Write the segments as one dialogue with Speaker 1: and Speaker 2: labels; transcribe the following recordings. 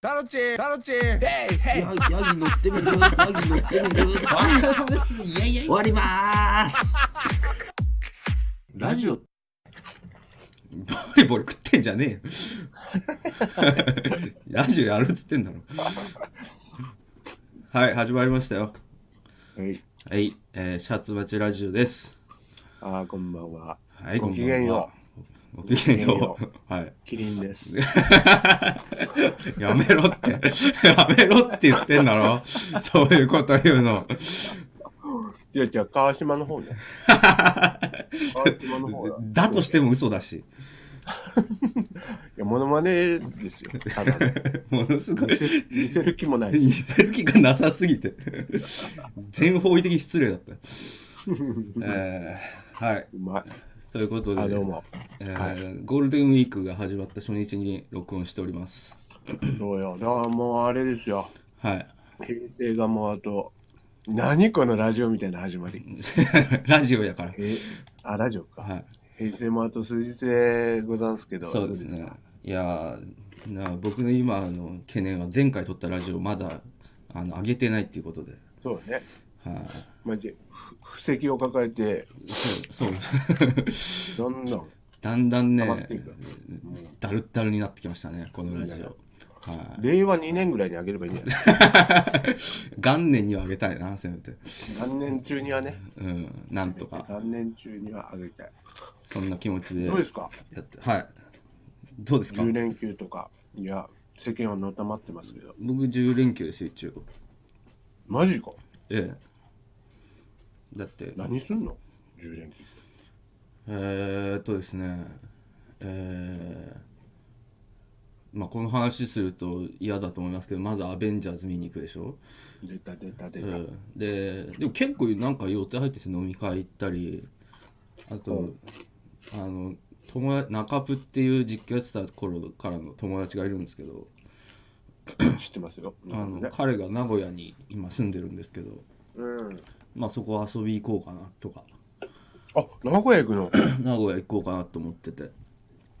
Speaker 1: タロチタロチヘイヘイ
Speaker 2: ヤヤギ乗ってみるヤギ乗ってみるお疲れ様ですイエイイエイ終わりまーすラジオボリボリ食ってんじ ゃねえよラジオやるっつってんだろはい始まりましたよ
Speaker 3: はい。
Speaker 2: はい、えー、シャツバチラジオです
Speaker 3: ああ、こんばんは。
Speaker 2: はい
Speaker 3: ごきげんよ
Speaker 2: うごきげんよ
Speaker 3: ごきげん
Speaker 2: うはい
Speaker 3: キリン です。
Speaker 2: やめろってやめろって言ってんだろそういうこと言うの
Speaker 3: いや、じゃあ、川島の 方ね。川島の方だ。い
Speaker 2: だとしても嘘だし
Speaker 3: や、モノマネですよ。ただの、
Speaker 2: ものすごい
Speaker 3: 見 せ見せる気もないし。
Speaker 2: 似せる気がなさすぎて全方位的に失礼 だった、えーはいう
Speaker 3: まい。
Speaker 2: ということで
Speaker 3: あ、どうも。
Speaker 2: えーゴールデンウィークが始まった初日に録音しております
Speaker 3: どうよ。だからもう、あれですよ。
Speaker 2: はい
Speaker 3: 検定がもう、あと、何このラジオみたいな始まり。
Speaker 2: ラジオやから
Speaker 3: え、あ、ラジオか。
Speaker 2: はい
Speaker 3: 平成もあと数日でござんすけど。
Speaker 2: そうですねいやーな僕の今の懸念は前回撮ったラジオまだあの上げてないっていうことで
Speaker 3: どうですか。そうね。
Speaker 2: はい
Speaker 3: まじ、ふ布石を抱えて、
Speaker 2: そう そう
Speaker 3: どんどん。
Speaker 2: だんだんね
Speaker 3: 黙っていく
Speaker 2: だるだるになってきましたねこのラジオはい
Speaker 3: 令和2年ぐらいにあげればいいんじゃ ない
Speaker 2: 元年にはあげたいなせめて
Speaker 3: 元年中にはね。
Speaker 2: うんなんとか
Speaker 3: 元年中にはあげたい。
Speaker 2: そんな気持ちでや
Speaker 3: どうですか
Speaker 2: ってはいどうですか
Speaker 3: ?10 連休とか。いや、世間はのたまってますけど。
Speaker 2: 僕10連休ですよ一応
Speaker 3: マジか。
Speaker 2: ええだって
Speaker 3: 何すんの ?10 連休。
Speaker 2: えー、っとですねえーまあこの話すると嫌だと思いますけどまず「アベンジャーズ」見に行くでしょ、
Speaker 3: 出た出た出
Speaker 2: う
Speaker 3: た。
Speaker 2: ん、ででも結構なんか予定入ってて飲み会行ったりあとあの友達中プっていう実況やってた頃からの友達がいるんですけど、
Speaker 3: 知ってますよ。
Speaker 2: あ
Speaker 3: うん
Speaker 2: の
Speaker 3: ね
Speaker 2: 彼が名古屋に今住んでるんですけど、
Speaker 3: うん。
Speaker 2: まあ、そこ遊び行こうかなとか
Speaker 3: あ、名古屋行く の
Speaker 2: 名古屋行こうかなと思ってて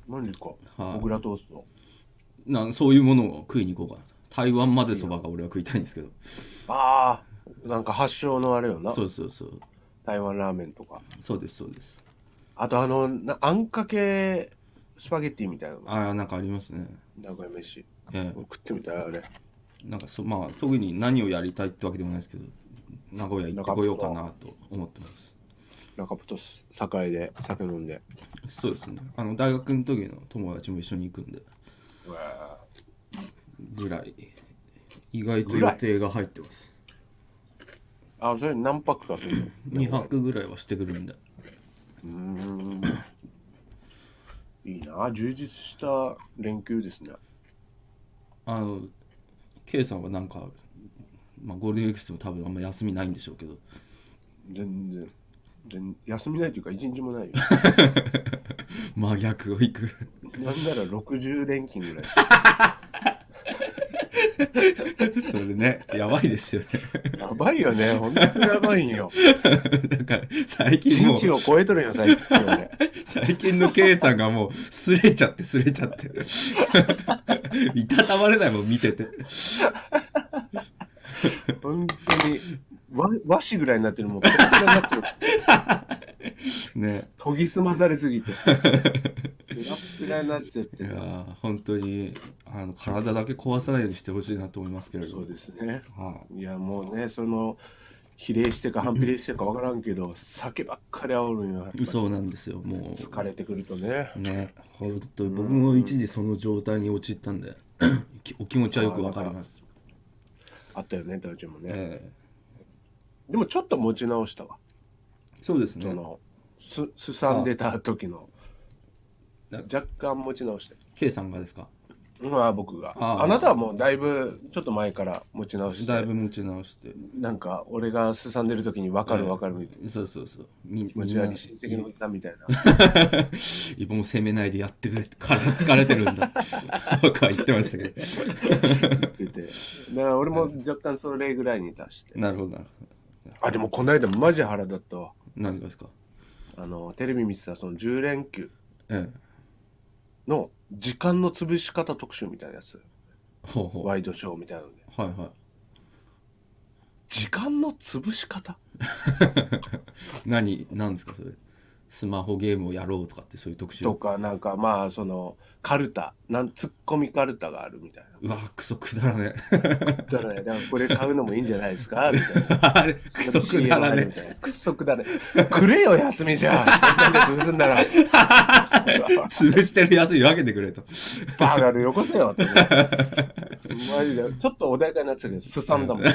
Speaker 3: マジか。
Speaker 2: はい
Speaker 3: 小倉トースト。
Speaker 2: なそういうものを食いに行こうかなと台湾混ぜそばが俺は食いたいんですけど
Speaker 3: ああ、なんか発祥のあれよな
Speaker 2: そ。うそうそう
Speaker 3: 台湾ラーメンとか。
Speaker 2: そうですそうです
Speaker 3: あとあの、なあんかけスパゲッティみたいなの。
Speaker 2: ああなんかありますね
Speaker 3: 名古屋飯。
Speaker 2: え
Speaker 3: 食ってみたいあれ。
Speaker 2: えなんかそまあ特に何をやりたいってわけでもないですけど名古屋行ってこようかなと思ってます
Speaker 3: 中太す栄で酒飲んで。
Speaker 2: そうですねあの大学の時の友達も一緒に行くんで
Speaker 3: うわー
Speaker 2: ぐらい意外と予定が入ってます
Speaker 3: あ、それ何泊かするの
Speaker 2: 2泊ぐらいはしてくるんで
Speaker 3: うーん。いいな、充実した連休ですね。
Speaker 2: あの K さんはなんか、まあ、ゴールデンウィークスも多分あんま休みないんでしょうけど
Speaker 3: 全然。全休みないというか、一日も ないよ。
Speaker 2: 真逆をいく
Speaker 3: なんなら60連勤ぐらい。
Speaker 2: それねやばいですよね
Speaker 3: やばいよね、ほんとやばいんよ。
Speaker 2: なんか最近
Speaker 3: 1
Speaker 2: もう
Speaker 3: 日を超えとるよ、最近はね。
Speaker 2: 最近の K さんがもうすれちゃってすれちゃって いたたまれないもん見てて
Speaker 3: ほんとに。わ和紙ぐらいになってるもん、こんなになってる。
Speaker 2: ね
Speaker 3: 研ぎ澄まされすぎて。ペラッペラになっちゃっ
Speaker 2: い
Speaker 3: て
Speaker 2: や
Speaker 3: る。
Speaker 2: ー本当にあの体だけ壊さないようにしてほしいなと思いますけれど
Speaker 3: そうですね。
Speaker 2: はい
Speaker 3: やもうねその比例してか反比例してか分からんけど酒ばっかり煽るんや
Speaker 2: いそうなんですよもう
Speaker 3: 疲れてくるとね
Speaker 2: ね本当に僕も一時その状態に陥ったんで きお気持ちはよくわかります、
Speaker 3: あったよね大ちもね、
Speaker 2: え
Speaker 3: でもちょっと持ち直したわ
Speaker 2: えそうです
Speaker 3: そ
Speaker 2: ね
Speaker 3: のすすさんでた時の
Speaker 2: な
Speaker 3: 若干持ち直して
Speaker 2: K さんがですか
Speaker 3: まあ僕が
Speaker 2: あ
Speaker 3: あ
Speaker 2: あ
Speaker 3: なたはもうだいぶちょっと前から持ち直して
Speaker 2: だいぶ持ち直して
Speaker 3: なんか俺がすさんでる時に分かる分かるみたいな
Speaker 2: そうそうそうみ
Speaker 3: 持
Speaker 2: み
Speaker 3: ち
Speaker 2: んな
Speaker 3: 上げ親戚のおじさんみたいな
Speaker 2: 一歩も責めないでやってくれ って体疲れてるんだ 僕は言ってましたけど
Speaker 3: 言っててだから俺も若干それぐらいに達して
Speaker 2: なるほどな
Speaker 3: あでもこの間マジ腹立ったわ
Speaker 2: 何がですか
Speaker 3: あのテレビ見てたその10連休
Speaker 2: ええ
Speaker 3: の時間の潰し方特集みたいなやつ
Speaker 2: ほうほうは
Speaker 3: ワイドショーみたいなので
Speaker 2: いは
Speaker 3: 時間の潰し方
Speaker 2: い何なんですかそれスマホゲームをやろうとかってそういう特集
Speaker 3: とかなんかまあそのカルタなんツッコミカルタがあるみたいう
Speaker 2: わクソくだらね
Speaker 3: なだからねだからこれ買うのもいいんじゃないです かみたいな
Speaker 2: あれクソくだらね
Speaker 3: ね クソくだらねくれよ休みじ ゃんそんなんで潰すんなら
Speaker 2: 潰してるやつに分けてくれと
Speaker 3: バカルよこせよって、ね、マジでちょっと穏やかになってたけどすさんだもん、うん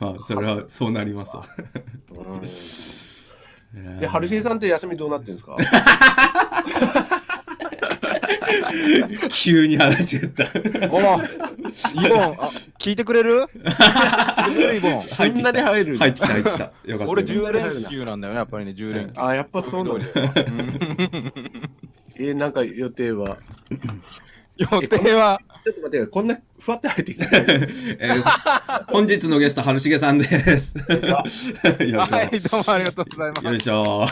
Speaker 2: まあそれはそうなりますわ
Speaker 3: で春重さんって休みどうなってるんですか
Speaker 2: 急に話 がった
Speaker 4: おお、イボン、あ、聞いてくれる？聞いてくれるイボン。
Speaker 3: そんなに入る
Speaker 2: 入ってきた入ってきたよかった
Speaker 4: 俺
Speaker 2: よかっ
Speaker 4: 10連休なんだよね、やっぱりね、10連休。
Speaker 3: あやっぱそうなんだよえなんか予定は
Speaker 4: 予定は、
Speaker 3: ちょっと待ってこんなふわって入ってきた
Speaker 2: たえー本日のゲスト春重さんです よい
Speaker 4: はい、どうもありがとうございます。
Speaker 2: よいしょ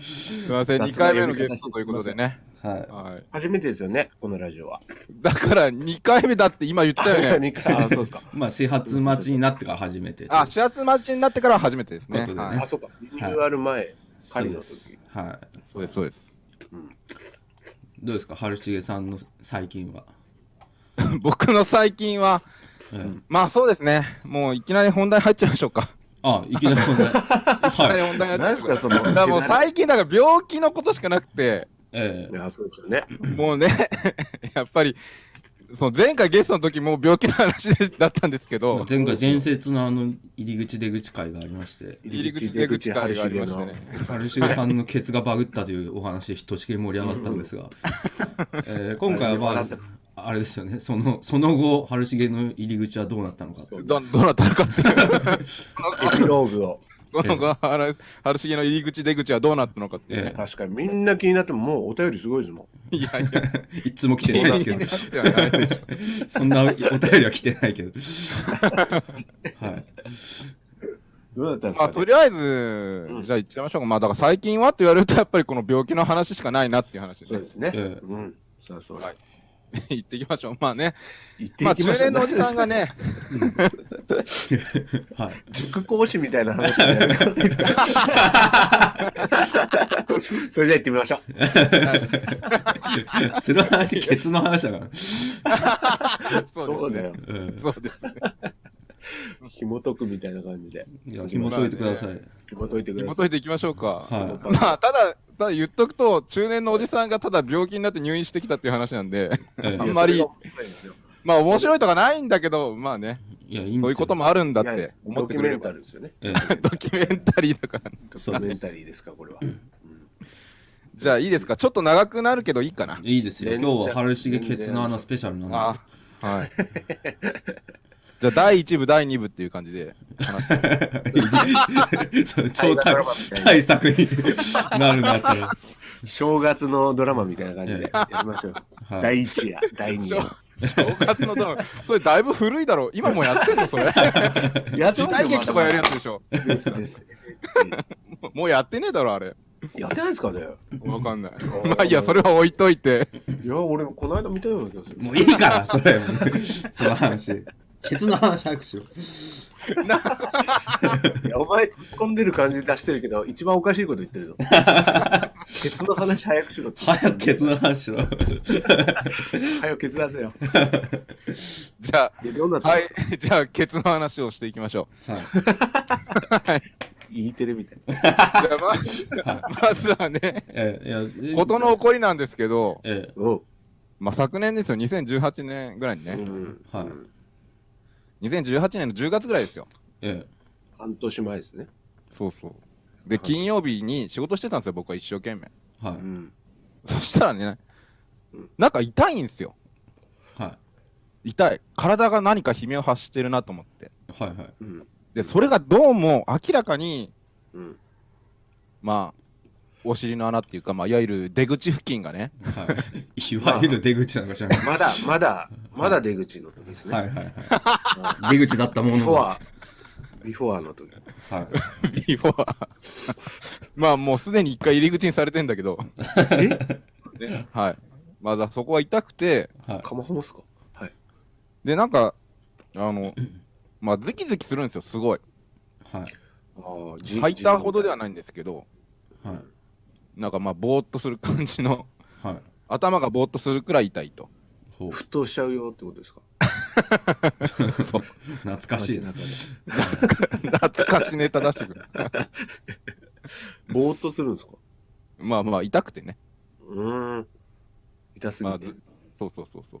Speaker 4: すいません、2回目のゲストということでね。
Speaker 2: はい
Speaker 4: はい。
Speaker 3: 初めてですよねこのラジオは
Speaker 4: だから2回目だって今言ったよ ね。
Speaker 3: 二回あそうですか
Speaker 2: まあ始発待ちになってから初めて
Speaker 4: あ、4月待ちになってから初めてですね。
Speaker 2: ということでね
Speaker 4: は
Speaker 3: あ
Speaker 4: い。
Speaker 3: そうかリニューアル前
Speaker 2: そ
Speaker 3: 狩
Speaker 2: う
Speaker 3: りの
Speaker 2: で
Speaker 3: 時
Speaker 2: すはい
Speaker 4: そうです、そうです。
Speaker 2: どうですか春重さんの最近は
Speaker 4: 僕の最近は、
Speaker 2: ええ
Speaker 4: まあそうですね。もういきなり本題入っちゃいましょうか。
Speaker 2: あいきな り問題
Speaker 4: いきな
Speaker 2: は
Speaker 4: り
Speaker 2: い
Speaker 4: 本題入っち
Speaker 3: 何
Speaker 4: ゃ
Speaker 3: で
Speaker 4: いますしょう
Speaker 3: か
Speaker 4: か。
Speaker 3: その
Speaker 4: だからもう最近、だから病気のことしかなくて、
Speaker 2: え
Speaker 3: いやそうですよね
Speaker 4: もうね、 やっぱり、その前回ゲストの時も病気の話でだったんですけ
Speaker 2: えま
Speaker 4: ど
Speaker 2: あ、前回伝説のあの入り口出口会がありまして
Speaker 4: 入り口出口会がありましてね。
Speaker 2: 春重さんのケツがバグったというお話でひとしきり盛り上がったんですが、えー今回はあれですよねそのその後春重の入り口はどうなったのかっていう
Speaker 4: ど、どうなったのかっていう。
Speaker 3: エピローグを
Speaker 4: この子、春春重の入り口出口はどうなったのかっていう
Speaker 2: え
Speaker 4: ね。
Speaker 3: 確かにみんな気になってももうお便りすごいですもん
Speaker 4: いやいや、
Speaker 2: えいつも来て
Speaker 4: 気に
Speaker 2: ない
Speaker 4: な
Speaker 2: で
Speaker 4: っ
Speaker 2: すけど
Speaker 4: てはないでしょ。
Speaker 2: そんなお便りは来てない けどはい
Speaker 3: どうだったんです
Speaker 4: ま
Speaker 3: か、
Speaker 4: あ、
Speaker 3: ね、
Speaker 4: とりあえず、じゃあ言っちゃいましょうか。まあ、だから最近はって言われると、やっぱりこの病気の話しかないなっていう話で
Speaker 3: そうですすね、
Speaker 2: ええ
Speaker 3: うんそうそう、
Speaker 4: はい ね。言っていきましょう。まあね、
Speaker 3: 言って
Speaker 4: ま
Speaker 3: い
Speaker 4: あ、
Speaker 3: き
Speaker 4: 中
Speaker 3: ましょう、
Speaker 4: 年のおじさんがね、
Speaker 2: はい
Speaker 3: 塾講師みたいな話じゃない ですかそれじゃあ行ってみましょう
Speaker 2: する話ケツの話だから、
Speaker 4: そうですね。
Speaker 3: ね
Speaker 2: え
Speaker 4: そうですね。
Speaker 3: 紐解くみたいな感じで
Speaker 2: えいや紐解いてください、
Speaker 3: 紐解いてくだ
Speaker 4: 紐
Speaker 3: さ
Speaker 4: 解いていきましょうか。
Speaker 2: はい
Speaker 4: まあ、ただ、ただ言っとくと、中年のおじさんがただ病気になって入院してきたっていう話なんで、
Speaker 2: え
Speaker 4: あ
Speaker 3: い
Speaker 4: んまり
Speaker 3: いやそれが面白いんですよ
Speaker 4: まあ面白いとかないんだけど、まあね、
Speaker 2: えいやいいんですよ
Speaker 4: そういうこともあるんだっ
Speaker 3: いや
Speaker 4: て思
Speaker 3: ド
Speaker 4: って
Speaker 3: キュ
Speaker 4: くれ
Speaker 3: メ
Speaker 4: れ
Speaker 3: ン
Speaker 4: ば
Speaker 3: タ。ルですよね
Speaker 2: え
Speaker 4: ドキュメンタリーだから。
Speaker 3: ドキ
Speaker 2: そう
Speaker 3: ュ
Speaker 2: です
Speaker 3: メンタリーですかこれは
Speaker 4: じゃあいいですか、ちょっと長くなるけどいいかな
Speaker 2: え。いいですよ
Speaker 3: 全然
Speaker 2: 今日は春重ケツの穴スペシャルなんで
Speaker 4: あはい。じゃあ第1部、第2部っていう感じで話して
Speaker 2: そう超大対策になるんだったら。
Speaker 3: 正月のドラマみたいな感じでやりましょう、
Speaker 2: はい
Speaker 3: 第一夜第二
Speaker 4: 正
Speaker 3: 夜
Speaker 4: 正月のドラマ、それだいぶ古いだろ。今もやってんの それ。
Speaker 3: やっ
Speaker 4: 時代劇とかやるやつでしょ。
Speaker 3: ですです
Speaker 4: もうもうやってねえだろ、あれ。
Speaker 3: やってないですかね
Speaker 4: わかんない。まあいいや、それは置いといて。
Speaker 3: いや俺この間見たような気がする
Speaker 2: もういいから、それ。その 話。ケツの話早くしよ
Speaker 3: いやお前突っ込んでる感じ出してるけど一番おかしいこと言ってるぞケツの話早くしろって
Speaker 2: 早くケツの話しろ。
Speaker 3: 早くケツ出せよ
Speaker 4: じゃ
Speaker 3: いやどうなっ
Speaker 4: あ、
Speaker 3: たの、
Speaker 4: はい。 じゃあ、ケツの話をしていきましょう。
Speaker 3: い、E テレみたいな
Speaker 4: じゃあ、 ままずはね、
Speaker 2: ええいや、え
Speaker 4: 事の起こりなんですけど、
Speaker 2: え
Speaker 3: おう、
Speaker 4: まあ昨年ですよ、2018年ぐらいにね。
Speaker 3: ん
Speaker 2: えはい。
Speaker 4: 2018年の10月ぐらいですよ。
Speaker 2: え
Speaker 3: 半年前ですね、
Speaker 4: そうそう。で、金曜日に仕事してたんですよ、僕は一生懸命。
Speaker 2: えは
Speaker 3: ん、
Speaker 4: そしたらね
Speaker 3: うん、
Speaker 4: なんか痛いんですよ。
Speaker 2: い。は
Speaker 4: 痛い。体が何か悲鳴を発してるなと思って。
Speaker 2: い。はいはい。
Speaker 3: うん
Speaker 4: で、それがどうも明らかに、
Speaker 3: うん
Speaker 4: まあ、お尻の穴っていうか、まあ、いわゆる出口付近がね、
Speaker 2: はい。いわゆる出口なんか 知らない。
Speaker 3: まだまだまだ出口の時ですね、
Speaker 2: はいはいはい。出口だったも
Speaker 3: ビ
Speaker 2: の
Speaker 3: フォ
Speaker 2: が。
Speaker 3: アビフォアの時
Speaker 2: はい。
Speaker 4: ビフォア。 まあ、もうすでに一回入り口にされてんだけど、
Speaker 3: え
Speaker 4: ねはい。まだそこは痛くて、
Speaker 2: はい。
Speaker 3: カマハマっすか
Speaker 4: で、なんか、あの、まあ、ズキズキするんですよ、すごい。
Speaker 2: はい
Speaker 3: ああ、。
Speaker 4: ハイターほどではいないんですけど、
Speaker 2: はい
Speaker 4: なんかまあ、ぼーっとする感じの、
Speaker 2: はい
Speaker 4: 頭がぼーっとするくらい痛いと。
Speaker 2: ほう
Speaker 3: 沸騰しちゃうよってことですか
Speaker 4: そう。
Speaker 2: 懐かしいな
Speaker 3: 街中で
Speaker 4: 懐かしネタ出してくる。
Speaker 3: ぼーっとするんですか
Speaker 4: まあまあ、痛くてね。
Speaker 3: うーん。痛すぎ
Speaker 4: まあ、
Speaker 3: て
Speaker 4: ず。そうそうそうそう。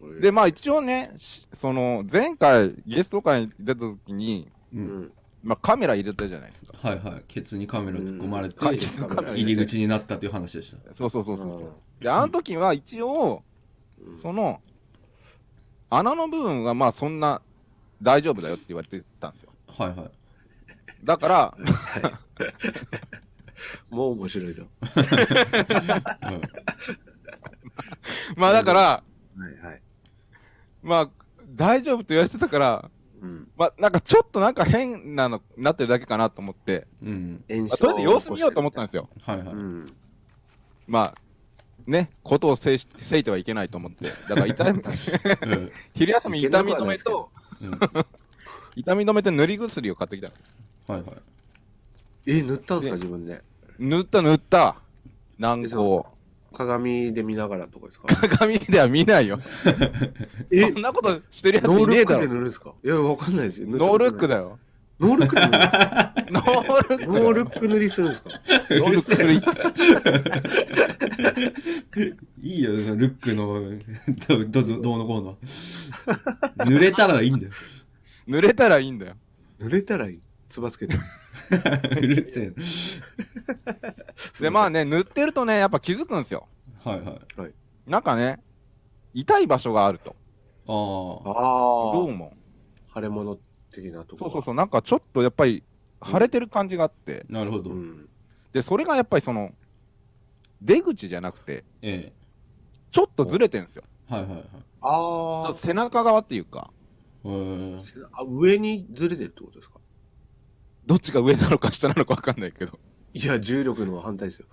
Speaker 3: これ
Speaker 4: で、まあ一応ね、しその前回ゲスト会に出た時に、
Speaker 2: う
Speaker 3: うんん。
Speaker 4: まあカメラ入れたじゃないですか。
Speaker 2: はいはいケツにカメラ突っ込まれて
Speaker 4: カケツにカメラ
Speaker 2: 入り口になったっていう話でした
Speaker 4: そうそうそうそうそう。で、あの時は一応、
Speaker 3: うん。
Speaker 4: その、穴の部分はまあそんな大丈夫だよって言われてたんですよ。
Speaker 2: はいはい
Speaker 4: だ から、
Speaker 3: もう面白いぞ。
Speaker 2: うん
Speaker 4: まあだから、
Speaker 3: はいはい。
Speaker 4: まあ大丈夫と言われてたから、
Speaker 3: うん。
Speaker 4: まあなんかちょっとなんか変なのなってるだけかなと思って、
Speaker 2: うん
Speaker 3: 炎
Speaker 4: まあとりあえず様子見ようと思ったんですよ。
Speaker 2: はいはい、
Speaker 3: うん。
Speaker 4: まあ、ね、ことをせいしせいてはいけないと思って。だから痛み、
Speaker 2: うん
Speaker 4: 昼休みに痛み
Speaker 3: い
Speaker 4: 止め
Speaker 3: けなくはない
Speaker 4: と、
Speaker 2: うん
Speaker 4: 痛み止めて塗り薬を買ってきたんですよ
Speaker 2: はいはい
Speaker 3: え、塗ったんですか自分で。
Speaker 4: 塗った塗った軟膏を
Speaker 3: 鏡で見ながらとかですか
Speaker 4: 鏡では見ないよ
Speaker 3: え
Speaker 4: そんなことしてるやつ
Speaker 3: ノー
Speaker 4: い
Speaker 3: ル
Speaker 4: ね
Speaker 3: ッ
Speaker 4: え
Speaker 3: ク
Speaker 4: だ
Speaker 3: で
Speaker 4: ろ
Speaker 3: 塗るんですかいや、わかんないですよ。
Speaker 4: ノールック
Speaker 3: だ。
Speaker 4: だよ
Speaker 3: ノールックで塗るんですか
Speaker 4: ノールック
Speaker 3: ノールック塗りするんですか
Speaker 4: ノールックでいい
Speaker 2: いいよ、ルックのど、ど、どうのこうの。濡れたらいいんだよ。
Speaker 4: 濡れたらいいんだよ
Speaker 3: 塗れたらいい。つばつけて。
Speaker 2: うるせえ
Speaker 4: でまあね塗ってるとねやっぱ気づくんですよ
Speaker 2: な。はいはい。
Speaker 4: なんかね痛い場所があると
Speaker 2: ああ。
Speaker 4: ど
Speaker 3: あ
Speaker 4: うも
Speaker 3: あ、腫れ物的なとこ
Speaker 4: そ
Speaker 3: ろ。
Speaker 4: うそうそうなんかちょっとやっぱり腫れてる感じがあって
Speaker 2: なるほど。
Speaker 3: ん。
Speaker 4: でそれがやっぱりその出口じゃなくて
Speaker 2: え
Speaker 4: ちょっとずれてるんですよ
Speaker 2: え。はいはいは
Speaker 3: あ
Speaker 2: い。
Speaker 4: ちょっ
Speaker 3: あ
Speaker 4: と、背中側っていうか
Speaker 2: えー、
Speaker 3: せあ上にずれてるってことですか
Speaker 4: どっちが上なのか下なのか分かんない けど
Speaker 3: いや、重力の反対ですよ。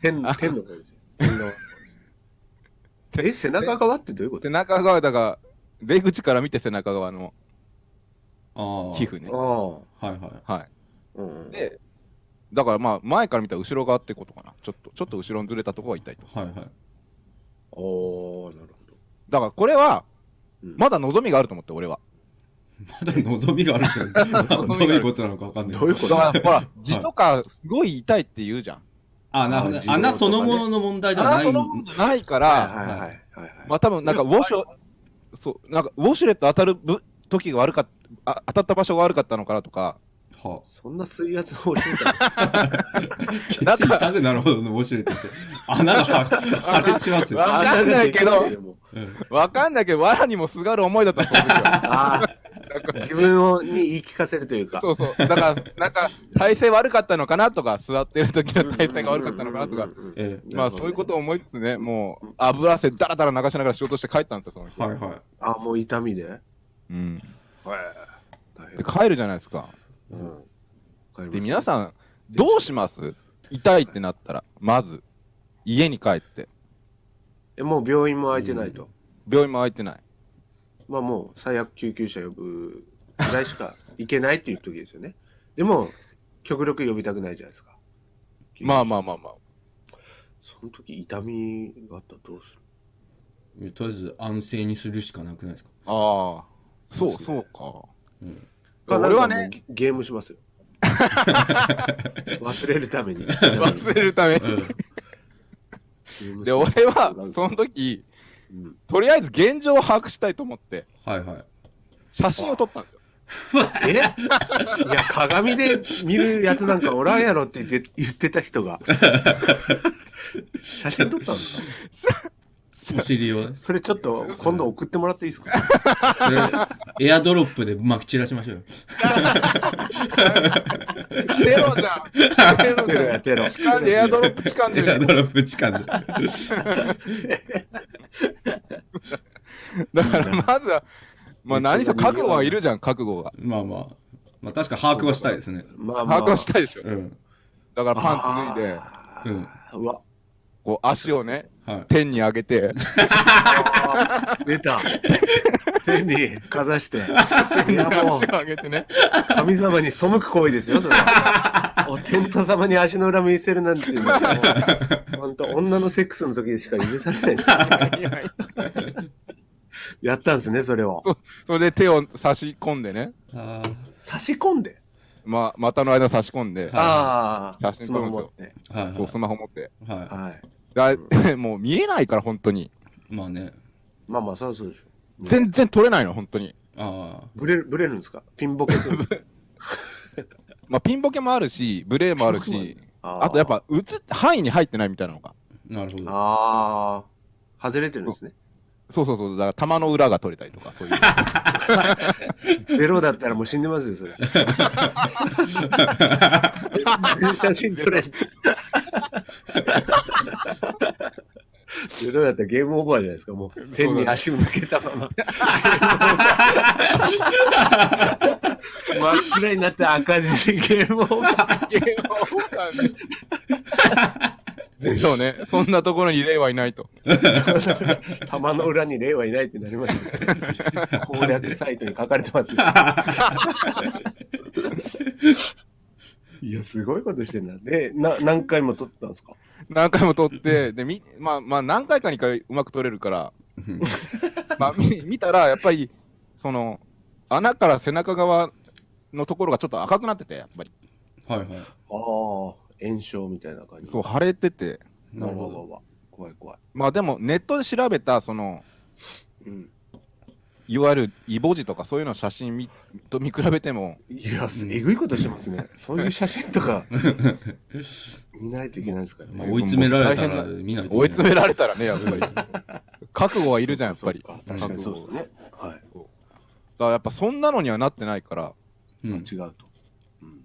Speaker 3: 天の、天の声ですよ。天の 声です。え、背中側ってどういうこと
Speaker 4: 背中側だが出口から見て背中側の
Speaker 2: ああ。
Speaker 4: 皮。膚ね
Speaker 3: あ
Speaker 2: はいはい。
Speaker 4: は
Speaker 3: あ、うんう
Speaker 4: い
Speaker 3: ん。
Speaker 4: でだからまあ前から見たら後ろ側ってことかなちょっとちょっと後ろにずれたとこが痛いと
Speaker 2: はいはい。
Speaker 3: おー、なるほど。
Speaker 4: だからこれは
Speaker 3: うん
Speaker 4: まだ望みがあると思って俺は
Speaker 2: まだ望みがあるって どういうことなのかわかんない。
Speaker 3: どういう
Speaker 4: だ
Speaker 3: こ
Speaker 4: か
Speaker 3: と
Speaker 4: らほ ら痔とかすごい痛いって言うじゃん
Speaker 2: あ、なるほど
Speaker 3: あー自動
Speaker 2: ね。
Speaker 3: とかね
Speaker 2: 穴そのものの問題じゃない。
Speaker 4: ないか
Speaker 3: はい
Speaker 4: ら
Speaker 3: はいはいはいはい。
Speaker 4: まあ多分なんかウォシュそうなんかウォシュレット当たるぶ時が悪かっあ当たった場所が悪かったのかなとか
Speaker 2: は
Speaker 3: そんな水圧を教えたら
Speaker 2: あ、ケツ痛くなるほどの面白いって言って。穴がは破裂しますよ。
Speaker 4: わかんないけど
Speaker 2: うん
Speaker 4: わかんないけどわらにもすがる思いだったその時は
Speaker 3: あ あ、自分をに言い聞かせるというか。
Speaker 4: そうそう。だから、なんか、体勢悪かったのかなとか、座ってる時の体勢が悪かったのかなとか
Speaker 3: うん、うんうんうん。
Speaker 2: え
Speaker 4: まあ、そういうことを思いつつね、もう、油汗だらだら流しながら仕事して帰ったんですよ、その
Speaker 2: え。
Speaker 4: 日。
Speaker 2: はいは
Speaker 3: あもう痛みで。はい。
Speaker 4: うん。
Speaker 3: 大変
Speaker 4: で、。帰るじゃないですか。
Speaker 3: うん。帰ります
Speaker 4: で、皆さん、どうします痛いってなったら、まず、家に帰って。
Speaker 3: え、もう病院も空いてないと。
Speaker 4: 病院も空いてない。
Speaker 3: まあもう最悪救急車呼ぶぐらいしか行けないっていう時ですよね。でも、極力呼びたくないじゃないですか。
Speaker 4: まあまあまあまあ。
Speaker 3: その時痛みがあったらどうする
Speaker 2: いいや。とりあえず安静にするしかなくないですか。
Speaker 4: ああ。そう、そうか。
Speaker 2: うん
Speaker 3: まあ
Speaker 4: 俺は
Speaker 3: なん
Speaker 4: ね
Speaker 3: かもうゲゲームしますよ。忘れるために。
Speaker 4: 忘れるため
Speaker 2: う
Speaker 4: に。
Speaker 2: ん
Speaker 4: で、俺は、その時、
Speaker 3: うん
Speaker 4: とりあえず現状を把握したいと思って、
Speaker 2: はいはい。
Speaker 4: 写真を撮ったんですよ。
Speaker 3: えいや、鏡で見るやつなんかおらんやろって言って言ってた人 が。写真撮ったんですか
Speaker 2: お尻をね。
Speaker 3: それちょっと今度送ってもらっていいですか
Speaker 2: それ、エアドロップで撒き散らしましょうよ。
Speaker 4: テロじゃんテロ
Speaker 3: テ
Speaker 4: じ
Speaker 3: ロ
Speaker 4: ゃん
Speaker 3: やテロ。
Speaker 4: 痴漢でエアドロップ痴漢で
Speaker 2: エアドロップ痴漢で。
Speaker 4: だからまずはまあ何せ覚悟はいるじゃん覚悟が
Speaker 2: まあまあ。まあ確か把握はしたいですね。
Speaker 3: まあまあ
Speaker 4: 把握はしたいでしょ
Speaker 2: うん。
Speaker 4: だからパンツ脱いで
Speaker 2: うん。
Speaker 3: うわ、
Speaker 4: こう足をね
Speaker 2: はい
Speaker 4: 天に上げて、
Speaker 3: あー出た。手にかざして。いやもう
Speaker 4: 足を上げてね。
Speaker 3: 神様に背く行為ですよ、それは。お天道様に足の裏向いせるなんていうのはもう、本当女のセックスの時しか許されないですから
Speaker 4: いやいや
Speaker 3: やったんですね、それを。
Speaker 4: それで手を差し込んでね、
Speaker 2: あ
Speaker 3: 差し込んで。
Speaker 4: まあ、股の間差し込んで、
Speaker 2: い
Speaker 3: ああ、
Speaker 4: 写
Speaker 3: ス
Speaker 4: 真
Speaker 3: マ
Speaker 4: 撮
Speaker 3: ホ
Speaker 4: るんで
Speaker 3: 持って。
Speaker 4: すよ
Speaker 2: ーはい
Speaker 4: そう、スマホ持って。
Speaker 2: はい、は
Speaker 3: はい。
Speaker 4: だ もう見えないから、本当に。
Speaker 2: い、まあね
Speaker 3: まあまあ、そうそうでしょ。
Speaker 4: 全然取れないの、本当に。
Speaker 2: あ
Speaker 3: ブレる、ブレるんですかピンボケする。
Speaker 4: まあ、ピンボケもあるし、ブレーもあるし、
Speaker 3: あー
Speaker 4: あとやっ。ぱ、映っ範囲に入ってないみたいなのが。
Speaker 2: あなるほど
Speaker 3: ああ、外れてるんですね。
Speaker 4: そうそうそう、だから玉の裏が取れたりとか、 そういう。
Speaker 3: ゼロだったらもう死んでますよ、それ。写真撮れ。 ゼロだったらゲームオーバーじゃないですか、もう。天に足向けたまま。真っ暗になって赤字でゲームオーバー。
Speaker 4: でしょうね。そんなところに霊はいないと。
Speaker 3: 玉の裏に霊はいないってなりま した。攻略サイトに書かれてますよ。いや、すごいことしてんだ。で、な何回も撮ったんですか
Speaker 4: 何回も撮って、で、み、まあまあ何回かにかうまく撮れるから、
Speaker 2: うん
Speaker 4: まあ見 見たら、やっぱり、その、穴から背中側のところがちょっと赤くなってて、やっぱり。
Speaker 2: はいはい
Speaker 3: ああ、炎症みたいな感じ。
Speaker 4: そう、腫れてて。
Speaker 2: な
Speaker 3: わ
Speaker 2: るほ
Speaker 3: わわ
Speaker 2: ど
Speaker 3: わ怖い怖い。
Speaker 4: まあでも、ネットで調べた、その、
Speaker 3: うん。
Speaker 4: いわゆるイボ痔とかそういうの写真見と見比べても、
Speaker 3: いや、す
Speaker 2: うん
Speaker 3: えぐいことしてますね。そういう写真とか見ないといけないですから
Speaker 2: まあ
Speaker 3: ね。
Speaker 2: 追い詰められたら
Speaker 4: 大
Speaker 2: 見ないと
Speaker 4: 追い詰め
Speaker 2: ら
Speaker 4: られたらね、やっぱり。覚悟はいるじゃん、やっぱり。
Speaker 3: そうか確かにそうですね。はい。
Speaker 4: そうだからやっぱそんなのにはなってないから、
Speaker 2: れ
Speaker 3: 違うと。うん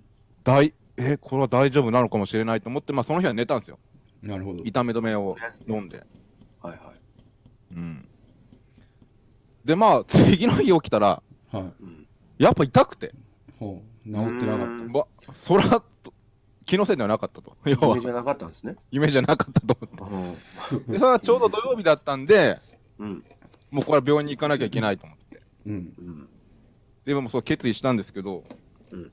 Speaker 4: 大えこれは大丈夫なのかもしれないと思って、まあ、その日は寝たんですよ
Speaker 2: なるほど
Speaker 4: 痛め止めを飲んで、
Speaker 3: はいはい。
Speaker 4: うん、でまあ次の日起きたら
Speaker 2: は
Speaker 3: う
Speaker 2: い
Speaker 3: ん
Speaker 4: やっぱ痛くて
Speaker 2: ほう治ってなかっ
Speaker 4: わそらと気のせいではなかったと要は
Speaker 3: 夢じゃなかったんですね。
Speaker 4: 夢じゃなかったと思って
Speaker 3: うん
Speaker 4: でそれはちょうど土曜日だったんで
Speaker 3: うん。
Speaker 4: もうこれは病院に行かなきゃいけないと思って
Speaker 2: たうん
Speaker 3: うん。
Speaker 4: でもうそう決意したんですけど、
Speaker 3: うん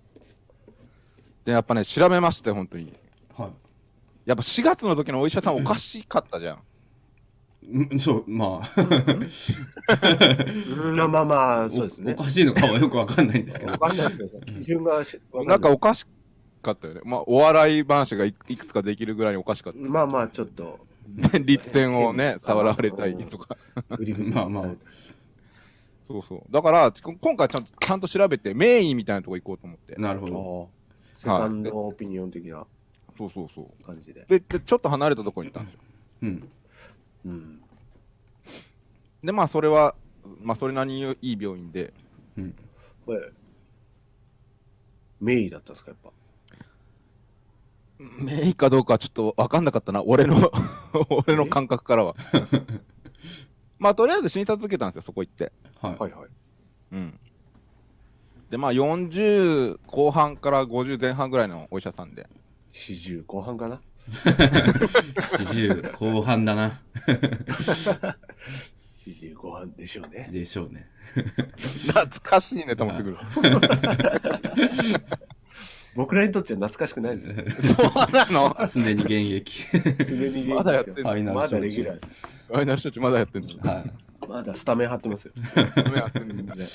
Speaker 4: でやっぱね調べまして本当に
Speaker 2: は
Speaker 4: やっぱ4月の時のお医者さんおかしかったじゃん
Speaker 2: いんそうまあ
Speaker 3: うんまあまあまあ、そうですね
Speaker 2: お。おかしいのかはよくわかんないんですけ ど
Speaker 3: わかんないですよ。基準がしわ
Speaker 4: なん
Speaker 3: か
Speaker 4: か
Speaker 3: んない
Speaker 4: おかしかったよね。まあ、お笑い話がいいくつかできるぐらいにおかしかっ
Speaker 3: まあまあ、ちょっと、
Speaker 4: た。立線をね、触られたりとか。
Speaker 3: グリグリ
Speaker 2: まあまあ
Speaker 3: されて
Speaker 4: そうそう。だから、こ今回ちゃんとちゃんと調べて、名医みたいなとこ行こうと思って。
Speaker 2: なるほ
Speaker 3: あ
Speaker 2: ど
Speaker 3: ーセカンドオピニオン的な
Speaker 4: そうそうそう。
Speaker 3: 感じで。
Speaker 4: で、でちょっと離れたとこに行ったんですよ。
Speaker 2: うん
Speaker 3: うん。
Speaker 4: で、まあ、それは、まあ、それなりにいい病院で。
Speaker 3: これ、名医だったんですか、やっぱ。
Speaker 4: 名医かどうかはちょっと分かんなかったな。俺 の、俺の感覚からは。 まあ、とりあえず診察受けたんですよ、そこ行って。
Speaker 2: はい
Speaker 3: はいはい。
Speaker 4: うん。で、まあ、40後半から50前半ぐらいのお医者さんで。
Speaker 3: 四十後半かな。
Speaker 2: 40後半だな
Speaker 3: 四十後半でしょうね。
Speaker 2: でしょうね
Speaker 4: 懐かしいねと思って くる。
Speaker 3: 僕らにとっちゃ懐かしくないですよ。
Speaker 4: そうな の
Speaker 2: 常に現役
Speaker 3: すでに元気ですよ
Speaker 4: まだやってんの
Speaker 2: ファイナル
Speaker 3: ま
Speaker 2: 招
Speaker 3: だレギ
Speaker 2: 致
Speaker 3: ュラーです。
Speaker 4: ファイナル処置まだやってんの
Speaker 2: はい
Speaker 3: まだスタメン張ってますよ。
Speaker 4: やってんの
Speaker 3: 全然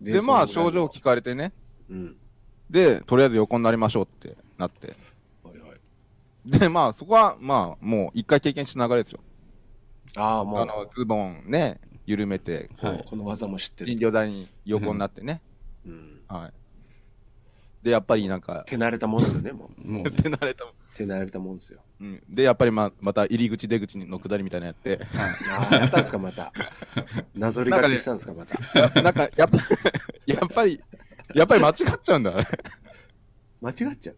Speaker 4: で、まあ症状。聞かれてね。
Speaker 3: うん。
Speaker 4: で、とりあえず横になりましょうってなって。
Speaker 3: はいはい。
Speaker 4: で、まあそこは、まあもう一回経験した流れですよ。
Speaker 3: ああ、も
Speaker 4: あ
Speaker 3: う、
Speaker 4: の、ズボンね、緩めて、こ、
Speaker 2: はいう
Speaker 3: この技も知って
Speaker 4: 人
Speaker 3: る。
Speaker 4: 形台に横になってね。
Speaker 3: うん。
Speaker 4: はい。で、やっぱりなんか、
Speaker 3: 手慣れたもんですよね、もう。
Speaker 2: もう
Speaker 4: 手慣れたもん。
Speaker 3: 手慣れたもんですよ。
Speaker 4: うん、で、やっぱりまあまた入り口出口の下りみたいなのやって。
Speaker 3: ああ、やったんですか、ま た。なぞり書きしたんですか、また。
Speaker 4: やなんか、やっぱ、 やっぱり、やっぱり間違っちゃうんだ、あれ
Speaker 3: 間違っちゃう。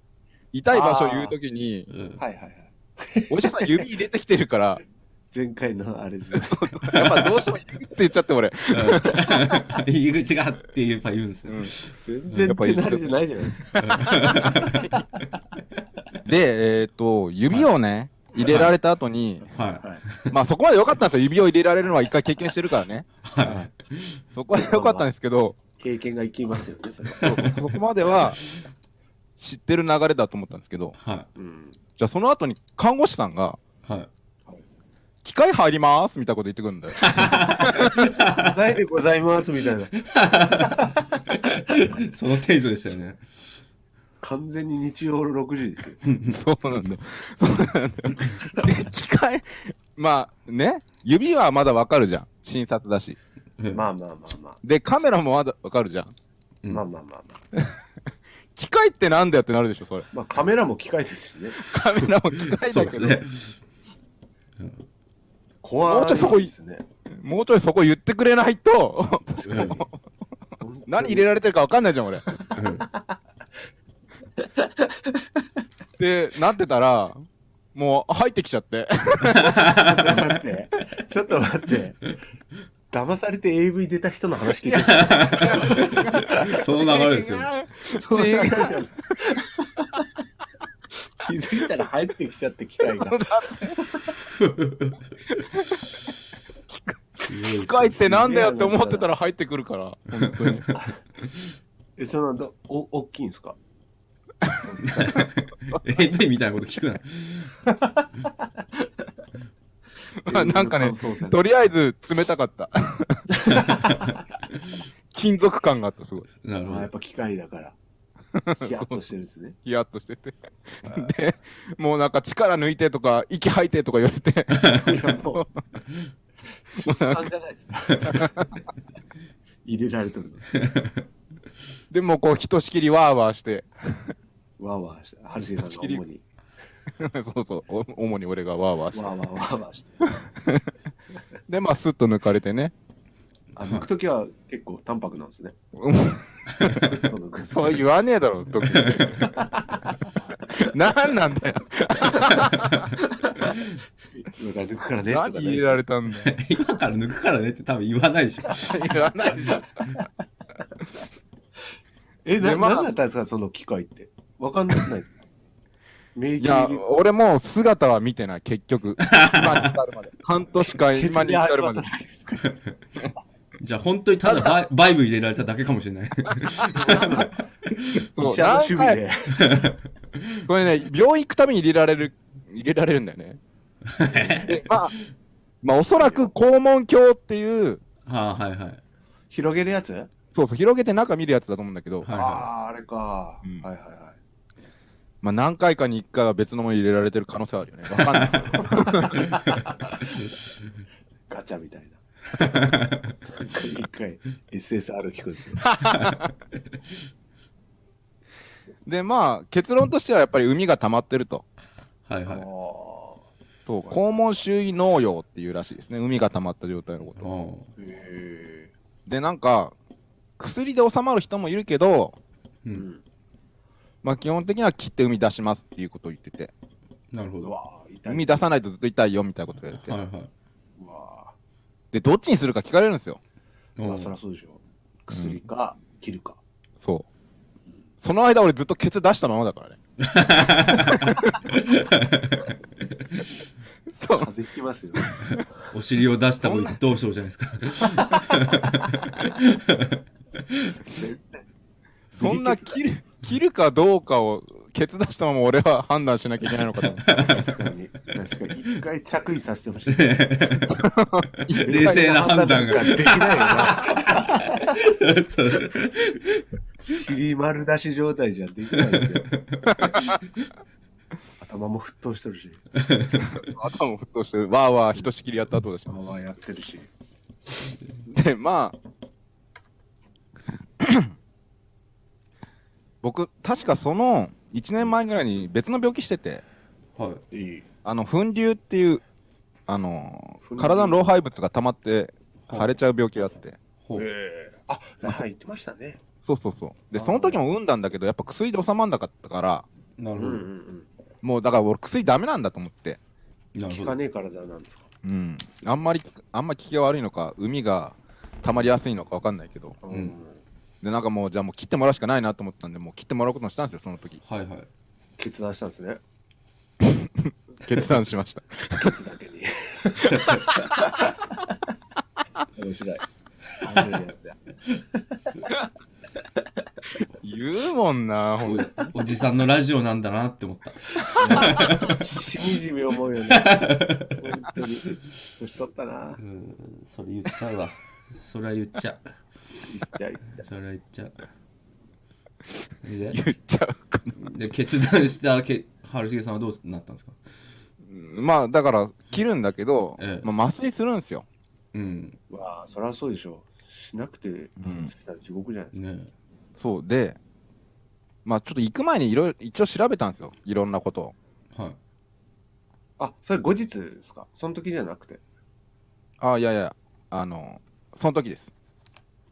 Speaker 4: 痛い場所言うときに、
Speaker 2: うん
Speaker 3: はいはいはい。
Speaker 4: お医者さん指入れてきてるから、
Speaker 3: 前回のあれですよ。
Speaker 4: やっぱどうしても入り口って言っちゃって俺。
Speaker 2: 入り口がってやっぱ言うんですよ、
Speaker 3: 全然手慣れてないじゃないですか。
Speaker 4: で、えっ、と、指をね、入れられた後に、
Speaker 2: はい
Speaker 4: まあそこまで良かったんですよ。指を入れられるのは一回経験してるからね。
Speaker 2: はい
Speaker 4: そこまで良かったんですけど、
Speaker 3: 経験が生きますよね、それ
Speaker 4: そうそうそこまでは知ってる流れだと思ったんですけど、
Speaker 2: はい
Speaker 3: うん。
Speaker 4: じゃあその後に看護師さんが、
Speaker 2: はい
Speaker 4: 機械入りますみたいなこと言ってくるんだよ。
Speaker 3: ございでございます、みたいな。
Speaker 2: その程度でしたよね
Speaker 3: 完全に日曜の6時ですよ。
Speaker 4: そうなんだよ。そうなんだよ。で機械、まあね、指はまだわかるじゃん。診察だし。
Speaker 3: まあまあまあまあ。
Speaker 4: で、カメラもまだわかるじゃん。
Speaker 2: うん
Speaker 3: まあまあまあまあ。
Speaker 4: 機械ってなんだよってなるでしょ、それ。
Speaker 3: まあカメラも機械ですしね。
Speaker 4: カメラも機械
Speaker 2: そう
Speaker 4: だ
Speaker 2: で
Speaker 4: け
Speaker 2: す
Speaker 4: ど、
Speaker 2: ね
Speaker 3: 怖い。
Speaker 4: もうちょいそこい
Speaker 3: ですね。
Speaker 4: もうちょいそこ言ってくれないと、
Speaker 2: うん
Speaker 4: 何入れられてるかわかんないじゃん、俺。
Speaker 2: うん
Speaker 4: で、なってたら、もう入ってきちゃって。
Speaker 3: ちょっと待って。ちょっと待って。騙されて AV 出た人の話聞いてる。
Speaker 2: その流れです よ
Speaker 4: 違う。
Speaker 3: 気づいたら入ってきちゃって機械が。
Speaker 4: 機械ってなんだよって思ってたら入ってくるから、本当に。
Speaker 3: え、その、どお、大きいんですか
Speaker 2: AV みたいなこと聞くな
Speaker 4: まあ なんかね
Speaker 3: 感想戦、
Speaker 4: とりあえず冷たかった。金属感があった、すごい。
Speaker 2: なる
Speaker 3: まあやっ
Speaker 2: ほ
Speaker 3: ぱ機械だ から。ヒヤッとしてるんですね。
Speaker 4: ヒヤッとしてて。で、もうなんか力抜いてとか、息吐いてとか言われて、
Speaker 3: いやもう出産じゃないですね入れられてるの。
Speaker 4: でもこう、ひとしきりワーワーして、
Speaker 3: わーわーして、はるしげさんが主に。
Speaker 4: そうそう、お主に俺がワーワーして。
Speaker 3: わーわーわーわーして。
Speaker 4: で、まあ、スッと抜かれてね。
Speaker 3: あ、抜くときは結構淡白なんですね。抜く
Speaker 4: そう言わねえだろ、特に。何 なんだよ。
Speaker 3: 抜くからね。
Speaker 4: 何入れら
Speaker 3: れ
Speaker 4: れたんだよ。
Speaker 2: ど今から抜くからねって多分言わないでしょ
Speaker 4: 言わないでしょ。
Speaker 3: え、な、
Speaker 4: でまあ
Speaker 3: なんだったんですか、その機械って。わかんなくない。名義
Speaker 4: いや、
Speaker 3: 入
Speaker 4: 俺もう姿は見てない、結局。今に至るまで。半年間、
Speaker 3: り。
Speaker 4: 今に至るまで。
Speaker 2: じゃあ本当にただバイバイブ入れられただけかもしれない
Speaker 4: そう、
Speaker 3: 医者の
Speaker 4: 何
Speaker 3: 趣味
Speaker 4: 回、
Speaker 3: で。
Speaker 4: それね、病院行くたびに入れられる、入れられるんだよね。でまあ、まあ、おそらく肛門鏡っていう、
Speaker 2: はあはいはいはい
Speaker 3: 広げるやつあ
Speaker 4: そうそう、広げて中見るやつだと思うんだけど、
Speaker 3: あ
Speaker 2: は
Speaker 3: ー、あれか。は
Speaker 4: うん
Speaker 3: いはいは
Speaker 4: まあ、何回かに1回は別のもの入れられてる可能性はあるよね。わかんない。
Speaker 3: い。ガチャみたいな。 なんか一回 SSR 聞くんですよ。
Speaker 4: で、まあ、結論としてはやっぱり海が溜まってると。
Speaker 2: いはい
Speaker 3: あ
Speaker 2: はい
Speaker 3: ー
Speaker 4: そう、肛門周囲農用っていうらしいですね。海が溜まった状態のこと。
Speaker 2: お
Speaker 3: へ
Speaker 4: で、なんか、薬で収まる人もいるけど、
Speaker 2: うう
Speaker 3: ーうんん。
Speaker 4: まあ、基本的には切って生み出しますっていうことを言ってて、
Speaker 2: なるほ
Speaker 3: う
Speaker 2: どは
Speaker 3: わー痛
Speaker 4: 生
Speaker 3: い。
Speaker 4: み出さないとずっと痛いよみたいなこと言われ
Speaker 2: い
Speaker 4: て、
Speaker 2: はい
Speaker 3: うんうわ
Speaker 4: で、どっちにするか聞かれるんですよ。
Speaker 3: ー
Speaker 2: お
Speaker 3: ま
Speaker 2: う
Speaker 3: あ、そりゃそうでしょ。薬か、切るか。
Speaker 4: そう。その間俺ずっとケツ出したままだからね。そう
Speaker 3: 風邪ひきますよ。
Speaker 2: お尻を出した分一等賞じゃないですか
Speaker 4: そんな切る、切るかどうかをケツ出したまま俺は判断しなきゃいけないのか と思って。
Speaker 3: 確かに。確かに。一回着衣させてほしい。
Speaker 2: 冷静な判断が
Speaker 3: できないよな。
Speaker 2: そう
Speaker 3: 切り丸出し状態じゃできない ですよ。頭も沸騰してるし、
Speaker 4: 頭も沸騰して、わーわーひとしきりやった後だし。
Speaker 3: 頭はやってるし。
Speaker 4: で、まあ、 僕、確かその1年前ぐらいに別の病気してて、
Speaker 2: はい
Speaker 3: いい。
Speaker 4: あの、粉瘤っていう、あの
Speaker 3: 粉、瘤
Speaker 4: 体の老廃物が溜まって腫れちゃう病気があって、
Speaker 2: ほう
Speaker 3: ええあ、なんか言ってましたね。
Speaker 4: そうそうそう。で、
Speaker 3: あー
Speaker 4: その時も産んだんだけど、やっぱ薬で収まんなかったから、
Speaker 2: なる
Speaker 3: う
Speaker 2: ほど、
Speaker 3: ん
Speaker 4: もうだから俺薬ダメなんだと思って、
Speaker 2: なる
Speaker 3: 聞
Speaker 2: ほ
Speaker 3: か
Speaker 2: ど
Speaker 3: ねえ体なんですか。
Speaker 4: うん。あんまり、あんま気が悪いのか、海が溜まりやすいのかわかんないけど、
Speaker 3: うん
Speaker 4: で、なんかもう、じゃあもう切ってもらうしかないなと思 ったんで、もう切ってもらうことにしたんですよ、その時。
Speaker 2: はいはい
Speaker 3: 決断したんですね。
Speaker 4: 決断しました。
Speaker 3: だけ に。面白い。面白 いやつだ
Speaker 4: 言うもんな、ほんと
Speaker 2: おじさんのラジオなんだなって思った。
Speaker 3: しみじみ思うよね。本当に。年取ったな
Speaker 2: う。ん、それ言っちゃうわ。それは言っちゃう。
Speaker 3: じゃあ言った
Speaker 2: それは言っちゃう。で
Speaker 4: 言っちゃうかな。
Speaker 2: で決断したけ春重さんはどうなったんですか
Speaker 4: まあ、だから、切るんだけど、
Speaker 2: ええ
Speaker 4: まあ、麻酔するんですよ。
Speaker 2: うん、
Speaker 3: まあ、そりゃそうでしょう。しなくて、したら地獄じゃないですか。
Speaker 2: ね
Speaker 4: そうで、まあ、ちょっと行く前にいろいろ、一応調べたんですよ。いろんなことを。
Speaker 2: えはい。
Speaker 3: あ、それ後日ですかその時じゃなくて。
Speaker 4: あいやいや、あの、その時です。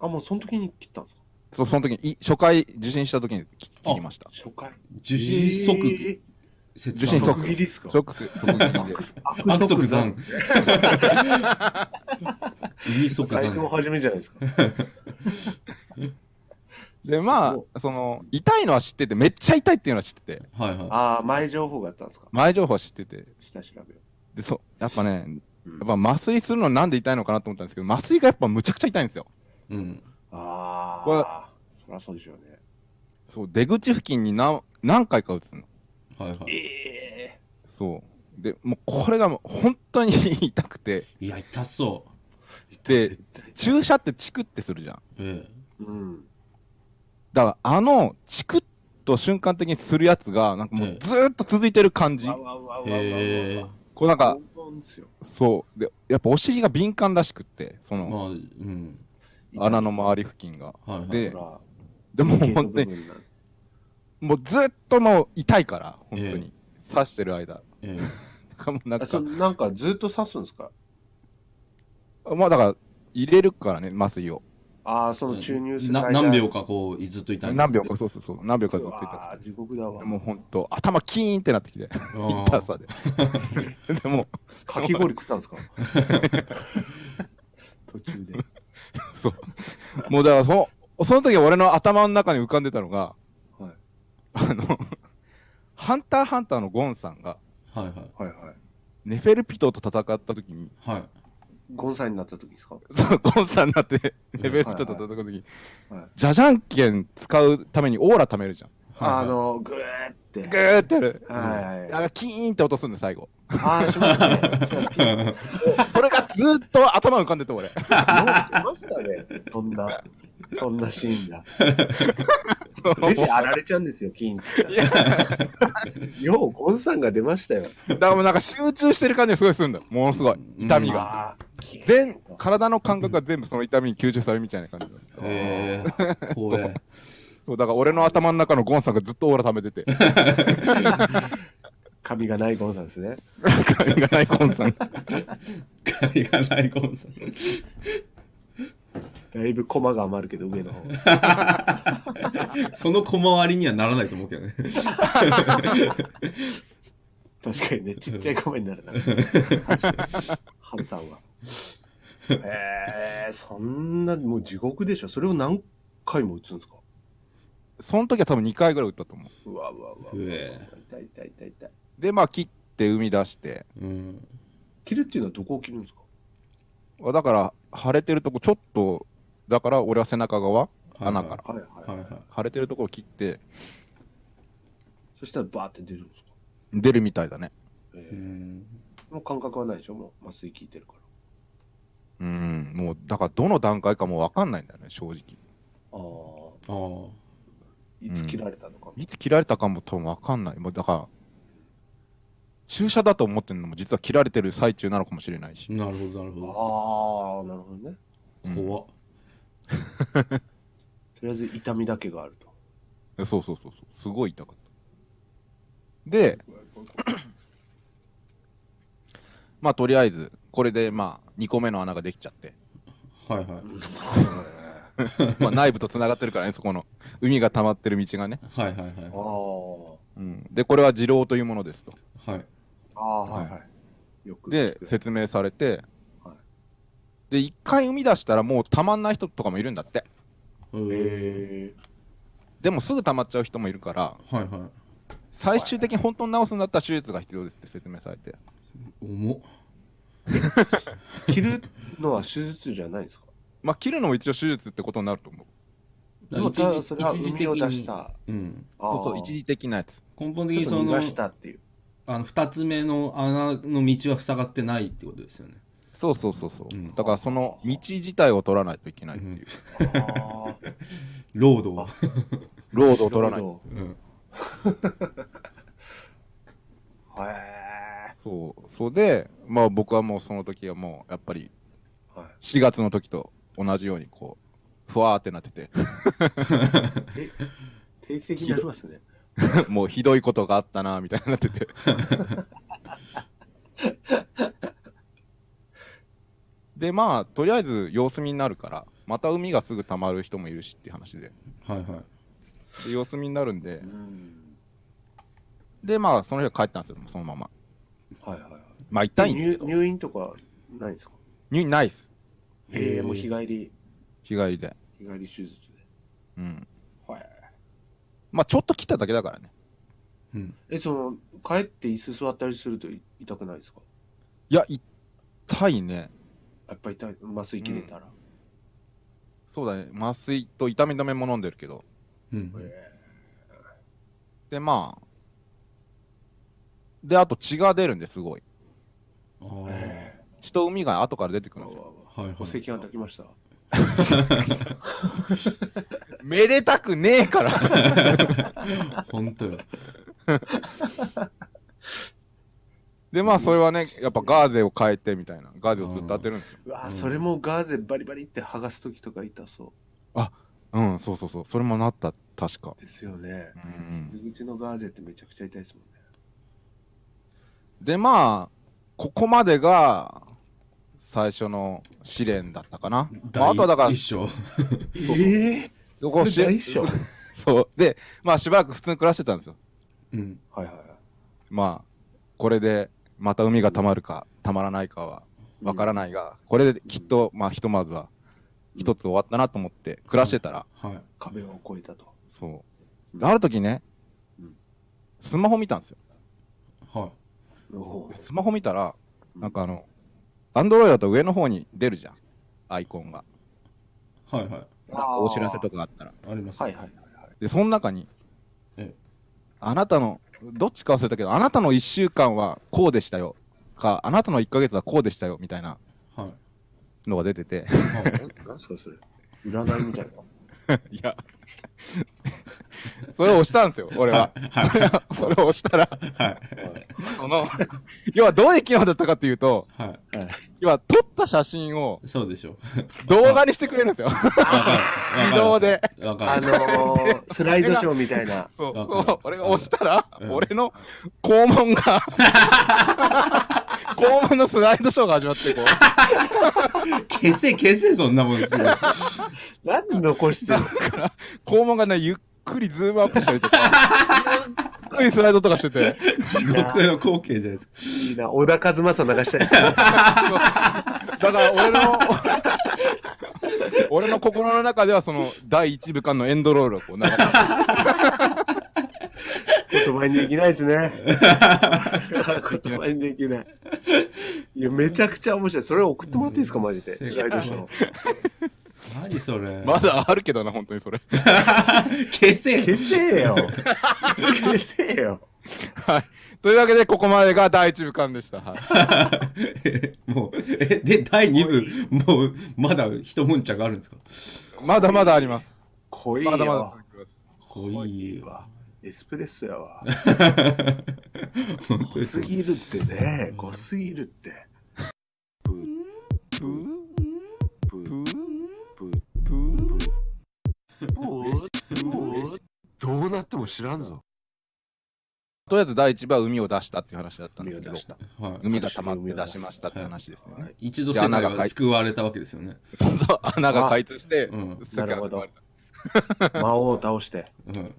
Speaker 3: あ、もうその時に切ったんですか
Speaker 4: そその時に、い初回受診した時に切切りました。
Speaker 3: 初回。
Speaker 2: 受信即
Speaker 3: え
Speaker 2: 切
Speaker 4: 受信
Speaker 3: ー
Speaker 4: 即
Speaker 3: 即切りっすか
Speaker 4: 即刻、即刻切りで
Speaker 2: 悪
Speaker 3: 悪
Speaker 2: 即
Speaker 3: 即
Speaker 2: 残
Speaker 3: 残。。
Speaker 2: 意味即
Speaker 3: 最
Speaker 2: 残
Speaker 3: 近。初めじゃないですか。
Speaker 4: で、ます
Speaker 3: ごい
Speaker 4: あ、その、痛いのは知ってて、めっちゃ痛いっていうのは知ってて、
Speaker 2: はいはい。
Speaker 3: ああ、前情報があったんですか
Speaker 4: 前情報は知ってて、
Speaker 3: 下調べを。
Speaker 4: で、そ、やっぱね、
Speaker 3: うん
Speaker 4: やっぱ麻酔するのなんで痛いのかなと思ったんですけど、麻酔がやっぱむちゃくちゃ痛いんですよ。
Speaker 2: うん。
Speaker 3: あ
Speaker 4: これ
Speaker 3: あ、そりゃそうでしょうね。
Speaker 4: そう、出口付近に何何回か打つの。
Speaker 2: はいはい。
Speaker 3: ええ
Speaker 4: そう。で、もうこれがもう本当に 痛くて、
Speaker 2: いや、痛そ
Speaker 4: で
Speaker 3: 絶対
Speaker 4: 注射ってチクってするじゃん。
Speaker 2: う。え
Speaker 3: うん。
Speaker 4: だからあの、チクッと瞬間的にするやつが、なんかも
Speaker 2: ええ
Speaker 4: うずーっと続いてる感じ。
Speaker 3: わわわわわわ
Speaker 2: え。へえ。
Speaker 4: こうなんか
Speaker 3: わ。、ボンボンですよ
Speaker 4: そう。で、やっぱお尻が敏感らしくって、そ
Speaker 2: まあ、
Speaker 4: の、
Speaker 2: うん。
Speaker 4: 穴の周り付近が。
Speaker 2: はいはい。
Speaker 4: で
Speaker 3: ほら
Speaker 4: でも
Speaker 3: ゲート
Speaker 4: 本当に、
Speaker 3: 部分なんて
Speaker 4: もうずっともう痛いから、本当
Speaker 2: え
Speaker 4: に。刺してる間。
Speaker 2: え
Speaker 4: だからもうなん
Speaker 3: あ
Speaker 4: か
Speaker 3: そ、れなんかずっと刺すんですか
Speaker 4: まあだから、入れるからね、麻酔を。
Speaker 3: ああ、そ
Speaker 2: え
Speaker 3: の注入する
Speaker 2: な
Speaker 3: 間
Speaker 2: 何秒かこう、ずっと痛い。
Speaker 4: 何秒か、そうそうそう、何秒かずっと痛い
Speaker 3: ああ、地獄だわ。
Speaker 4: もうほんと、頭キーンってなってきて、
Speaker 2: あー
Speaker 4: 痛さで。で も、
Speaker 3: かき氷食ったんで すか途中で。
Speaker 4: そう。もうだからその、その時俺の頭の中に浮かんでたのが、
Speaker 3: はい
Speaker 4: あの、ハンターハンターのゴンさんが、
Speaker 2: はいはい。
Speaker 3: はいはい。
Speaker 4: ネフェルピトと戦った時に、
Speaker 2: はい。
Speaker 3: ゴンサイになった時ですか
Speaker 4: そうゴンさんになって、ネフェルピトと戦った時に
Speaker 3: はいはい、
Speaker 4: じゃじゃんけん使うためにオーラ貯めるじゃん。
Speaker 2: はい
Speaker 3: あの、ぐーって。
Speaker 4: ぐーってやる。
Speaker 3: はいはい
Speaker 4: あれキーンって音するんで最後。
Speaker 3: ああ、しますね。します聞い
Speaker 4: それがずーっと頭浮かんでて俺。
Speaker 3: てましたね。そんな、そんなシーンが。出てあられちゃうんですよ、金って言ったら。 よう、ゴンさんが出ましたよ。
Speaker 4: だからもうなんか集中してる感じがすごいするんだよ。ものすごい。痛みが。
Speaker 3: あーキーン
Speaker 4: 全、体の感覚が全部その痛みに吸収されるみたいな感じだ。
Speaker 2: え え。怖え。
Speaker 4: そう、だから俺の頭の中のゴンさんがずっとオーラ溜め てて。
Speaker 3: 髪がないゴンさんですね。
Speaker 4: 髪がないゴンさん。
Speaker 2: 髪がないゴンさん。
Speaker 3: だいぶコマが余るけど、上の方。
Speaker 2: その小回りにはならないと思うけどね。
Speaker 3: 確かにね、ちっちゃいコマになるな。ハルさんは。えー、そんな、もう地獄でしょ。それを何回も打つんですか
Speaker 4: その時は多分2回ぐらい打ったと思う。
Speaker 3: うわうわうわ。
Speaker 2: うえ
Speaker 3: 痛い痛い痛い痛い。
Speaker 4: で、まあ切って生み出して。
Speaker 2: うん。
Speaker 3: 切るっていうのはどこを切るんですか
Speaker 4: あだから、腫れてるとこちょっと、だから俺は背中側、穴から。
Speaker 3: はいはい。
Speaker 2: はいはい。
Speaker 4: 腫れてるところ切って、
Speaker 3: そしたらバーって出るんですか、
Speaker 4: 出るみたいだね。
Speaker 3: え
Speaker 2: う
Speaker 3: ー
Speaker 2: ん。
Speaker 3: もう感覚はないでしょもう麻酔効いてるから。
Speaker 4: うん、もう、だからどの段階かもう分かんないんだよね、正直。
Speaker 3: ああ、
Speaker 2: ああ。
Speaker 3: いつ切られたのかも。
Speaker 4: いつ切られたかも多分分かんない。もうだから、注射だと思ってるのも実は切られてる最中なのかもしれないし。
Speaker 2: なるほど、なる
Speaker 3: あ
Speaker 2: ほ
Speaker 3: あ、なるほどね。
Speaker 4: うん
Speaker 2: ど。怖っ。
Speaker 3: とりあえず痛みだけがあると。
Speaker 4: そうそうそうそう。すごい痛かった。で、まあとりあえず、これでまあ2個目の穴ができちゃって、
Speaker 2: はいはい。
Speaker 4: まあ内部と繋がってるからね、そこの海が溜まってる道がね。
Speaker 2: はいはい
Speaker 3: あー
Speaker 4: うん、で、これは二郎というものですと。
Speaker 2: はい。はい。
Speaker 3: あー、はいはい。よく聞
Speaker 4: で
Speaker 3: く。、
Speaker 4: 説明されて
Speaker 3: は、
Speaker 4: で、一回生み出したらもう溜まんない人とかもいるんだって。
Speaker 2: え
Speaker 3: え
Speaker 4: でもすぐ溜まっちゃう人もいるから、
Speaker 2: ー、はいはい。
Speaker 4: 最終的に本当に治すんだったら手術が必要ですって説明されて
Speaker 2: 重っ
Speaker 3: 切るのは手術じゃないん ですか
Speaker 4: まあ切るのも一応手術ってことになると思う
Speaker 3: でも
Speaker 2: 一
Speaker 3: ただ
Speaker 2: 時
Speaker 3: それは
Speaker 2: 一時
Speaker 3: 海
Speaker 2: 的
Speaker 3: を出
Speaker 2: に
Speaker 3: した。
Speaker 2: うん、
Speaker 4: そうそう一
Speaker 3: ち
Speaker 4: 時的なやつ
Speaker 2: 根本的
Speaker 3: ょっ
Speaker 2: に
Speaker 3: と
Speaker 2: そ
Speaker 3: 逃
Speaker 2: の
Speaker 3: がしたっていう。
Speaker 2: あの2つ目の穴の道は塞がってないってことですよね。
Speaker 4: そうそうそうそう、
Speaker 2: うん
Speaker 4: だからその道自体を取らないといけないっていう、
Speaker 3: あー
Speaker 2: ロードを。
Speaker 4: ロードを取らない
Speaker 2: うん
Speaker 3: へ
Speaker 4: そうそうでまあ僕はもうその時はもうやっぱり
Speaker 3: ーは
Speaker 4: 4月の時と同じようにこうふわーってなってて
Speaker 3: い。え定期的になりますね。
Speaker 4: もうひどいことがあったなみたいになっててでまあとりあえず様子見になるからまた海がすぐ溜まる人もいるしっていう話で
Speaker 2: はいはい。
Speaker 4: で様子見になるんで
Speaker 3: うん。
Speaker 4: でまあその日は帰ったんですよそのまま
Speaker 3: はいはいはい。
Speaker 4: まあ痛いんですけ
Speaker 3: 入
Speaker 4: ど
Speaker 3: 入院とかないんですか
Speaker 4: 入院ないっす
Speaker 3: え
Speaker 2: へ
Speaker 3: え
Speaker 2: ー
Speaker 3: もう日帰り、
Speaker 4: 日帰りで
Speaker 3: 日帰り手術で。
Speaker 4: うん
Speaker 3: はい。
Speaker 4: まあちょっと切っただけだからね
Speaker 2: うん、
Speaker 3: え、その、帰って椅子座ったりするとい痛くないですか
Speaker 4: いや痛いね
Speaker 3: やっぱ痛い、麻酔切れたら。
Speaker 4: そうだね麻酔と痛み止めも飲んでるけど
Speaker 2: うん、
Speaker 4: でまあであと血が出るんですごい
Speaker 2: ああ、は
Speaker 3: え
Speaker 4: 血と海が後から出てく
Speaker 3: え
Speaker 4: るんですよ
Speaker 2: いは
Speaker 3: お
Speaker 2: い。
Speaker 3: 赤飯炊きました。
Speaker 4: めでたくねえから
Speaker 2: 本当よ。
Speaker 4: でまあそれはねやっぱガーゼを変えてみたいなガーゼをずっと当てるんですよ
Speaker 3: うわ、
Speaker 2: うん
Speaker 3: それもガーゼバリバリって剥がすときとか痛そ
Speaker 4: うんそうそうそうそれもなった確か
Speaker 3: うですよね。
Speaker 4: うん
Speaker 3: 傷口のガーゼってめちゃくちゃ痛いですもんね。
Speaker 4: でまあここまでが最初の試練だったかな、まあ、あとはだから
Speaker 2: 第一章。
Speaker 3: ええこ
Speaker 4: ここ
Speaker 3: れ
Speaker 4: し
Speaker 3: 大丈夫
Speaker 4: そうでまあしばらく普通に暮らしてたんですよ
Speaker 2: うん。
Speaker 3: はいはいはい。
Speaker 4: まあこれでまた海がたまるかたまらないかはわからないが、これできっとまあひとまずは一つ終わったなと思って暮らしてたら、
Speaker 2: はい。
Speaker 3: 壁を越えたと。
Speaker 4: そうである時ね、
Speaker 3: うん
Speaker 4: スマホ見たんですよ
Speaker 2: は
Speaker 3: お
Speaker 4: で
Speaker 3: ー
Speaker 4: スマホ見たら
Speaker 3: うん
Speaker 4: なんかあのアンドロイドだと上の方に出るじゃんアイコンが
Speaker 2: い。はいはい。
Speaker 4: なんかお知らせとかがあったら
Speaker 2: あります。
Speaker 3: はいはいはい
Speaker 4: でその中に
Speaker 2: ええ
Speaker 4: あなたのどっちか忘れたけどあなたの1週間はこうでしたよかあなたの1ヶ月はこうでしたよみたいな
Speaker 2: はい。
Speaker 4: のが出てて
Speaker 2: はい
Speaker 3: はい。ななんすかそれ占いみたいな。
Speaker 4: いや、それを押したんですよ、俺は。
Speaker 2: はい。
Speaker 4: それを押したら、
Speaker 2: はい。
Speaker 4: その、 要はどういう機能だったかっていうと、
Speaker 2: は
Speaker 4: 要は撮った写真を
Speaker 2: い。そうでしょ。
Speaker 4: 動画にしてくれるんですよ、
Speaker 2: わかる。
Speaker 4: 自動で。
Speaker 2: で。わか
Speaker 3: あ
Speaker 2: る。
Speaker 3: のー、スライドショーみたい な。
Speaker 4: そう、
Speaker 2: わかる
Speaker 4: そう俺が押したら、
Speaker 2: うん
Speaker 4: 俺の肛門 が、肛門のスライドショーが始まって、こう、
Speaker 2: 消せ、消せ、そんなもんすぐ。
Speaker 3: なんで残してるんですか
Speaker 4: 肛門がね、ゆっくりズームアップしたりとか、ゆっくりスライドとかしてて、
Speaker 2: 地獄の光景じゃないですか。
Speaker 3: いいな。小田和正流した りする。
Speaker 4: だから俺の俺の心の中ではその第一部間のエンドロールをこう流れて
Speaker 3: 言葉にできないですね。言葉にできない。いや、めちゃくちゃ面白い。それ送ってもらっていいですか、マジで。
Speaker 2: うん
Speaker 3: スライドショー。
Speaker 2: 何それ。
Speaker 4: まだあるけどな本当にそれ
Speaker 2: 消せ。
Speaker 3: 消せよ。消せよ。
Speaker 4: はいというわけでここまでが第一部間でした、はい、
Speaker 2: もう、え、で、第2部、もう、まだ一悶着あるんですか
Speaker 4: まだまだあります
Speaker 3: 濃いよ。
Speaker 4: まだまだ続きます
Speaker 2: 濃いわ。
Speaker 3: わ。エスプレッソやわ。
Speaker 2: 本当
Speaker 3: 濃
Speaker 2: です
Speaker 3: す
Speaker 2: ね
Speaker 3: ぎるってね。濃すぎるって。どうなっても知らんぞ。
Speaker 4: とりあえず第一部は海を出したっていう話だったんですけど
Speaker 3: 海を出した
Speaker 2: は
Speaker 4: 海が溜まって出しましたって話ですよね、
Speaker 2: い、一度世界が救われたわけですよね。
Speaker 4: そう穴が開通して
Speaker 2: うん
Speaker 4: すぐ集まれた
Speaker 3: なる魔王を倒して。
Speaker 2: うん、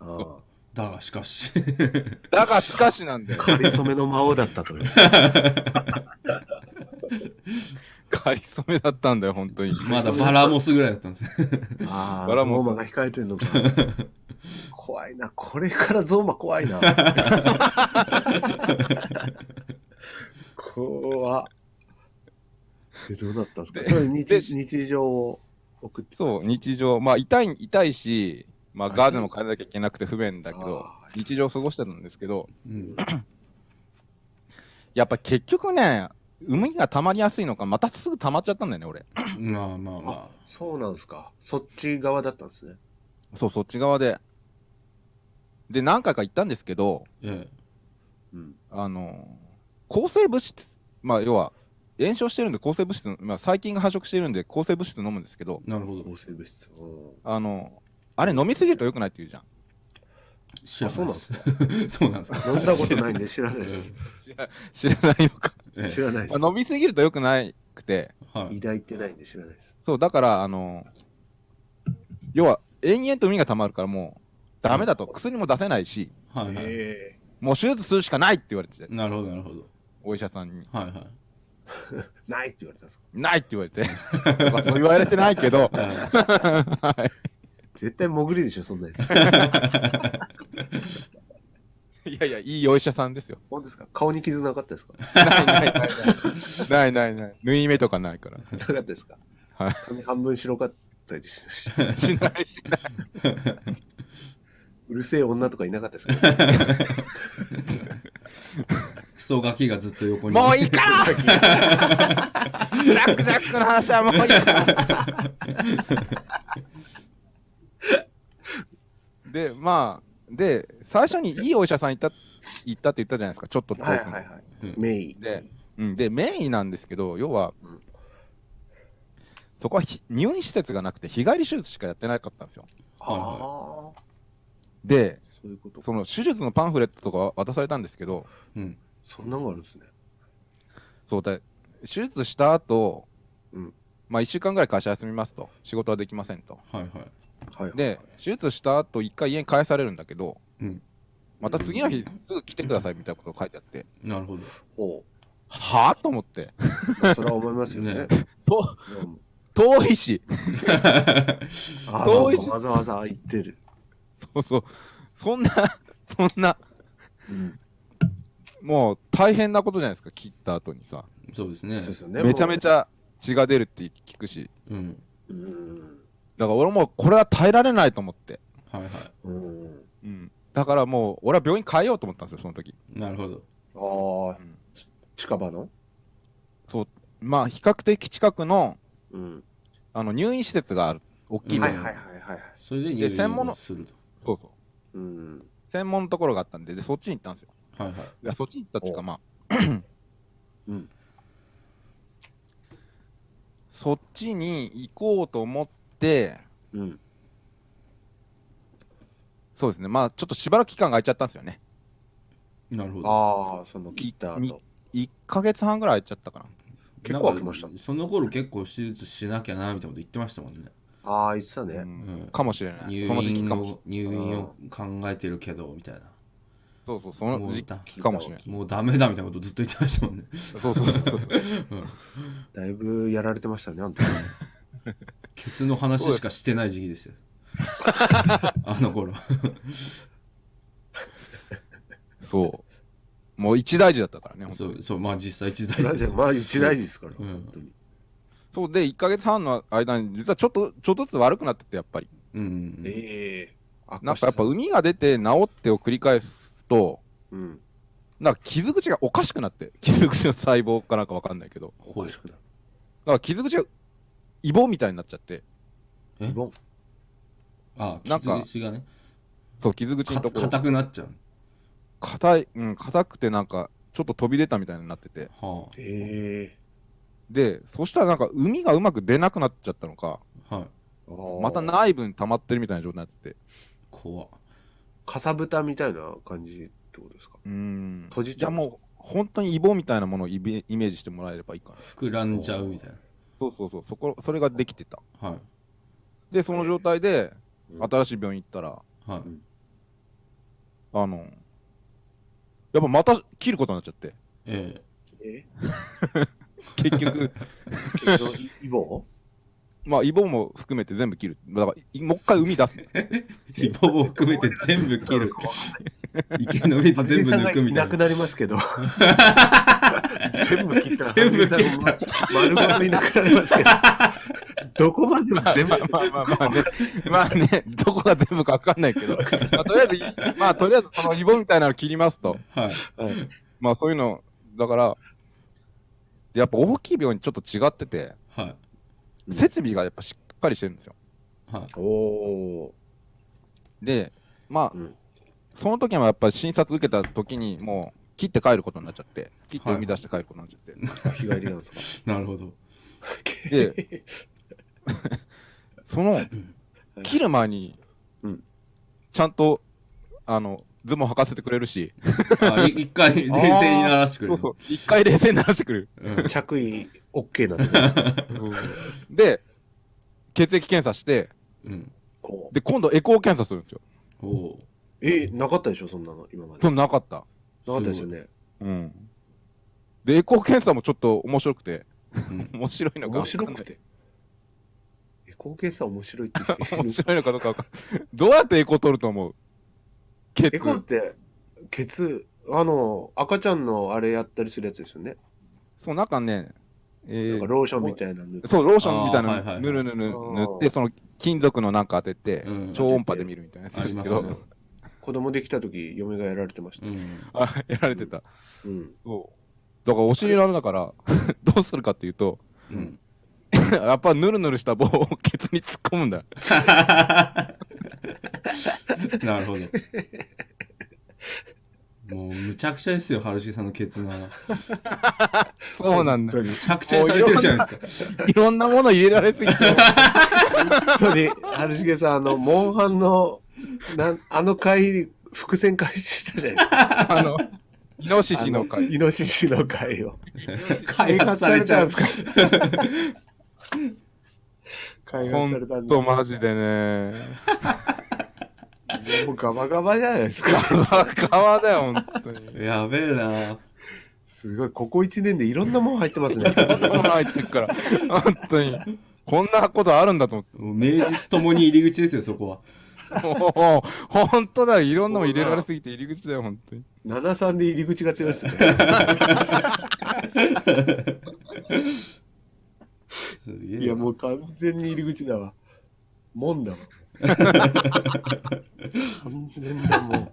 Speaker 3: あ
Speaker 4: そ
Speaker 3: あ
Speaker 2: だがしかし、
Speaker 4: だがしかしなんだよ
Speaker 3: かりそめの魔王だったという。
Speaker 4: かりそめだったんだよ本当に
Speaker 2: まだバラモスぐらいだったんですね。
Speaker 3: ああ、
Speaker 4: バラモン
Speaker 3: ゾウマが控えてんのか。 怖いな。これからゾーマ怖いな。怖っえ、どうだったんですかそれ
Speaker 4: で
Speaker 3: 日日常を送ってたん
Speaker 4: そう、
Speaker 3: です
Speaker 4: 日常、まあ痛い、痛いし、まあ
Speaker 2: あ
Speaker 4: ガーゼも変えなきゃいけなくて不便だけど
Speaker 3: あ、
Speaker 4: 日常過ごしてたんですけど、
Speaker 2: うん
Speaker 4: やっぱ結局ね、うみが溜まりやすいのか、またすぐ溜まっちゃったんだよね、俺。
Speaker 2: まあまあま
Speaker 3: かそうなんですか。そっち側だったんですね。
Speaker 4: そう、そっち側で。で、何回か行ったんですけど、
Speaker 2: あ、え
Speaker 3: うん。
Speaker 4: あの抗生物質、まあ要は、炎症してるんで抗生物質、まあ細菌が繁殖してるんで抗生物質飲むんですけど、
Speaker 2: え、なるほど。
Speaker 3: 抗生物質。う
Speaker 4: あのあれ飲みすぎると良くないって言うじゃん。
Speaker 2: 知らないです。 そうなんですか。
Speaker 3: ん飲んだことないんで知らない です。
Speaker 4: 知らないのか。
Speaker 2: え
Speaker 3: 知らないです
Speaker 4: まあ。飲みすぎると良くないくて、
Speaker 2: えはい。
Speaker 3: 抱いてないんで知らないです。
Speaker 4: そう、だから、あの、要は、延々と海が溜まるから、もう、ダメだと、薬も出せないし、
Speaker 2: はいはい。
Speaker 3: え
Speaker 4: もう手術するしかないって言われてて、
Speaker 2: なるほど、なるほど。
Speaker 4: お医者さんに。
Speaker 2: はいはい。
Speaker 3: ないって言われたんですか
Speaker 4: ないって言われて、 まあそう言われてないけど、 は
Speaker 3: 絶対潜りでしょ、そんなやつ。
Speaker 4: いいやいや、いいお医者さんですよ。
Speaker 3: 本当ですか顔に傷なかったですかな
Speaker 4: ないないないないないない。縫い目とかないから。
Speaker 3: かったですか
Speaker 4: はい
Speaker 3: 髪半分白かったりし
Speaker 4: しないしな
Speaker 3: うるせえ女とかいなかったですか
Speaker 2: クソガキがずっと横
Speaker 4: い。
Speaker 2: に。
Speaker 4: もういいからブラックジャックの話はもういいからで、まあ、で、最初にいいお医者さん行った行ったって言ったじゃないですか、ちょっと遠くの
Speaker 3: はいはいはい。メイ。
Speaker 4: で、うん、で、メインなんですけど、要は、
Speaker 3: うん
Speaker 4: そこはひ入院施設がなくて、日帰り手術しかやってなかったんですよ。
Speaker 2: はいはい
Speaker 3: ああ、そ
Speaker 4: で、
Speaker 3: ういうこと
Speaker 4: その手術のパンフレットとか渡されたんですけど、
Speaker 2: うん。
Speaker 3: そんなのがあるんですね。
Speaker 4: そうだ手術した後、
Speaker 3: うん
Speaker 4: まあ1週間ぐらい会社休みますと、仕事はできませんと。
Speaker 2: はいはい。
Speaker 3: はいはい。
Speaker 4: で、手術した後、一回家に帰されるんだけど、
Speaker 2: うん
Speaker 4: また次の日、すぐ来てくださいみたいなことが書いてあって、
Speaker 2: なるほ ど。
Speaker 3: ほ
Speaker 4: はぁと思って、
Speaker 3: う。まあそれは思いますよね。
Speaker 2: ね
Speaker 4: と
Speaker 3: うん
Speaker 4: 遠いし、
Speaker 3: ああ、
Speaker 4: 遠い
Speaker 3: そうかわざわざ行ってる。
Speaker 4: そうそう、そんな、そんな、
Speaker 3: うん
Speaker 4: もう大変なことじゃないですか、切った後にさ。
Speaker 2: そうですね
Speaker 3: そう。ですよね。
Speaker 4: めちゃめち
Speaker 3: ゃ。
Speaker 4: ゃ血が出るって聞くし。
Speaker 2: うん。
Speaker 3: うん。
Speaker 4: だから俺もこれは耐えられないと思って。
Speaker 2: はいは
Speaker 3: うん。
Speaker 4: うん。だからもう、俺は病院変えようと思ったんですよ、その時。
Speaker 2: い。なるほど。
Speaker 3: ああ
Speaker 4: うん、
Speaker 3: ち近場の
Speaker 4: まあ、比較的近くの、
Speaker 3: うん。
Speaker 4: あの、入院施設がある。大きい
Speaker 2: うん
Speaker 4: 病
Speaker 3: はいは
Speaker 4: 院。
Speaker 3: いはいはい。
Speaker 2: それで入
Speaker 4: で専門
Speaker 2: 院
Speaker 4: の
Speaker 2: をすると。
Speaker 4: そうそう。
Speaker 3: うん。
Speaker 4: 専門のところがあったんで、で、そっちに行ったんですよ。
Speaker 2: はいはい。
Speaker 4: いや、そっちに行ったっていうか、
Speaker 3: お
Speaker 4: まあ。
Speaker 3: うん
Speaker 4: そっちに行こうと思って、
Speaker 3: うん。
Speaker 4: そうですね。まあ、ちょっとしばらく期間が空いちゃったんですよね。
Speaker 2: なるほど。
Speaker 3: ああ、その切った
Speaker 4: に
Speaker 3: 後。
Speaker 4: 1ヶ月半ぐらい空いちゃったかな。
Speaker 3: 結構空きました
Speaker 2: なんかその頃結構手術しなきゃなみたいなこと言ってましたもんね。
Speaker 3: ああ、言ってた
Speaker 4: う
Speaker 3: ね。
Speaker 4: ん
Speaker 2: うん
Speaker 4: かもしれない。
Speaker 2: 入
Speaker 4: その時期
Speaker 2: 院
Speaker 4: かもしれない。
Speaker 2: を入院を考えてるけどみたいな。
Speaker 4: そうそう、その時期かもしれない。
Speaker 2: もうダメだみたいなことずっと言ってましたもん ね。
Speaker 4: そうそうそうそう。
Speaker 3: だいぶやられてましたね、あんた。
Speaker 2: ケツの話しかしてない時期 ですよ。あの頃。
Speaker 4: そう。もう一大事だったからね、本当
Speaker 2: そ
Speaker 4: に
Speaker 2: う、そう、まあ実際一大
Speaker 3: だっ
Speaker 2: 事
Speaker 3: て
Speaker 2: です。
Speaker 3: まあ一大事ですから、
Speaker 2: うん
Speaker 3: 本当に。
Speaker 4: そうで、1ヶ月半の間に、実はちょっと、ちょっとずつ悪くなってて、やっぱり。
Speaker 2: うん。
Speaker 3: ええ
Speaker 4: なんかやっぱ、海が出て治ってを繰り返すと、
Speaker 3: うん。
Speaker 4: なんか傷口がおかしくなって、傷口の細胞かなんかわかんないけど、
Speaker 3: おかしくなる。
Speaker 4: だから傷口がイボみたいになっちゃって、
Speaker 2: え
Speaker 3: リボン。
Speaker 2: あ、
Speaker 4: なん
Speaker 2: 傷
Speaker 4: か
Speaker 2: 口がね、
Speaker 4: そう、傷口の
Speaker 2: か
Speaker 4: とこ、
Speaker 2: 硬くなっちゃう。
Speaker 4: 硬い、うん、硬くてなんか、ちょっと飛び出たみたいになってて、
Speaker 2: は
Speaker 3: ええ
Speaker 4: で、そしたらなんか、海がうまく出なくなっちゃったのか、
Speaker 2: あ、はい。
Speaker 4: また
Speaker 3: い。
Speaker 4: 内部に溜まってるみたいな状態になってて、
Speaker 2: 怖っ
Speaker 3: かさぶたみたいな感じってことですか
Speaker 4: うーん。
Speaker 3: 閉じち
Speaker 4: じ
Speaker 3: ゃ
Speaker 4: ゃ
Speaker 3: う
Speaker 4: あ
Speaker 3: んです
Speaker 4: もう、本当にイボみたいなものをイメイメージしてもらえればいいかな。
Speaker 2: 膨らんじゃうみたい
Speaker 4: そうそうそう、そこ、それができてた。
Speaker 2: な。はい。
Speaker 4: で、その状態で、
Speaker 3: うん
Speaker 4: 新しい病院行ったら、
Speaker 2: はい。
Speaker 4: あの、やっぱまた切ることになっちゃ って、
Speaker 2: え
Speaker 3: え
Speaker 4: 結局、
Speaker 3: えイボ
Speaker 4: まあ、イボも含めて全部切る。だから、いもう一回海出すんです。
Speaker 2: イボを含めて全部切る。池の水全部抜くみた
Speaker 3: ないく
Speaker 2: な。
Speaker 3: なります けど。全部切ったら、
Speaker 2: 全部切った
Speaker 3: 橋井さんま丸ごといなくなります けど。どこまでも全部
Speaker 4: まあ ま あまあまあね、まあね、どこが全部かわかんないけ ど、まあ、とりあえず、まあ、とりあえずそのイボみたいなの切りますと。
Speaker 2: はい。
Speaker 3: はい
Speaker 4: まあそういうの、だから、でやっぱ大きい病院ちょっと違ってて、
Speaker 2: はい。
Speaker 3: うん
Speaker 4: 設備がやっぱしっかりしてるんですよ。
Speaker 2: はい。
Speaker 3: おお
Speaker 4: で、まあ、
Speaker 3: うん
Speaker 4: その時はやっぱり診察受けた時に、もう切って帰ることになっちゃって、切って
Speaker 2: はい
Speaker 4: 生み出して帰ることになっちゃっ
Speaker 3: ー、日帰りなんですか。
Speaker 2: なるほど。
Speaker 4: て、で、その、切る前に
Speaker 3: うん、
Speaker 4: ちゃんと、あの、ズボン履かせてくれるし、
Speaker 2: あ、い一回冷静にならしてくれ
Speaker 4: そう
Speaker 2: る。
Speaker 4: そう、一回冷静にならしてくれる。
Speaker 2: う ん
Speaker 3: 着衣 OK なんでね。
Speaker 4: で、血液検査して、
Speaker 2: うん。
Speaker 3: こ う
Speaker 4: で、今度エコー検査するんですよ。
Speaker 2: おお
Speaker 3: え、なかったでしょ、そんなの、今まで。
Speaker 4: そ
Speaker 3: なん
Speaker 4: なかった。
Speaker 3: かったですよね。
Speaker 4: うん。で、エコー検査もちょっと面白くて、
Speaker 2: ー。うん
Speaker 4: 面白いのか
Speaker 3: 面
Speaker 4: わかん
Speaker 3: 白
Speaker 4: ない
Speaker 3: くて。エコー検査面白いって言ってる
Speaker 4: 面白いのかどうかわかん ないどうやってエコー取ると思うケツ
Speaker 3: エコーって、ケツ、あの、赤ちゃんのあれやったりするやつですよね。
Speaker 4: そう、なんかね、え
Speaker 3: なんか
Speaker 4: ー、
Speaker 3: ローションみたいなの塗って
Speaker 4: そう、ローションみたい
Speaker 2: あーはいはい
Speaker 4: な
Speaker 2: は
Speaker 4: の
Speaker 2: い
Speaker 4: ぬるぬる塗っ
Speaker 3: あー
Speaker 4: て、その金属のなんか当てて
Speaker 2: う、ん
Speaker 4: 超音波で見るみたいなやつ
Speaker 2: あ
Speaker 4: で
Speaker 2: り
Speaker 4: す
Speaker 2: ま
Speaker 4: け
Speaker 2: す
Speaker 4: ど、
Speaker 2: ね。
Speaker 3: 子供できた時、嫁がやられてました
Speaker 2: う。ん。
Speaker 4: あ、やられてた。
Speaker 3: うん。
Speaker 4: そう。だからお尻のあれだから、 どうするかっていうと、
Speaker 2: うん。
Speaker 4: やっぱぬるぬるした棒をケツに突っ込むんだ。
Speaker 2: なるほど。もう、むちゃくちゃですよ、春重さんのケツの穴。む
Speaker 4: そうなんだ。
Speaker 3: 本
Speaker 2: ちゃくちゃにされてるじゃないですか。
Speaker 4: いろんなもの入れられ すぎて。
Speaker 3: 当に、春重さん、あ の、モンハンの、なんあの回、伏線回収したじゃないですか。
Speaker 4: あの、イノシシの
Speaker 3: あ
Speaker 4: 会。
Speaker 3: イノシシの回を。
Speaker 2: 開発されちゃう。
Speaker 3: 開
Speaker 4: ほ
Speaker 3: 発されたん
Speaker 4: ん
Speaker 3: で
Speaker 4: とマジでね。
Speaker 3: もうガバガバじゃないですか。
Speaker 4: 川だよ、ほんとに。
Speaker 2: やべえな。
Speaker 3: すごい、ここ1年でいろんなもん入ってます ね。
Speaker 4: そんなの入ってくから。ほんとに。こんなことあるんだと思
Speaker 2: もう名実ともに入り口ですよ、そこは。
Speaker 4: って。もう、ほんとだよ。いろんなもん入れられすぎて入り口だよ、ほんとに。
Speaker 3: 73で入り口が強いですね。いや、もう完全に入り口だわ。も んだわ。完全だもう。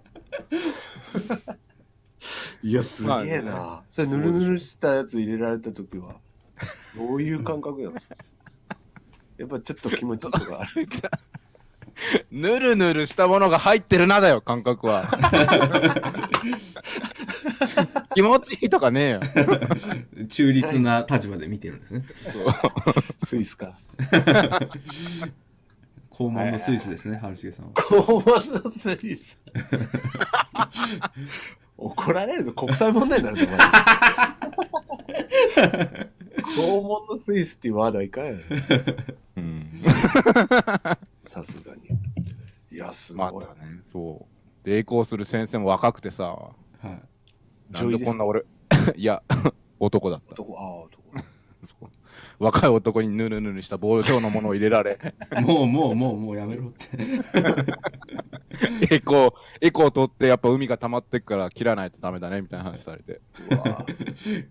Speaker 3: いや、すげえな。それ、ぬるぬるしたやつ入れられたときは、どういう感覚なんですかやっぱちょっと気持ちとかあ る。
Speaker 4: ぬるぬるしたものが入ってるなだよ、感覚は。気持ちいいとかねえよ。
Speaker 2: 中立な立場で見てるんですね。
Speaker 3: スイスか。
Speaker 2: 肛門のスイスですね、春重さんは。
Speaker 3: 高慢のスイス。 怒られるぞ。国際問題になる ぞ、お前。肛門のスイスっていうワードはいかんやろ。
Speaker 4: うん。
Speaker 3: さすがに。いや、すご
Speaker 4: ま
Speaker 3: い。
Speaker 4: たね、そう。で、エコーする先生も若くてさ、
Speaker 2: はい。
Speaker 4: な
Speaker 3: 女医
Speaker 4: んで
Speaker 3: です
Speaker 4: こんな俺、 いや、男だった。
Speaker 3: 男、ああ、男。
Speaker 4: そう若い男にぬるぬるした棒状のものを入れられ、
Speaker 2: もうもうもうもうやめろって。
Speaker 4: エコー、エコー取って、やっぱ海が溜まってくから切らないとダメだね、みたいな話されて。
Speaker 3: うわ ぁい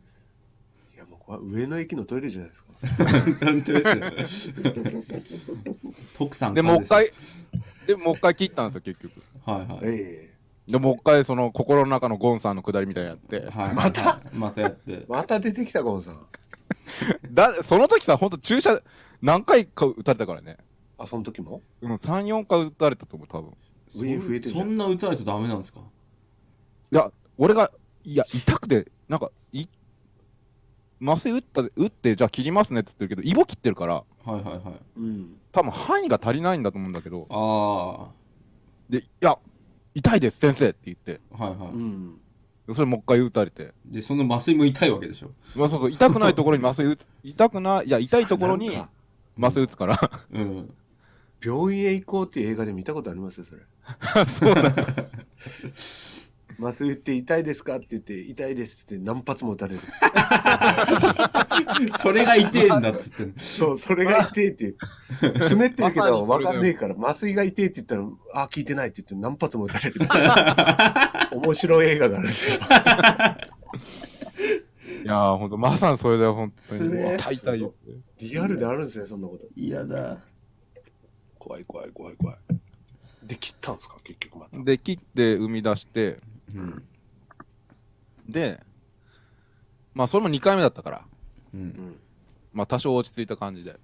Speaker 3: や、もうこれは上の駅のトイレじゃないですか。
Speaker 2: 本当です よ。徳さん
Speaker 4: で、
Speaker 2: から
Speaker 4: もう
Speaker 2: で
Speaker 4: 一
Speaker 2: すよ
Speaker 4: 回、で、もう一回切ったんですよ、結局。
Speaker 2: はいはい。
Speaker 3: え
Speaker 4: で、もう一回、その、心の中のゴンさんのくだりみたいなのやって、
Speaker 2: はい、またまたやって
Speaker 3: え。また出てきた、ゴンさん。
Speaker 4: だ、その時さ、ほんと注射、何回か打たれたからね。
Speaker 3: あ、その時も
Speaker 4: うん、3、4回打たれたと思う、多分。
Speaker 2: そ
Speaker 3: 上増えてるじゃん
Speaker 2: そんな打たないとダメなんですか
Speaker 4: いや、俺が、いや、痛くて、なんか、い麻酔打った、打って、じゃあ切りますねって言ってるけど、イボ切ってるから、
Speaker 2: はいはいはい。
Speaker 3: うん。
Speaker 4: 多分範囲が足りないんだと思うんだけど、
Speaker 2: ああ、は
Speaker 4: で、いや、痛いです、先生って言って、
Speaker 2: いは
Speaker 3: うん。
Speaker 4: それもう一回打たれて、
Speaker 2: い。で、その麻酔も痛いわけでしょ。
Speaker 4: まあ、そうそう、痛くないところに麻酔打つ、痛くない、いや、痛いところに
Speaker 3: なんか
Speaker 4: 麻酔打つから、
Speaker 2: うん。
Speaker 3: 病院へ行こうっていう映画で見たことありますよ、それ。
Speaker 4: そうだ、
Speaker 3: 麻酔打って痛いですかって言って、痛いですって言って何発も打たれる。
Speaker 2: それが痛えんだっつってんの。
Speaker 3: そう、それが痛いっていう。つねってるけ
Speaker 5: まさに
Speaker 3: ど
Speaker 5: それ
Speaker 3: 分
Speaker 5: だよ
Speaker 3: かんねえから、麻酔が痛いって言ったら、あ、聞いてないって言って何発も打たれる。面白い映画があるんですよ。
Speaker 4: いやー、ほんと、まさにそれだよ、ほんとに。
Speaker 2: つれー
Speaker 4: もう痛い痛いよ。
Speaker 3: リアルであるんですね、そんなこと。
Speaker 2: 嫌だ。
Speaker 3: 怖い怖い怖い怖い。で、切ったんですか、結局また。
Speaker 4: で、切って生み出して、
Speaker 2: うん。
Speaker 4: で、まあ、それも2回目だったから、
Speaker 2: うん。
Speaker 4: まあ、多少落ち着いた感じで。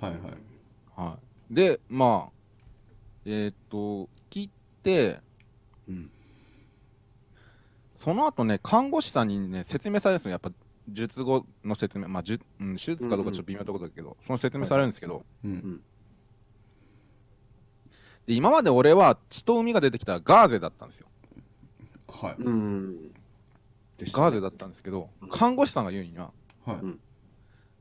Speaker 2: はいはい。
Speaker 4: はい。で、まあ、えーっと、切って、
Speaker 2: うん
Speaker 4: その後ね、看護師さんにね、説明されるんですよ。やっぱ、術後の説明、まあ、術うん、手術かどうかちょっと微妙なところだけど、その説明されるんですけど、
Speaker 2: うん。
Speaker 4: で今まで俺は血と海が出てきたガーゼだったんですよ。
Speaker 2: はい。
Speaker 3: うん。でしたね
Speaker 4: ガーゼだったんですけど、看護師さんが言うには、
Speaker 2: はい
Speaker 3: うん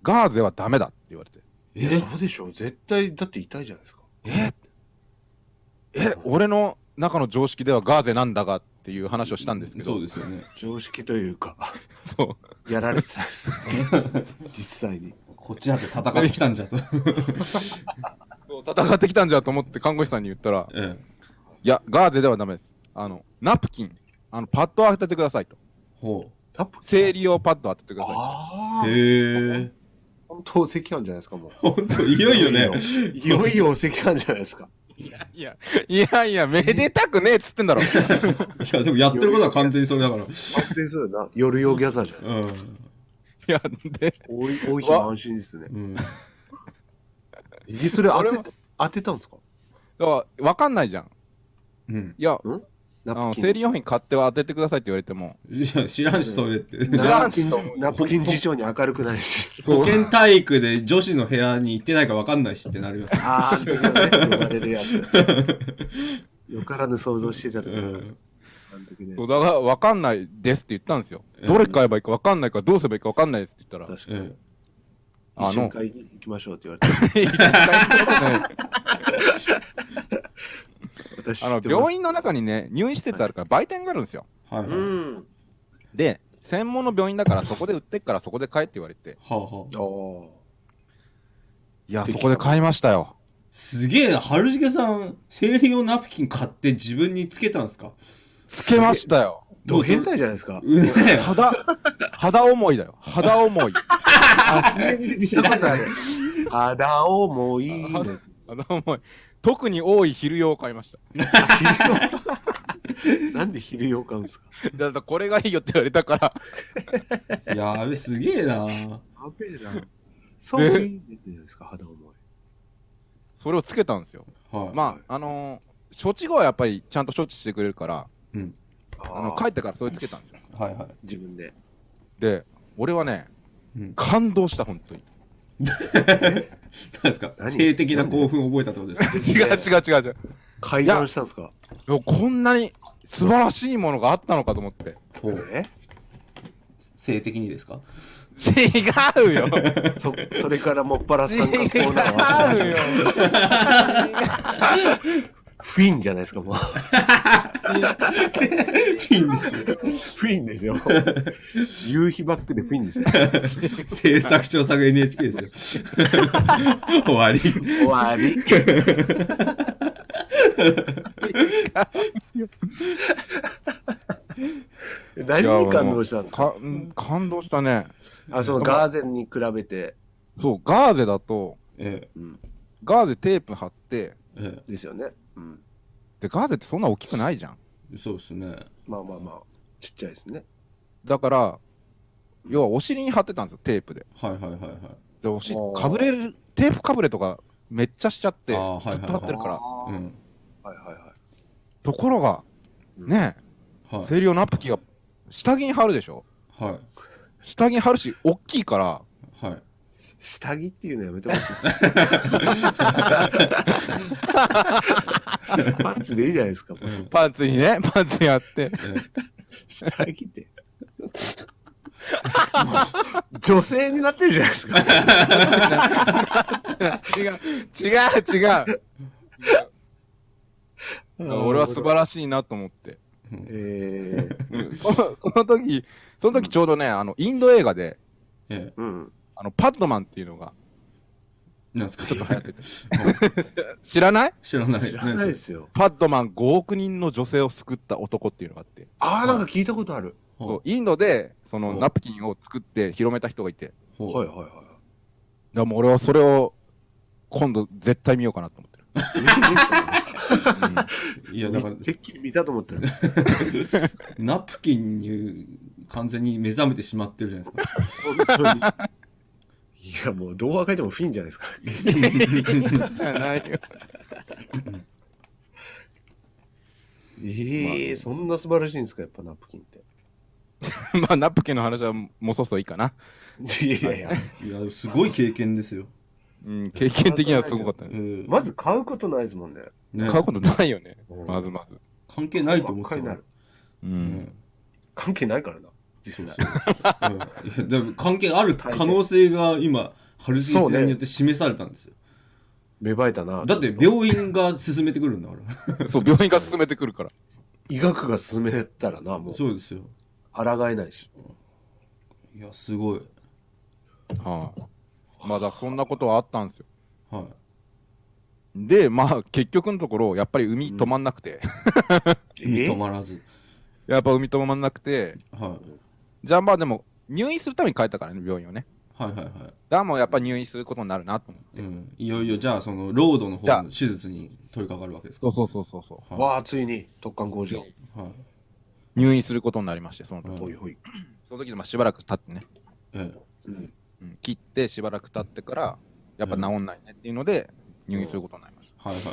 Speaker 4: ガーゼはダメだって言われて、
Speaker 3: いや
Speaker 2: え
Speaker 3: そうでしょ絶対だって痛いじゃないですか
Speaker 4: え、俺の中の常識ではガーゼなんだがっていう話をしたんですけど、
Speaker 2: そうですよね。
Speaker 3: 常識というか
Speaker 4: そう
Speaker 3: やられてたんです実際に
Speaker 2: こっちだって戦ってきたんじゃと。
Speaker 4: そう戦ってきたんじゃと思って看護師さんに言ったら、
Speaker 2: ええ。
Speaker 4: いや、ガーゼではダメです。あの、ナプキン、あの、パッドを当ててくださいと。
Speaker 2: ほ
Speaker 3: タップ
Speaker 4: 生理用パッドを当ててください。
Speaker 3: あ
Speaker 2: う。
Speaker 3: あ
Speaker 2: へえ。
Speaker 3: 本当お赤飯じゃないですか も
Speaker 2: ほんと、いよいよね。
Speaker 3: ういよいよお赤飯じゃないですか
Speaker 4: いや、いやいや、めでたくねえっつってん だろ。
Speaker 2: いや、でもやってることは完全にそれだから。
Speaker 3: 安定するな夜用ギャザーじゃないで
Speaker 2: うん。
Speaker 4: いや、で、
Speaker 3: すか多い多い日も安心ですね
Speaker 2: うん。
Speaker 3: えそれ当
Speaker 4: 俺
Speaker 3: て
Speaker 4: も
Speaker 3: た当てたんですか
Speaker 4: だからわかんないじゃん。
Speaker 2: うん。
Speaker 4: いや、
Speaker 3: ナ
Speaker 4: あ
Speaker 3: プ
Speaker 4: の
Speaker 3: キン
Speaker 4: 生理用品買っては当ててくださいって言われても、
Speaker 2: いや、知らんし、それって。
Speaker 3: ナ
Speaker 4: ナ
Speaker 3: プキンナプキン事情に明るくないし
Speaker 2: 保健体育で女子の部屋に行ってないか分かんないしってなります。
Speaker 3: あああの時のね呼ばれるや つよからぬ想像してた
Speaker 2: う
Speaker 3: 時の
Speaker 2: ん。
Speaker 3: あの時ね
Speaker 4: そうだからわかんないですって言ったんですよ。
Speaker 2: うん
Speaker 4: どれ買えばいいかわかんないからどうすればいいかわかんないですって言ったら、
Speaker 3: 確か
Speaker 2: う
Speaker 3: に
Speaker 2: ん。
Speaker 3: 一緒
Speaker 4: あ
Speaker 3: に
Speaker 4: の、
Speaker 3: 買いに行きましょうって言われて 私
Speaker 4: あの病院の中にね、入院施設あるから売店があるんですよ。
Speaker 2: はいはい。
Speaker 3: う
Speaker 2: は
Speaker 3: ん。
Speaker 4: で、専門の病院だからそこで売ってっからそこで買えって言われて、
Speaker 2: あはあ。
Speaker 3: あ
Speaker 4: いや、そこで買いましたよ。
Speaker 2: すげえな、春重さん、生理用ナプキン買って自分につけたんですか
Speaker 4: つけましたよ。
Speaker 3: あ。ど変態じゃないですか。
Speaker 2: うね
Speaker 4: 肌、肌思いだよ。肌思い。
Speaker 3: あらおもい いね。
Speaker 4: 肌思い。特に多い昼用を買いました。
Speaker 3: なんで昼用買うんですか
Speaker 4: だからこれがいいよって言われたから、
Speaker 2: え。やべ、すげえな。
Speaker 3: やべえな。そういいんじゃないですか、肌重い。
Speaker 4: それをつけたんですよ。
Speaker 2: はい。
Speaker 4: まあ、あのー処置後はやっぱりちゃんと処置してくれるから、あの帰ってからそれつけたんですよ。
Speaker 2: はいはい。
Speaker 3: 自分で。
Speaker 4: で、俺はね、
Speaker 2: うん
Speaker 4: 感動した、本当に。
Speaker 2: 何ですか
Speaker 3: 何
Speaker 2: 性的な興奮を覚えたってことですか
Speaker 4: 違う違う違う違う。
Speaker 3: 階段したんですか
Speaker 4: いやこんなに素晴らしいものがあったのかと思って。
Speaker 2: ほう。
Speaker 3: え
Speaker 2: 性的にですか
Speaker 4: 違うよ
Speaker 3: そ、それからもっぱら
Speaker 4: 違
Speaker 3: 三角コーナーは
Speaker 4: う よ
Speaker 3: フィンじゃないですか、もう。
Speaker 2: いいんですよ。
Speaker 3: フィンですよ。夕日バックでフィンですよ。
Speaker 2: 制作調作 NHK ですよ。終わり。
Speaker 3: 終わり。 何に感動したんですか
Speaker 4: かん感動したね。
Speaker 3: あ、そのガーゼンに比べて
Speaker 4: そう、ガーゼだと、
Speaker 2: え
Speaker 4: ガーゼテープ貼って、
Speaker 2: え、え
Speaker 3: ですよね。うん。
Speaker 4: で、ガーゼってそんな大きくないじゃん。
Speaker 2: え、そうですね。
Speaker 3: まあまあまあ、ちっちゃいですね。
Speaker 4: だから、要はお尻に貼ってたんですよ、テープで。
Speaker 2: はいはいはいはい。
Speaker 4: で、お尻
Speaker 3: あー
Speaker 4: かぶれる、テープかぶれとかめっちゃしちゃって
Speaker 2: あーはい、はい
Speaker 4: ずっと貼ってるから。
Speaker 3: は
Speaker 2: う
Speaker 3: い
Speaker 2: ん。
Speaker 3: はいは
Speaker 4: ところが、
Speaker 3: うん
Speaker 4: ね
Speaker 2: は
Speaker 4: え、生理用ナプキンが下着に貼るでしょ
Speaker 2: い。はい。
Speaker 4: 下着に貼るし、大きいから、
Speaker 2: はい。
Speaker 3: い。下着っていうのやめてほしい。 パンツでいいじゃないですか。もう
Speaker 2: うん
Speaker 4: パンツにね、パンツに貼っ
Speaker 2: ええ
Speaker 4: て。
Speaker 3: 下着って。もう女性になってるじゃないですか。
Speaker 4: 違う違う違う俺は素晴らしいなと思って
Speaker 3: えー、
Speaker 4: そのその時、その時ちょうどね、あのインド映画で、
Speaker 2: え
Speaker 3: うん。
Speaker 4: あのパッドマンっていうのが
Speaker 2: え。なんすか
Speaker 4: ち
Speaker 2: そ
Speaker 4: ょっ
Speaker 2: れ
Speaker 4: と流行ってて。知らない
Speaker 2: 知らない。
Speaker 3: 知らない
Speaker 2: 何
Speaker 3: で
Speaker 2: そ
Speaker 3: すよ。
Speaker 4: パッドマン5億人の女性を救った男っていうのがあって、
Speaker 3: ああ、なんか聞いたことある。
Speaker 2: れ
Speaker 4: そうインドでその
Speaker 2: うん
Speaker 4: ナプキンを作って広めた人がいて、だか
Speaker 2: ほう
Speaker 3: はいはいは
Speaker 4: らもう俺はそれを今度絶対見ようかなと思ってる。
Speaker 2: いや、
Speaker 3: い。
Speaker 2: だから、
Speaker 3: てっきり見たと思ったら、
Speaker 2: ナプキンに完全に目覚めてしまってるじゃないですか。
Speaker 3: 本当に。いや、もう、動画書いてもフィンじゃないですか。
Speaker 4: じゃないよ。
Speaker 3: ええー、そんな素晴らしいんですか、やっぱナプキンって。
Speaker 4: まあナプキンの話はもうそろそろいいかな。
Speaker 3: いやいや、
Speaker 2: いや、すごい経験ですよ。
Speaker 4: うん、経験的にはすごかった
Speaker 2: う
Speaker 4: ね。
Speaker 2: ん
Speaker 3: まず買うことないですもんね。
Speaker 2: ね
Speaker 4: 買うことないよね
Speaker 3: う。ん
Speaker 4: まずまず。
Speaker 2: 関係ないと思っ
Speaker 3: 真
Speaker 2: て
Speaker 3: っ赤にな
Speaker 2: た
Speaker 3: る。
Speaker 4: う。
Speaker 2: うんん
Speaker 3: 関係ないからな。
Speaker 2: そうそううんいやでも関係ある可能性が今、春日
Speaker 3: そうね
Speaker 2: 戦によって示されたんですよ。
Speaker 3: 芽生えたな。
Speaker 2: だって病院が進めてくるんだ から。
Speaker 4: そう、病院が進めてくるから。
Speaker 3: 医学が進めたらな、もう、
Speaker 2: そうですよ。
Speaker 3: 抗えないし。
Speaker 2: いや、すごい。
Speaker 4: はい。まあだからそんなことはあったんですよ。
Speaker 2: はい。
Speaker 4: で、まあ結局のところ、やっぱり海止まんなくて、
Speaker 2: 止まらず。
Speaker 4: やっぱ海止まんなくて、
Speaker 2: は
Speaker 4: じゃあまあでも入院するために帰ったからね、病院をね。
Speaker 2: い。はいはいは
Speaker 4: だからもうやっぱ入院することになるなと思って。
Speaker 2: い。うん。いよいよ、じゃあ、その、ロードの方
Speaker 4: じゃあ
Speaker 2: の手術に取り掛かるわけですか。
Speaker 4: そうそうそうそうそう。
Speaker 2: はい
Speaker 3: わあ、ついに、突貫工事を。
Speaker 2: はい。
Speaker 4: 入院することになりまして、その時。
Speaker 2: うん
Speaker 3: ほいほい。
Speaker 4: その時でまあしばらく経ってね、
Speaker 2: え
Speaker 3: うん
Speaker 4: うん切ってしばらく経ってから、やっぱ治んないねっていうので、入院することになりまし
Speaker 2: え。はいはい。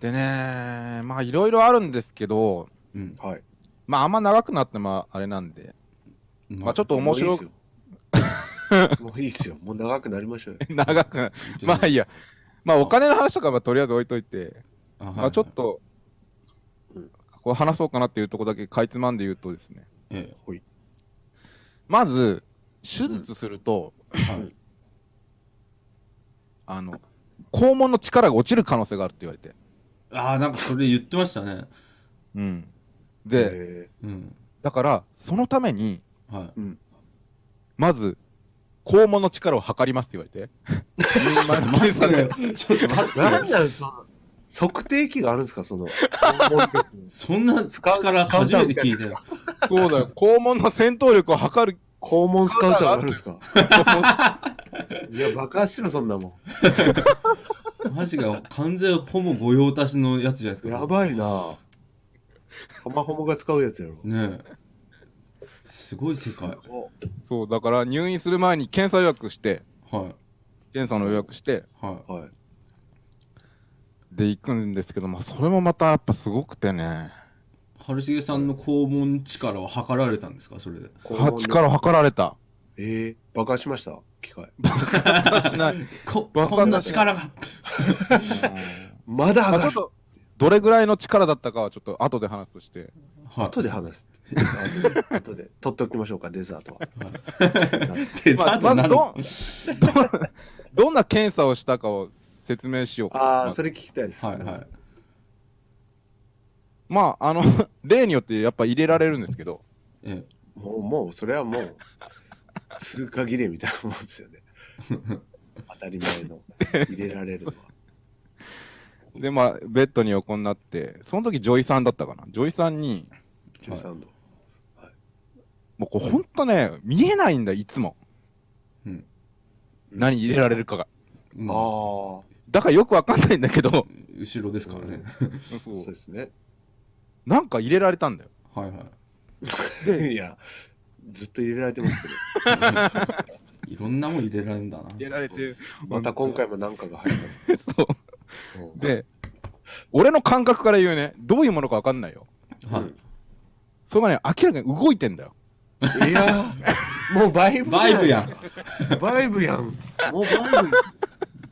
Speaker 4: た。でね、まあいろいろあるんですけど、
Speaker 2: うん。
Speaker 3: はい。
Speaker 4: まああんま長くなってもあれなんで、まあちょっと面白く、
Speaker 3: く。もういいですよ。もう長くなりましょうよ。
Speaker 4: 長く、
Speaker 2: と
Speaker 4: まあいいや、まあお金の話とかはとりあえず置いといて、
Speaker 2: あはい
Speaker 4: まあちょっと
Speaker 3: うん、
Speaker 4: こう話そうかなっていうところだけかいつまんで言うとですね、
Speaker 2: え
Speaker 3: ほい。
Speaker 4: まず、手術すると、
Speaker 2: え。はい。
Speaker 4: あの、肛門の力が落ちる可能性があるって言われて。
Speaker 2: ああ、なんかそれ言ってましたね。
Speaker 4: うん。で、
Speaker 3: え
Speaker 2: うん。
Speaker 4: だから、そのために、
Speaker 2: は
Speaker 4: まず、肛門の力を測りますって言われて。
Speaker 2: い。待って、ちょっと待っ
Speaker 3: ー
Speaker 2: て
Speaker 3: なんなん、その、測定器があるんですか、その。肛門力
Speaker 2: そんな力初めて聞いたよ。
Speaker 4: そうだよ。肛門の戦闘力を 測る。
Speaker 3: 肛門スカウターがあるんですか。いや、爆発しろ、そんなも
Speaker 2: マジか、完全ホモ御用達のやつじゃないです
Speaker 3: ん。
Speaker 2: か。
Speaker 3: やばいなホマホモが使うやつやろ。
Speaker 2: ねえ。すごい世界。はい。
Speaker 4: そう、だから入院する前に検査予約して、
Speaker 2: はい。
Speaker 4: 検査の予約して、
Speaker 3: はい。
Speaker 4: で行くんですけど、まあ、それもまたやっぱすごくてね。
Speaker 2: 春重さんの肛門力を測られたんですかそれで。
Speaker 4: は力を測られ た。
Speaker 3: えー、爆発しました機械。
Speaker 4: しない。うん
Speaker 2: こ、
Speaker 4: わかんない
Speaker 2: こんな力が。
Speaker 3: まだ
Speaker 4: まあ、
Speaker 3: 上
Speaker 4: ち
Speaker 3: が
Speaker 4: ょっ
Speaker 3: る。
Speaker 4: と、どれぐらいの力だったかはちょっと後で話すとして。
Speaker 2: は
Speaker 3: 後で話 す。後で、取っておきましょうか、デザートは。
Speaker 2: い。デザ
Speaker 4: ま
Speaker 2: ー
Speaker 4: あ、
Speaker 2: ト
Speaker 4: ま
Speaker 2: な
Speaker 4: ず
Speaker 2: の
Speaker 4: どん、どん、どんな検査をしたかを説明しようか。
Speaker 3: あ
Speaker 4: ま
Speaker 3: あ、それ聞きたいです。
Speaker 2: はいはい。
Speaker 4: まあ、あの、 例によってやっぱ入れられるんですけど、
Speaker 2: え
Speaker 3: もう、もう、それはもう、通過儀礼みたいなもんですよ ね。当たり前の、入れられるのは。
Speaker 4: で、まあ、ベッドに横になって、その時、女医さんだったかな。女医さんに、
Speaker 3: 13度。
Speaker 4: もうこう、ほんとね、見えないんだ、いつも。
Speaker 2: うん
Speaker 4: 何入れられるかが。
Speaker 2: え。うん
Speaker 3: あ
Speaker 4: だからよくわかんないんだけど、
Speaker 2: 後ろですからね。
Speaker 3: あ、そうですね。
Speaker 4: なんか入れられたんだよ。
Speaker 2: はいは い
Speaker 3: や、ずっと入れられてますけど、
Speaker 2: い。いろんなもん入れられるんだな。
Speaker 4: 入れられて、
Speaker 3: また今回も何かが入ったんです
Speaker 4: そう。
Speaker 3: けど。
Speaker 4: で、俺の感覚から言うね、どういうものかわかんないよ。
Speaker 2: はい。
Speaker 4: それがね、明らかに動いてんだよ。
Speaker 3: いや、もうバイブ
Speaker 2: バイブやん。
Speaker 3: ん。バイブやん。もう バイブ。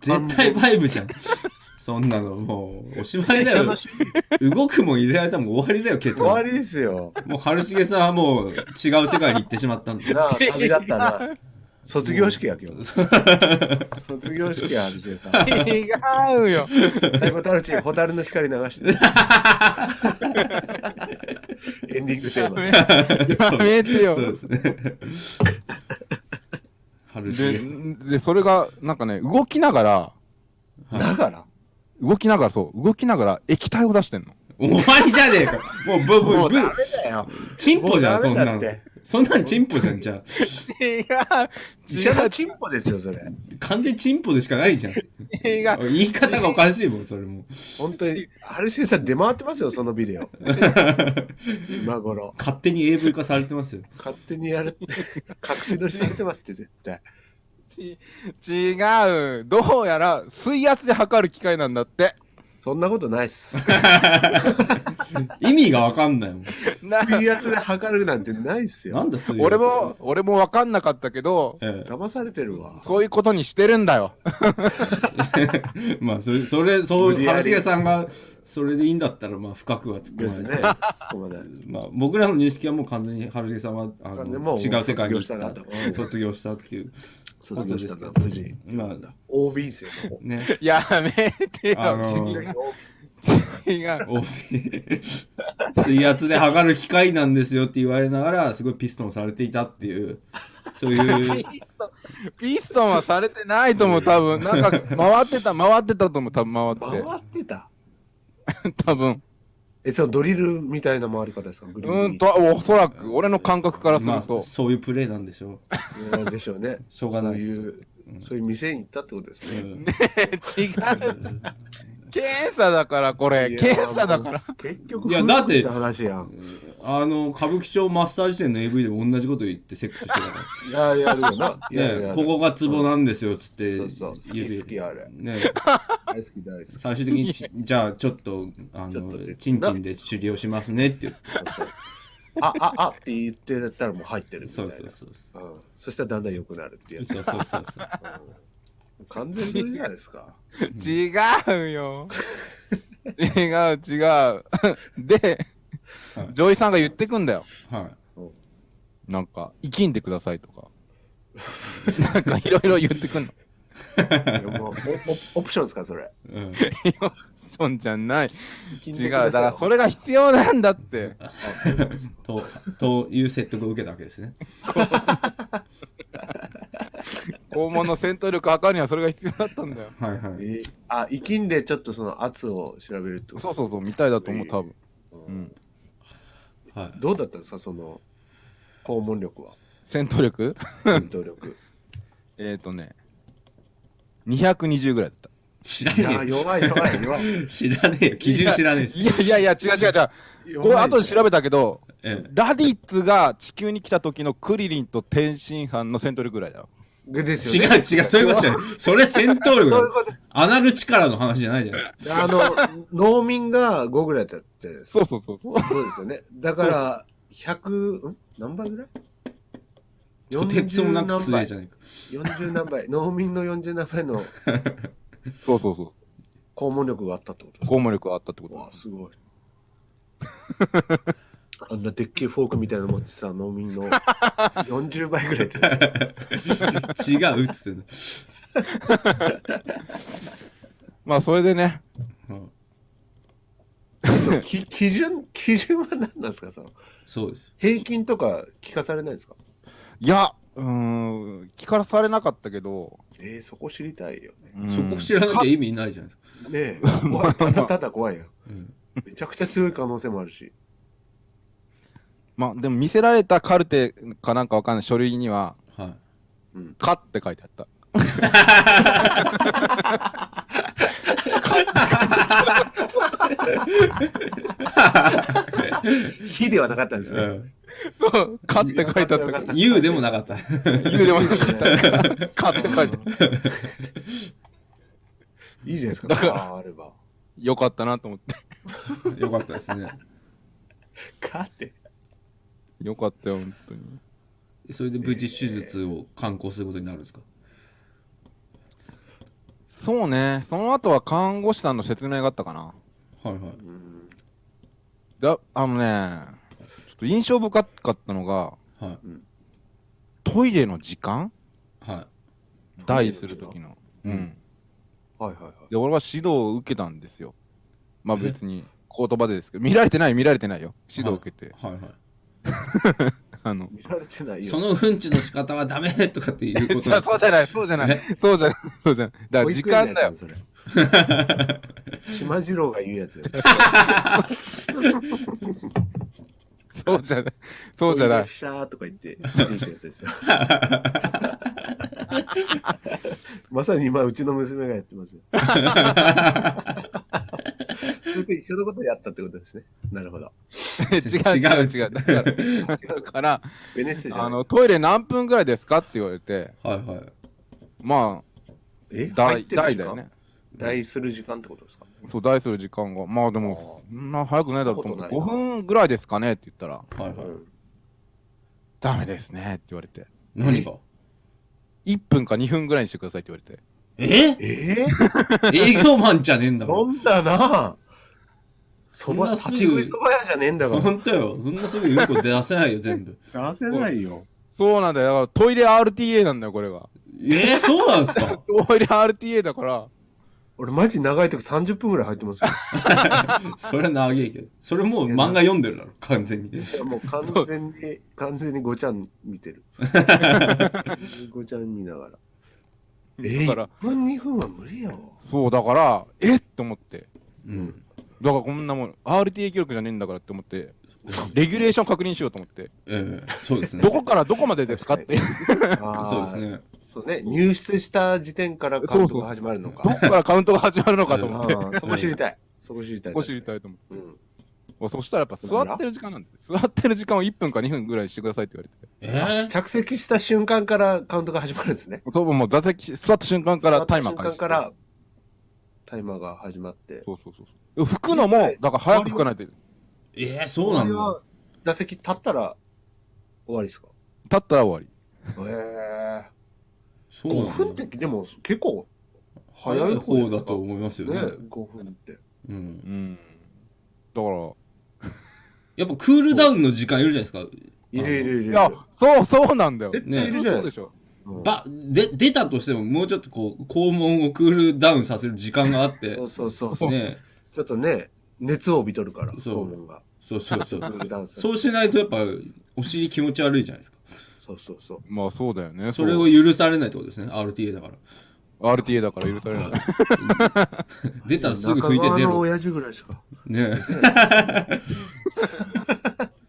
Speaker 2: 絶対バイブじゃん。そんなのもうおしまい だよ
Speaker 3: 楽。しい
Speaker 2: 動くもん入れられたもん終わりだよ、結
Speaker 3: 終
Speaker 2: 論
Speaker 3: わ。りですよ。
Speaker 2: もう春重さんはもう違う世界に行ってしまったんだ。
Speaker 3: な あ、旅だったな。卒業式やけど。卒業式や、RJ さん。
Speaker 4: 違うよ。
Speaker 3: 最後、タルチに蛍の光流して。エンディングテーマ。
Speaker 4: やめてよ
Speaker 2: そうですね。春
Speaker 4: で
Speaker 2: 重。
Speaker 4: でそれがなんかね動きながら
Speaker 3: だから、
Speaker 4: 動きながらそう動きながら液体を出してんの
Speaker 2: 終わりじゃねえか。もうブブブ。
Speaker 3: だよ。
Speaker 2: チンポじゃん、そ
Speaker 3: も
Speaker 2: ん
Speaker 3: うダ
Speaker 2: な
Speaker 3: メ
Speaker 2: ん
Speaker 3: だって。
Speaker 2: そんなんチンポじゃん、じゃあ。
Speaker 5: 違う
Speaker 3: 医者のチンポですよ、それ。
Speaker 2: 完全にチンポでしかないじゃん。
Speaker 5: 違う
Speaker 2: 言い方がおかしいもん、それも。
Speaker 3: 本当に、春先生出回ってますよ、そのビ デオ。今頃。
Speaker 2: 勝手に AV 化されてますよ。
Speaker 3: 勝手にやる。隠し撮りされてますって、絶対。
Speaker 4: ち違うどうやら水圧で測る機械なんだって
Speaker 3: そんなことないっす。
Speaker 2: 意味がわかんないもん。
Speaker 4: な
Speaker 3: 水圧で測るなんてないっす
Speaker 2: な
Speaker 3: よ。
Speaker 2: んだ、そういう。
Speaker 4: 俺。も俺も分かんなかったけど
Speaker 2: え
Speaker 3: 騙されてるわ。
Speaker 4: そういうことにしてるんだよ
Speaker 2: え、まあ、それ、それ、そう、
Speaker 3: 無理やり
Speaker 2: 春重さんが、それでいいんだったら、まあ、深くは突っ込
Speaker 3: で
Speaker 2: まない
Speaker 3: す
Speaker 2: です
Speaker 3: ね
Speaker 2: けど。。
Speaker 3: そこまで
Speaker 2: まあ、僕らの認識はもう完全に春重さんはあの
Speaker 3: 完全にもう
Speaker 2: 違う世界に行
Speaker 3: 卒業
Speaker 2: った
Speaker 3: したなと
Speaker 2: 卒業したっていう
Speaker 3: 卒業した
Speaker 2: そ
Speaker 3: の
Speaker 2: う、
Speaker 3: 無事。
Speaker 2: まあ
Speaker 3: OB 生の方。
Speaker 2: ね
Speaker 4: やめてよ、
Speaker 2: あの
Speaker 3: い
Speaker 2: ー
Speaker 4: 違う
Speaker 2: OB 水圧で測る機械なんですよって言われながらすごいピストンされていたっていうそういう
Speaker 4: ピストンはされてないと思う多分なんか回ってた回ってたと思う多分回
Speaker 3: や
Speaker 4: っ
Speaker 3: 回ってた。
Speaker 4: て多分
Speaker 3: え、そのドリルみたいな回り方ですかグリーン
Speaker 4: うんとおそらく俺の感覚からす
Speaker 2: ま
Speaker 4: る
Speaker 2: あ
Speaker 4: と、
Speaker 2: そういうプレイなんでしょ
Speaker 3: うんでしょうね。
Speaker 2: しょうがないっす
Speaker 3: そういう、そういう店に行ったってことです
Speaker 2: う、う
Speaker 3: ね。
Speaker 2: ん
Speaker 4: 違う 検査だからこれ
Speaker 3: いや
Speaker 4: 検査だから。
Speaker 3: 結局、
Speaker 2: いやだって
Speaker 3: 夫婦の話やん。
Speaker 2: あの歌舞伎町マッサージ店の AV でも同じこと言ってセックスしてた
Speaker 3: いや、
Speaker 2: か
Speaker 3: やるよな。いや
Speaker 2: ら、
Speaker 3: いや
Speaker 2: ね、ここがツボなんですよっつって
Speaker 3: そうそう。好き
Speaker 2: 指
Speaker 3: 好きあれ。
Speaker 2: ね
Speaker 3: 大好き大好き。
Speaker 2: 最終的にちじゃあちょっとあ
Speaker 3: ちょっと
Speaker 2: の
Speaker 3: で
Speaker 2: チンチンで狩猟しますねって言って
Speaker 3: そうそうあ、あ、あって言ってたらもう入ってるみた
Speaker 2: そ
Speaker 3: いうな。
Speaker 2: そうそう
Speaker 3: うんそしたらだんだん良くなるっていうやつ。
Speaker 2: そうそうそうそうそう
Speaker 3: うん完全にそれじゃないです か。
Speaker 4: 違う よ違う違うで、
Speaker 2: はい
Speaker 4: ジョイさんが言ってくんだよ
Speaker 2: は
Speaker 4: なんか生きんでくださいとかなんかいろいろ言ってくんの
Speaker 3: い やもうおおオプションですか、それ。
Speaker 2: い、うん、
Speaker 4: そんじゃない違うだからそ
Speaker 3: れ。
Speaker 4: れが必要なんだって
Speaker 2: とという説得を受けたわけですね
Speaker 4: 肛門の戦闘力測るにはそれが必要だったんだよ
Speaker 2: はいはい
Speaker 3: えあ、生きんでちょっとその圧を調べるってこと
Speaker 4: そうそうそうみたいだと思う多分うん
Speaker 2: は
Speaker 3: どうだったんですか、その、肛門力は。
Speaker 4: 戦闘力
Speaker 3: 戦闘力。
Speaker 4: えっとね220ぐらいだった
Speaker 2: い知ら
Speaker 3: いや、
Speaker 2: ね
Speaker 3: 弱い弱い弱い。
Speaker 2: え知らねえよ基準知らねえし
Speaker 4: いやいやいや違う違う違うこれ後で調べたけど、
Speaker 2: ええ
Speaker 4: ラディッツが地球に来た時のクリリンと天津飯の戦闘力ぐらいだよ。
Speaker 3: べです
Speaker 2: 違
Speaker 3: よ、
Speaker 2: う
Speaker 3: ね。
Speaker 2: 違うそういうことじゃない それ戦闘力
Speaker 3: そういう
Speaker 2: だ
Speaker 3: こと
Speaker 2: アナル力の話じゃないじゃないですか
Speaker 3: あの、農民が5ぐらいだったじゃないですか。
Speaker 4: そうそうそうそう。
Speaker 3: そうですよね。だから、100、ん何倍ぐらい
Speaker 2: とてつもなく強いじゃ
Speaker 3: ん。
Speaker 2: ないか
Speaker 3: 40何倍。農民の40何倍の
Speaker 4: そうそうそ
Speaker 3: 肛門力があったってこと
Speaker 4: う。肛門力があったってこ
Speaker 3: わあ
Speaker 4: と。
Speaker 3: すごい あんなでっけえフォークみたいなの持ってさ農民の40倍ぐらい 強い
Speaker 2: 違うっつってんだ
Speaker 4: まあそれでね、
Speaker 2: うん
Speaker 3: そうき基準基準は何なんですかその
Speaker 2: そうです
Speaker 3: 平均とか聞かされないですか
Speaker 4: いや、うーん、聞かされなかったけど、
Speaker 3: えー、そこ知りたいよね
Speaker 4: うん
Speaker 2: そこ知らなきゃ意味ないじゃないですか、
Speaker 3: ねえ 怖いただただ怖いよ
Speaker 2: うん
Speaker 3: めちゃくちゃ強い可能性もあるし
Speaker 4: まあでも見せられたカルテかなんかわかんない書類には、
Speaker 2: はい
Speaker 4: かって書いてあった。
Speaker 3: 火ではなかったんです
Speaker 2: う
Speaker 3: ね
Speaker 2: ん
Speaker 4: そう、かって書いてあったから。
Speaker 2: 言うでもなかった
Speaker 4: 言うでもなかった。かって書いてあった。
Speaker 3: いいじゃないですかだ
Speaker 4: だか
Speaker 3: からあれば
Speaker 4: よかったなと思って。
Speaker 2: よかったですね
Speaker 3: かって
Speaker 4: よかったよ、本当に。
Speaker 2: それで無事手術を完行することになるんですか、
Speaker 4: そうね、その後は看護師さんの説明があったかな。
Speaker 2: はいはい。
Speaker 3: うん
Speaker 4: だあのねちょっと印象深かったのが
Speaker 2: はい。
Speaker 4: トイレの時間
Speaker 2: は
Speaker 4: 代する時の
Speaker 2: う
Speaker 4: うんん、
Speaker 3: はいはいはい
Speaker 4: で俺は指導を受けたんですよまあ別に言葉でですけど、見られてない、見られてないよ。指導を受けて。
Speaker 2: はいは
Speaker 4: あの、
Speaker 3: 見られてない
Speaker 2: い、
Speaker 3: よ。
Speaker 2: そのうんちの仕方はダメとかっていうこと
Speaker 4: そ
Speaker 2: なん
Speaker 4: う
Speaker 2: です
Speaker 4: そ
Speaker 2: か
Speaker 4: うじゃない、そうじゃない、そうじゃない、そうじゃない。だから時間だよ。
Speaker 3: それ。 島次郎が言うやつ。
Speaker 4: そうじゃない、そうじゃない。
Speaker 3: シャーとか言って、自転車やつですよ まさに今、うちの娘がやって ますよ。それと一緒のことをやったってことですね。なるほど。
Speaker 4: 違う違う違う。だから、だから
Speaker 3: ベネッセじゃ
Speaker 4: あ
Speaker 3: ない。
Speaker 4: の、トイレ何分ぐらいですかって言われて、
Speaker 2: はいはい
Speaker 4: ま
Speaker 3: え
Speaker 4: あ、大、
Speaker 3: 入ってる時
Speaker 4: 大
Speaker 3: 間
Speaker 4: だよね。
Speaker 3: 大する時間ってことですか
Speaker 4: そう、大する時間が。まあでも、そんな早くないだろうと思って、5分ぐらいですかねって言ったら、
Speaker 2: はいは
Speaker 3: う
Speaker 2: い
Speaker 3: ん。
Speaker 4: ダメですねって言われて、
Speaker 2: 何が
Speaker 4: 1分か2分ぐらいにしてくださいって言われて、
Speaker 2: え
Speaker 3: え
Speaker 2: 営業マンじゃねえんだ
Speaker 3: ー、
Speaker 2: から
Speaker 3: 飲んだなそば、
Speaker 2: そんなす
Speaker 3: 立
Speaker 2: ぐ
Speaker 3: ち食いそば屋じゃねえんだ か
Speaker 2: 本当よそんなすぐうんこ出せないよ全部
Speaker 3: ら。出せないよ。
Speaker 4: そうなんだよ。だからトイレ RTA なんだよ、これが。
Speaker 2: えー、そうなんですか
Speaker 4: トイレ RTA だから、
Speaker 3: 俺、マジ長い時30分ぐらい入ってますよ。
Speaker 2: それは長いけどそれもう漫画読んでるだろ完全に
Speaker 3: いやもう完全に、完全にごちゃん見てる。ごちゃん見ながら。えー、
Speaker 4: だから
Speaker 3: 1分2分は無理よ。
Speaker 4: そう、だから、えっと思って。
Speaker 2: うん
Speaker 4: だからこんなもん、RTA 記録じゃねえんだからって思って、レギュレーション確認しようと思って、
Speaker 2: ええそうですね
Speaker 4: どこからどこまでですかって、
Speaker 2: そう
Speaker 3: あ
Speaker 2: です
Speaker 3: あ、
Speaker 2: ね
Speaker 3: そうね。入室した時点からカウントが始まるのか。
Speaker 4: どこからカウントが始まるのかと思
Speaker 3: あ
Speaker 4: って、こ
Speaker 3: ーそこ知りたい。そこ知りたい。
Speaker 4: こ知りたいと思っ
Speaker 3: うん。
Speaker 4: て。そしたらやっぱ座ってる時間なんで、座ってる時間を1分か2分ぐらいにしてくださいって言われて、
Speaker 2: えー、
Speaker 3: 着席した瞬間からカウントが始まるんですね。
Speaker 4: そうもう座席、座った瞬間からタイマー
Speaker 3: 座った瞬間
Speaker 4: 開始。
Speaker 3: からタイマーが始まって。
Speaker 4: そうそうそうそう。拭くのも、だから早く拭かないと。立
Speaker 2: えー、そうなん
Speaker 3: これ
Speaker 2: だ
Speaker 3: は打席立ったら終わりですか
Speaker 4: ったら終わ
Speaker 3: へ
Speaker 4: り。
Speaker 3: え。
Speaker 2: そうな
Speaker 3: 5
Speaker 2: んだ
Speaker 3: 分ってでも結構早
Speaker 2: 早
Speaker 3: い
Speaker 2: い
Speaker 3: 方
Speaker 2: 方
Speaker 3: だ
Speaker 2: だと
Speaker 3: と
Speaker 2: 思いますよ
Speaker 3: ね
Speaker 2: ね
Speaker 3: 5分って
Speaker 2: うん
Speaker 4: うん。だから、
Speaker 2: やっぱクールダウンの時間いるじゃないですか
Speaker 3: いるいるいる
Speaker 4: いや、そうそうなんだよ。
Speaker 2: えねえ
Speaker 4: 普通そうでしょ。
Speaker 3: うん
Speaker 2: ばで出たとしてももうちょっとこう肛門をクールダウンさせる時間があって
Speaker 3: そうそうそうそう
Speaker 2: ね
Speaker 3: ちょっとね熱を帯びとるから
Speaker 2: そう
Speaker 3: 肛門が
Speaker 2: そうそうそう
Speaker 3: そ
Speaker 2: そううしないとやっぱお尻気持ち悪いじゃないですか
Speaker 3: そうそうそう
Speaker 4: まあそうだよね。
Speaker 2: それ
Speaker 4: そう
Speaker 2: を許されないってことですね RTA だから
Speaker 4: RTA だから許されない。
Speaker 2: 出たらすぐ拭いて
Speaker 3: 中
Speaker 2: 出
Speaker 3: 川の
Speaker 2: ろ
Speaker 3: 親父ぐらいしか
Speaker 2: ねえ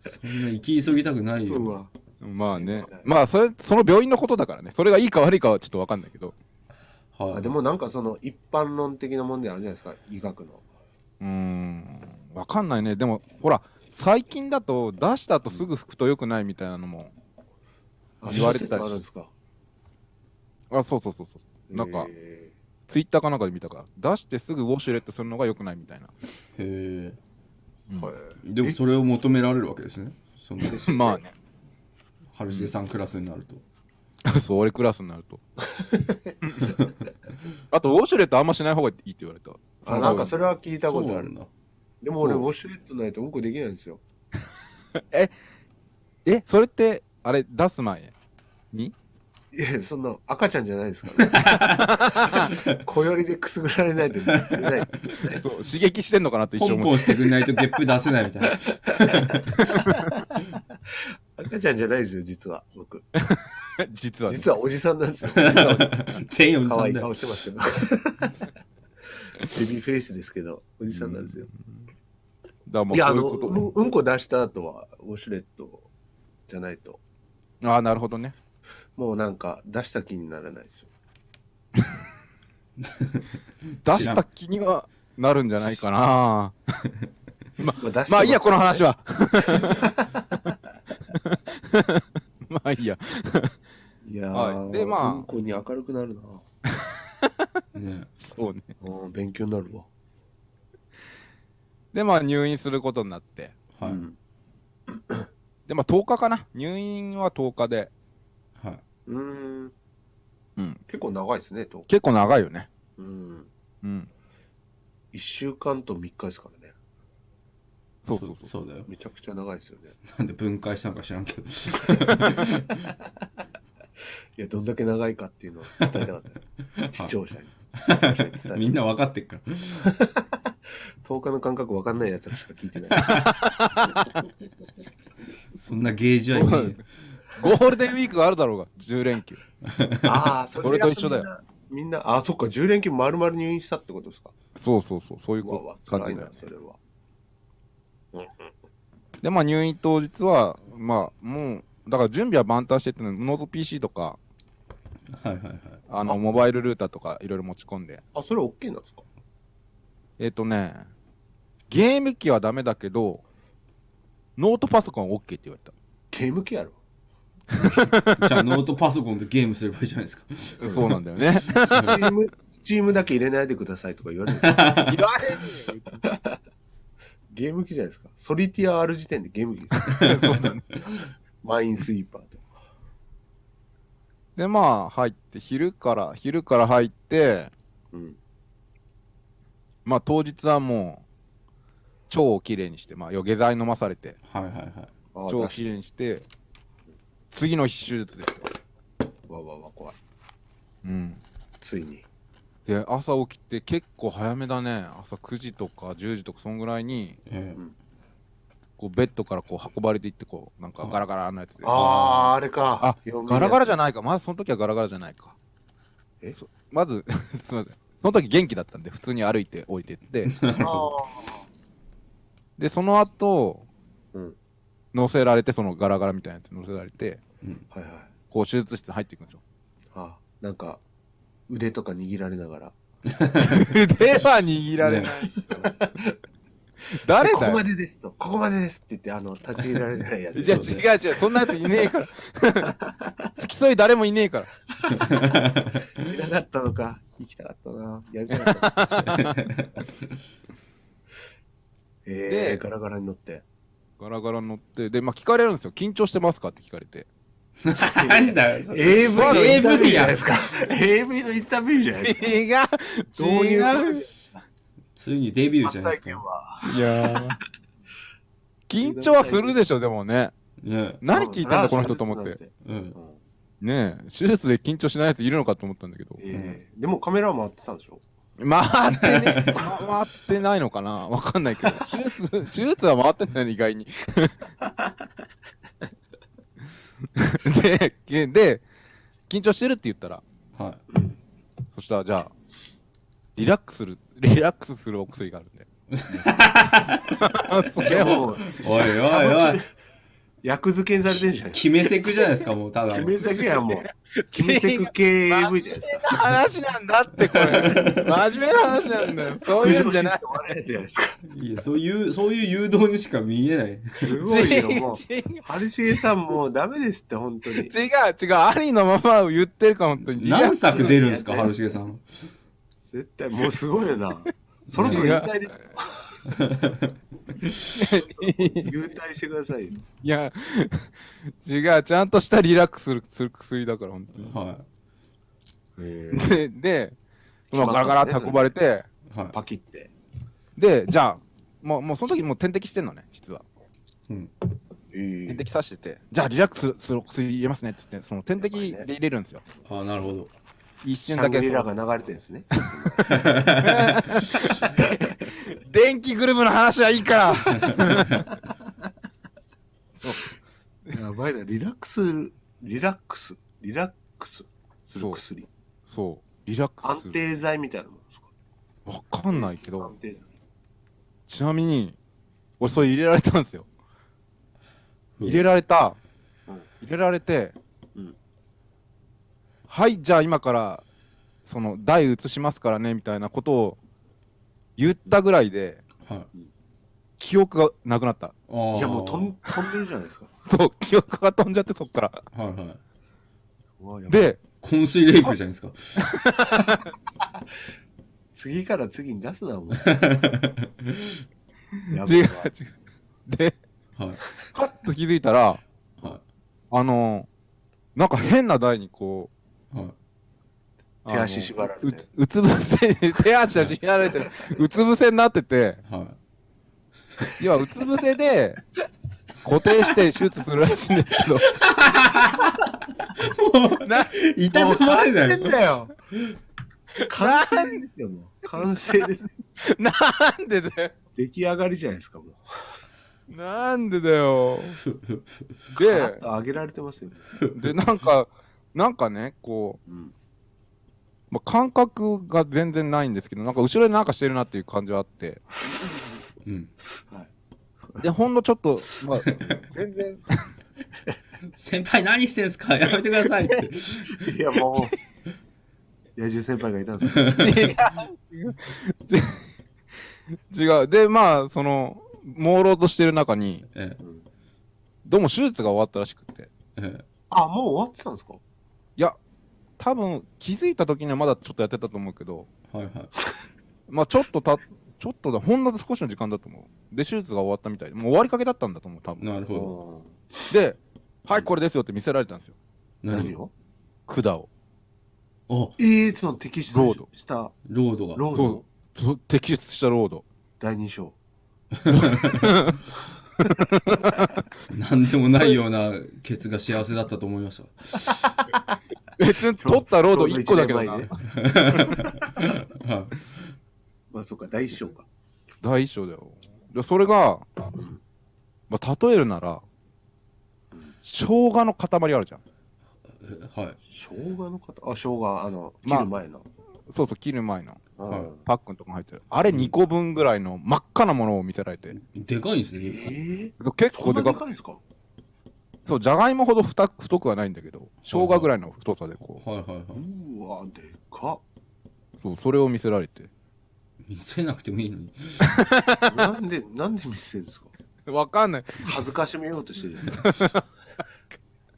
Speaker 2: そんな行き急ぎたくない
Speaker 3: うん
Speaker 2: よ
Speaker 3: は
Speaker 4: まあ
Speaker 3: は
Speaker 4: ね
Speaker 3: い。
Speaker 4: まあそれ、その病院のことだからね。それがいいか悪いかはちょっとわかんないけど。
Speaker 2: は
Speaker 3: あ
Speaker 2: い
Speaker 3: でもなんかその一般論的な問題あるじゃないですか医学の
Speaker 4: うーん。わかんないね。でも、ほら、最近だと出した後すぐ拭くと良くないみたいなのも。
Speaker 3: あ
Speaker 4: 言われてた
Speaker 3: 諸説
Speaker 4: り
Speaker 3: あるんですか
Speaker 4: あ、そうそうそうそう。なんか、
Speaker 3: へー
Speaker 4: ツイッターかなんかで見たから。出してすぐウォシュレットするのが良くないみたいな。
Speaker 2: へえ
Speaker 4: うん
Speaker 3: はい
Speaker 2: でもそれを求められるわけですねその
Speaker 4: まあね。
Speaker 2: 春重さんクラスになると
Speaker 4: そう、俺クラスになると。あと、ウォシュレットあんましない方がいいって言われた。そ
Speaker 3: あ
Speaker 4: の
Speaker 3: なんかそれは聞いたこ
Speaker 2: そう
Speaker 3: と
Speaker 2: な
Speaker 3: あ
Speaker 2: ん
Speaker 3: る
Speaker 2: だ
Speaker 3: でも俺ウ
Speaker 4: そう
Speaker 3: ォシュレットないとうんこできないんですよ
Speaker 4: え、それって、あれ、出す前に
Speaker 3: いや、そんな赤ちゃんじゃないですから、 ね。小寄りでくすぐられないと寝れない。
Speaker 4: そう、刺激してんのかなって一
Speaker 2: ポ
Speaker 4: 瞬
Speaker 2: ン
Speaker 4: 思っ
Speaker 2: ポンしてくれないとゲップ出せないみたい な
Speaker 3: 赤ちゃんじゃないですよ、実は。僕。
Speaker 4: て、実は、ね。
Speaker 3: 実はおじさんなんです よ。
Speaker 2: 全員おじ
Speaker 3: 可
Speaker 2: さ
Speaker 3: 愛
Speaker 2: ん
Speaker 3: い
Speaker 2: だよ
Speaker 3: 顔してますけど。 ベビーフェイスですけど、おじさんなんですよ。
Speaker 4: だからもう
Speaker 3: いや、
Speaker 4: そ
Speaker 3: あ
Speaker 4: うい
Speaker 3: の、
Speaker 4: うこ
Speaker 3: うん
Speaker 4: と。
Speaker 3: うんこ出した後は、ウォシュレットじゃないと、
Speaker 4: ああ、なるほどね。
Speaker 3: もうなんか出した気にならないですよ。
Speaker 4: 出した気にはなるんじゃないかな。
Speaker 3: まあ、出した
Speaker 4: まあいいや、この話。は。 まあいいや。
Speaker 3: いやー、
Speaker 4: はいでまあ
Speaker 3: うんこに明るくなるな。
Speaker 2: ね
Speaker 4: そうね。
Speaker 3: うん、勉強になるわ。
Speaker 4: で、まあ入院することになって。
Speaker 2: はい、
Speaker 3: うん
Speaker 4: で、まあ10日かな。入院は10日で。
Speaker 2: はい、
Speaker 3: うーん。
Speaker 4: うん
Speaker 3: 結構長いですね、と。
Speaker 4: 結構長いよね。
Speaker 3: うん。
Speaker 4: うん。
Speaker 3: 1週間と3日ですからね。
Speaker 4: そうそうそう。
Speaker 2: だよ
Speaker 3: めちゃくちゃ長いですよね。
Speaker 2: なんで分解したのか知ら んけど
Speaker 3: いや、どんだけ長いかっていうのを伝えたかったよ。視聴者に。視聴者に伝えた
Speaker 2: みんな分かってっから
Speaker 3: 10日の感覚わかんないやつらしか聞いて ない。
Speaker 2: そんなゲージは
Speaker 4: そう
Speaker 2: ね
Speaker 4: だゴールデンウィークがあるだろうが、10連休。
Speaker 3: ああ、そ
Speaker 4: 俺と一緒だよ。
Speaker 3: みんな、あ、そっか、10連休丸々入院したってことですか。
Speaker 4: そうそうそう、そういう
Speaker 3: うわう
Speaker 4: こ
Speaker 3: わ、
Speaker 4: と感
Speaker 3: 辛
Speaker 4: じ
Speaker 3: いな
Speaker 4: だよ、。
Speaker 3: それは。
Speaker 4: で、まあ入院当日は、まあもう、だから準備は万端してて、ノート PC とか、
Speaker 2: はいはいはい
Speaker 4: あのモバイルルーターとかいろいろ持ち込んで。
Speaker 3: あ、それ OK なんですか
Speaker 4: えっ、とね、ゲーム機はダメだけど、ノートパソコン OK って言われた。
Speaker 3: ゲーム機やろ。
Speaker 2: じゃあノートパソコンでゲームすればいいじゃないですか。
Speaker 4: そうなんだよね。
Speaker 3: スチーム、スチームだけ入れないでくださいとか言わ れる。 ゲーム機じゃないですか。ソリティアある時点でゲーム機です。
Speaker 4: そうだね。
Speaker 3: マインスイーパーと。
Speaker 4: で、まあ入って、昼から、昼から入って、
Speaker 3: うん。
Speaker 4: まあ当日はもう、超をきれいにして、まあ余下剤飲まされて、
Speaker 2: はいはいはい。
Speaker 3: あ
Speaker 4: 超を
Speaker 3: あ、出し
Speaker 4: きれいにして、次の日手術ですよ。
Speaker 3: わわわ、怖い。
Speaker 4: うん。
Speaker 3: ついに。
Speaker 4: で朝起きて結構早めだね朝9時とか10時とかそんぐらいに
Speaker 2: ええ
Speaker 4: こうベッドからこう運ばれていってこうなんかガラガラのやつで
Speaker 3: あ
Speaker 4: あ
Speaker 3: あ、あれか。
Speaker 4: ガラガラじゃ
Speaker 3: ない。
Speaker 4: ないかまずその時はガラガラじゃないか
Speaker 3: え
Speaker 4: そまず すいませんその時元気だったんで普通に歩いて降りてって でその後、
Speaker 3: うん
Speaker 4: 乗せられてそのガラガラみたいなやつに乗せられて
Speaker 3: はいはい。
Speaker 4: こう手術室に入っていくんですよ
Speaker 3: あなんか、腕とか握られながら。
Speaker 4: 腕は握られない、誰
Speaker 3: こ
Speaker 4: だ
Speaker 3: こ
Speaker 4: よ
Speaker 3: までですと、ここまでですって言って、あの、立ち入れられないやつ。
Speaker 4: じゃあ違う違う、そんなやついねえから。 付き添い誰もいねえから。
Speaker 3: 行きたかったのか。行きたかったな。やりたかった。え
Speaker 4: で
Speaker 3: ー、ガラガラに乗って。
Speaker 4: ガラガラ乗って、で、まあ聞かれるんですよ。緊張してますかって聞かれて。
Speaker 2: なんだよ。それ
Speaker 3: AV のインタビューじ
Speaker 2: AV
Speaker 3: ゃ
Speaker 2: や
Speaker 3: ないですか。AV のインタビューじゃないですか。
Speaker 4: 違う
Speaker 3: どうい
Speaker 4: 違う
Speaker 3: う
Speaker 2: ついにデビューじ
Speaker 3: 発
Speaker 2: ゃない
Speaker 3: 災
Speaker 2: ですか
Speaker 3: 権。は。
Speaker 4: いや緊張はするでしょ、でもね。
Speaker 2: ね
Speaker 4: 何聞いてんだ、この人と思っ
Speaker 3: うん
Speaker 4: て。。
Speaker 2: うん。
Speaker 4: ねえ、手術で緊張しないやついるのかと思ったんだけど。
Speaker 3: えーでもカメラ回ってたんでしょ
Speaker 4: 回ってね、回ってないのかなわかんないけど。手術、手術は回ってないの、意外に。でけ、で、緊張してるって言ったら、
Speaker 2: は
Speaker 4: そしたらじゃあ、リラックスする、リラックスするお薬があるん で。それを、
Speaker 3: もう
Speaker 2: い。おいおいおい。
Speaker 3: 役付けにされてるじゃないです
Speaker 2: 決めセクじゃないですか、もうただ
Speaker 3: か。
Speaker 2: の。
Speaker 3: 決めだけはもう、決め
Speaker 4: 違
Speaker 3: セ
Speaker 4: う
Speaker 3: ク系 AV
Speaker 4: 真
Speaker 3: じゃな
Speaker 4: 面
Speaker 3: いですか
Speaker 4: 目な話なんだって、これ。真面目な話なん だよ。そういうんじゃない。
Speaker 2: いや、そういう、そういう誘導にしか見えない。
Speaker 3: すごい
Speaker 4: 違
Speaker 3: よ、もう。
Speaker 4: う違う
Speaker 3: 春重さんもうダメですって、本当に。
Speaker 4: 違う、違う、ありのままを言ってるか、本当に。リラック
Speaker 2: 何
Speaker 4: ス
Speaker 2: 作出るんですか、
Speaker 3: やって
Speaker 2: 春重さん。
Speaker 3: 絶対、もうすごいよ な。そろそろ引 退で。優退してくださいよ。
Speaker 4: いや、違う、ちゃんとしたリラックスするする薬だから、本当
Speaker 2: は
Speaker 4: に。で、で、そのガラガラって運ばれて、
Speaker 2: い。はい。
Speaker 3: パキって。
Speaker 4: で、じゃあ、もう、もうその時もう点滴してんのね、実は。点滴さしてて、じゃあリラックスする薬入れますねって言って、その点滴で入れるんですよ。
Speaker 2: あーなるほど。
Speaker 4: 一
Speaker 3: シ
Speaker 4: 瞬
Speaker 3: ャ
Speaker 4: だ
Speaker 3: ン
Speaker 4: け
Speaker 3: グリラが流れてるんですね。
Speaker 4: 電気グループの話はい いから
Speaker 3: やばいな、リラックス、リラックス、リラックスする
Speaker 4: そう
Speaker 3: 薬。
Speaker 4: そう、リラックスす
Speaker 3: 安
Speaker 4: る。
Speaker 3: 定剤みたいなもんですか
Speaker 4: わかんないけ
Speaker 3: 安
Speaker 4: ど、
Speaker 3: 定剤
Speaker 4: ちなみに、俺それ入れられたんですよ。入れられた、
Speaker 3: うん
Speaker 4: 入れられて、
Speaker 3: うん
Speaker 4: はいじゃあ今からその台移しますからねみたいなことを言ったぐらいで
Speaker 2: はい。
Speaker 4: 記憶がなくなった
Speaker 2: あー
Speaker 3: いや、もう飛ん飛んでるじゃないですか。
Speaker 4: そう記憶が飛んじゃってそっから
Speaker 2: はいはい。
Speaker 3: うわやばい
Speaker 4: で
Speaker 2: 昏睡レイクじゃないですか。
Speaker 3: 次から次に出すな、お前。やばい
Speaker 4: 違う違う
Speaker 3: わ
Speaker 4: で
Speaker 2: はい。
Speaker 4: はっと気づいたら
Speaker 2: は
Speaker 4: あのなんか変な台にこ
Speaker 2: い。
Speaker 4: う
Speaker 2: はい。
Speaker 4: あの
Speaker 3: 手足縛られ
Speaker 4: う
Speaker 3: て。
Speaker 4: つうつ伏せ手足は縛られてるうつ伏せになってて
Speaker 2: はい。
Speaker 4: 要はうつ伏せで固定して手術するらしいんですけどな、
Speaker 2: いたたまれない。
Speaker 3: 完成だよ。完成ですよ、もう。完成です。
Speaker 4: なんでだよ。
Speaker 3: 出来上がりじゃないですか、もう。
Speaker 4: なんでだよ。
Speaker 3: カラ
Speaker 4: で
Speaker 3: ッと、上げられてますよね。
Speaker 4: で、なんか、なんかね、こ
Speaker 3: うん。
Speaker 4: う、まあ、感覚が全然ないんですけど、なんか後ろでなんかしてるなっていう感じはあって、
Speaker 2: うん。
Speaker 4: で、ほんのちょっと、まあ、全然、
Speaker 2: 先輩何してんすかやめてくださいって。
Speaker 3: いや、もう、野獣先輩がいたんです よ。
Speaker 4: 違う。で、まあ、その、朦朧としてる中に、
Speaker 2: え
Speaker 4: どうも手術が終わったらしくて、
Speaker 2: ええ
Speaker 3: あ、もう終わってたんですか
Speaker 4: 多分気づいた時にはまだちょっとやってたと思うけど、
Speaker 2: えはいはい。
Speaker 4: まあ、ちょっとた、ちょっとだ、ほんの少しの時間だと思う。で、手術が終わったみたいで、もう終わりかけだったんだと思う、多分。
Speaker 2: なるほど。
Speaker 4: で、はい、これですよって見せられたんですよ。
Speaker 3: うん何
Speaker 2: 何
Speaker 3: を
Speaker 4: 管を。
Speaker 2: あ、
Speaker 3: ええー、その摘出し
Speaker 4: ロード
Speaker 3: した
Speaker 2: ロードが。
Speaker 3: ロー
Speaker 4: そ
Speaker 3: ド
Speaker 4: うそ摘出したロー ド。
Speaker 3: 第二章。
Speaker 2: なんでもないようなケツが幸せだったと思いました。
Speaker 4: 別に取ったロード1個だけど
Speaker 3: ちょうど
Speaker 4: な
Speaker 3: 一。年前ね
Speaker 2: は
Speaker 3: まあ、そっか、第一章か。
Speaker 4: 第一章だよ。でそれが、まあ、例えるなら、生姜の塊あるじゃん。
Speaker 2: いえはい。
Speaker 3: 生姜の方あ、生姜、あの、切
Speaker 4: まあ
Speaker 3: る前の。
Speaker 4: そうそう、切る前の
Speaker 3: うん
Speaker 2: はい
Speaker 4: パックのとこに入ってる。あれ2個分ぐらいの真っ赤なものを見せられて。
Speaker 2: でかいんです
Speaker 3: え
Speaker 2: ね。
Speaker 3: ー、
Speaker 4: そう結
Speaker 3: そ
Speaker 4: 構
Speaker 3: んな
Speaker 4: で
Speaker 3: で
Speaker 4: か
Speaker 3: かい
Speaker 4: く
Speaker 3: んですか
Speaker 4: そう、じゃがいもほど太く太くはないんだけど、生姜ぐらいの太さでこ
Speaker 2: はいはいうはい。
Speaker 3: ーわ、でかっ。
Speaker 4: う、そう、それを見せられて。
Speaker 2: 見せなくてもいいのに。
Speaker 3: なんで、なんで見せてるんですか
Speaker 4: わかんない。
Speaker 3: 恥ずかしめようとしてる。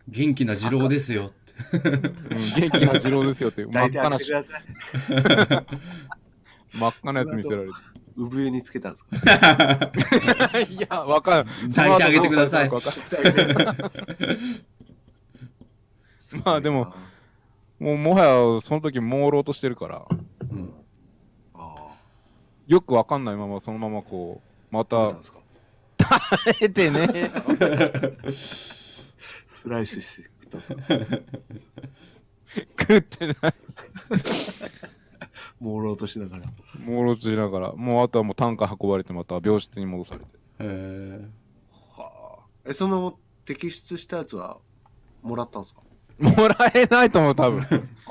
Speaker 2: 元気な二郎ですよって。
Speaker 4: うん元気な二郎ですよって、真っ
Speaker 3: 抱いてあ
Speaker 4: 赤
Speaker 3: げ
Speaker 4: な
Speaker 3: てください。
Speaker 4: 真っ赤なやつ見せられて。
Speaker 3: 産湯につけたんです か
Speaker 4: いや、わかんない。
Speaker 2: 抱いてあげてください
Speaker 4: その後どうされたのかわかんないまあでも、もうもはやその時朦朧としてるから、
Speaker 2: うん。
Speaker 3: あ
Speaker 4: よくわかんないままそのままこう、ま
Speaker 3: あ、そうなん
Speaker 4: た
Speaker 3: ですか
Speaker 4: 出てね。
Speaker 3: スライスして食ったんですか
Speaker 4: 食ってない。
Speaker 3: 朦朧としながら。
Speaker 4: 朦朧としながら、もうあとはもう単価運ばれてまた病室に戻されて。
Speaker 2: へえ。
Speaker 3: はあ。え、その摘出したやつはもらったんですか
Speaker 4: もらえ ないと思う、多分。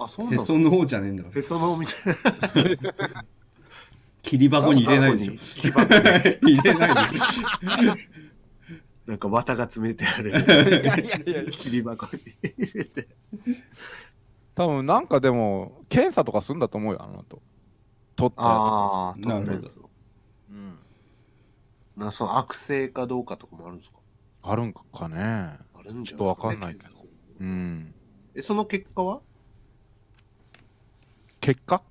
Speaker 3: あ、そうなん
Speaker 2: へ
Speaker 3: ですか
Speaker 2: その方じゃねえんだから
Speaker 3: へ。そのみたいな。
Speaker 2: 切り箱に入れないでし
Speaker 3: しょ。
Speaker 2: ょ。 入れないで。
Speaker 3: なんか綿が詰めてあ る。
Speaker 4: いやいやいや
Speaker 3: 切り箱に。
Speaker 4: 多分なんかでも、検査とかするんだと思うよ、あの後。取ったやつ。
Speaker 3: ああ、
Speaker 2: なるほど
Speaker 3: ど。
Speaker 4: うん。
Speaker 3: な、その悪性かどうかとかもあるんですか
Speaker 4: あるんかね。
Speaker 3: あるんじゃ
Speaker 4: ちょっとわかんないけど
Speaker 3: ど。
Speaker 4: うん。
Speaker 3: え、その結果は
Speaker 4: 結果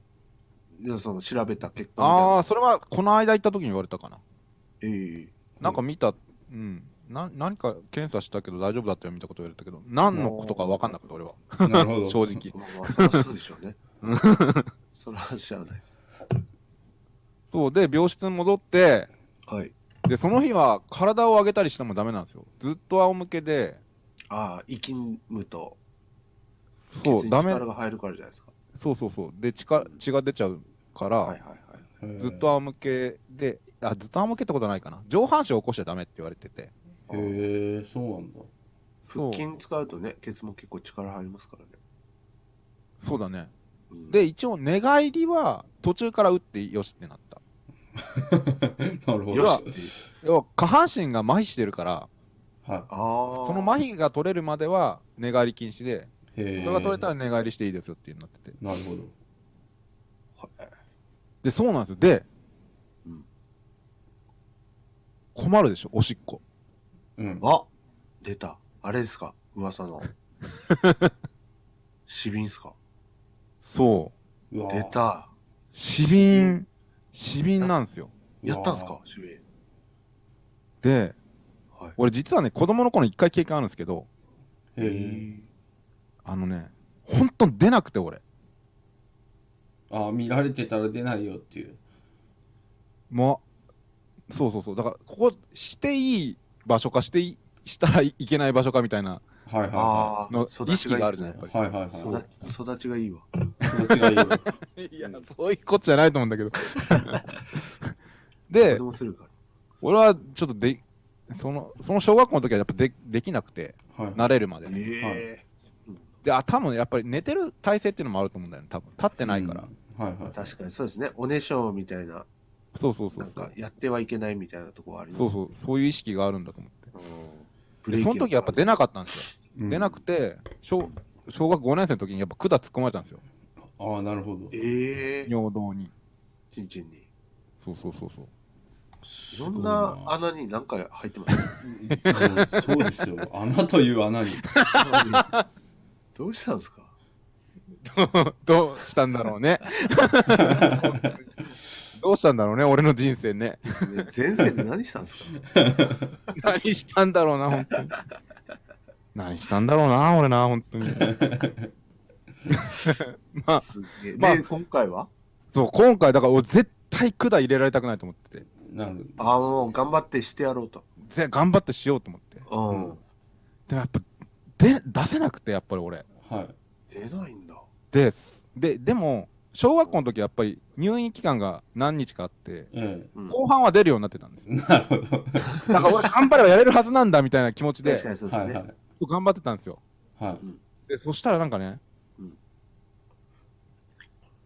Speaker 3: いや、その調べた結果みたいな
Speaker 4: ああ、それはこの間行った時に言われたかな。
Speaker 3: ええ
Speaker 4: なんか見た、うん。な何か検査したけど大丈夫だったよみたいなこと言われたけど、何のことか分かんなかった、俺は。
Speaker 2: なるほど。
Speaker 4: 正直。
Speaker 3: まあまあ、そりゃそうでしょ うね。それは知らないです。
Speaker 4: そう、で、病室に戻って、
Speaker 3: はい。
Speaker 4: で、その日は体を上げたりしてもダメなんですよ。ずっと仰向けで、
Speaker 3: ああ、生きむと、
Speaker 4: そう、ダメ
Speaker 3: 力、が入るからじゃないですか。
Speaker 4: そうそうそう。で、血か血が出ちゃうから、
Speaker 3: はいはいはい。
Speaker 2: へー
Speaker 4: ずっと。仰向けで、あ、ずっと仰向けってことはないかな。上半身を起こしちゃダメって言われてて。
Speaker 2: へえ、そうなんだ。
Speaker 3: 腹
Speaker 4: そう、
Speaker 3: 筋使うとね、ケツも結構力入りますからね。
Speaker 4: そうだね。
Speaker 3: うん
Speaker 4: で、、一応、寝返りは途中から打ってよしってなった。
Speaker 2: なるほど。
Speaker 3: よし
Speaker 2: は
Speaker 3: っていう。
Speaker 4: 要は下半身が麻痺してるから、
Speaker 3: ああ。
Speaker 4: その麻痺が取れるまでは寝返り禁止で、
Speaker 2: い。へえ。
Speaker 4: それが取れたら寝返りしていいですよっていうのになってて。
Speaker 2: なるほど。
Speaker 3: はい
Speaker 4: で、そうなんですよ。で、
Speaker 3: うん
Speaker 4: 困るでしょ、おしっこ。
Speaker 2: うん。
Speaker 3: あ出た。あれですか噂 の。シビンですか
Speaker 4: そう。
Speaker 2: うわ
Speaker 3: 出。た。
Speaker 4: 死瓶、死瓶なんですよ。
Speaker 3: やったんす
Speaker 2: う
Speaker 3: か
Speaker 2: わ
Speaker 3: シビン。
Speaker 4: で、
Speaker 3: はい。
Speaker 4: 俺実はね、子供の頃に一回経験あるんですけど、
Speaker 2: へえ。
Speaker 4: あのね、本当に出なくて俺。
Speaker 2: あ、見られてたら出ないよっていう。
Speaker 4: もう、そうそうそう。だから、ここ、していい場所か、していい、したらいけない場所かみたいな
Speaker 2: はいはいは
Speaker 3: ああ
Speaker 4: の、意識があるじゃない、やっぱ
Speaker 2: い。
Speaker 4: り。
Speaker 2: はいはい
Speaker 3: 育
Speaker 2: は
Speaker 3: ち育ちがいいわ。
Speaker 2: い。育ち がいいわ。
Speaker 4: いや、そういうことじゃないと思うんだけど。
Speaker 3: 子
Speaker 4: で、
Speaker 3: 供するから。
Speaker 4: 俺はちょっとでそのその小学校の時はやっぱでできなくて
Speaker 2: はい
Speaker 4: 慣れるまで
Speaker 5: え
Speaker 4: であ多分やっぱり寝てる体勢っていうのもあると思うんだよね多分立ってないから、
Speaker 2: うんはいはい
Speaker 3: 確かにそうですね。おねしょみたいな、
Speaker 4: そうそうそ
Speaker 3: な
Speaker 4: うんそ
Speaker 3: か
Speaker 4: う
Speaker 3: やってはいけないみたいなとこはあります。
Speaker 4: そうそうそういう意識があるんだと思って
Speaker 3: うん。
Speaker 4: でその時やっぱ出なかったんですよ、
Speaker 2: うん
Speaker 4: 出なくて小小学5年生の時にやっぱ管突っ込まれたんですよ
Speaker 2: ああなるほど
Speaker 3: ええ
Speaker 4: 尿道に
Speaker 3: ちんちんに。
Speaker 4: そうそうそうそう
Speaker 3: いろんな穴に何回入って ます。
Speaker 2: うんそうですよ穴という穴に
Speaker 3: どうしたんですか
Speaker 4: どうしたんだろうねどうしたんだろうね俺の人生ね
Speaker 3: ね前世で何したんですか
Speaker 4: 何したんだろうな、本当に。何したんだろうな、俺な、本当に。まあ、
Speaker 3: すげえ。
Speaker 4: まあ
Speaker 3: で、今回は
Speaker 4: そう、今回、だから俺、絶対管入れられたくないと思ってて、
Speaker 2: なる
Speaker 3: ああ、もう頑張ってしてやろうと。
Speaker 4: ぜ頑張ってしようと思って。
Speaker 3: うん。
Speaker 4: でもやっぱ、で出せなくて、やっぱり俺。
Speaker 2: はい
Speaker 3: 出ないんだ。
Speaker 4: です。で、でも、小学校の時やっぱり入院期間が何日かあって、
Speaker 2: え
Speaker 3: うん
Speaker 4: 後半は出るようになってたんですよ。
Speaker 2: えなるほど
Speaker 4: だから俺、頑張ればやれるはずなんだみたいな気持ちで
Speaker 3: 確、かにそうです
Speaker 2: はいは
Speaker 3: ね。
Speaker 2: い
Speaker 4: 頑張ってたんですよ。
Speaker 2: はい
Speaker 4: でそしたらなんかね、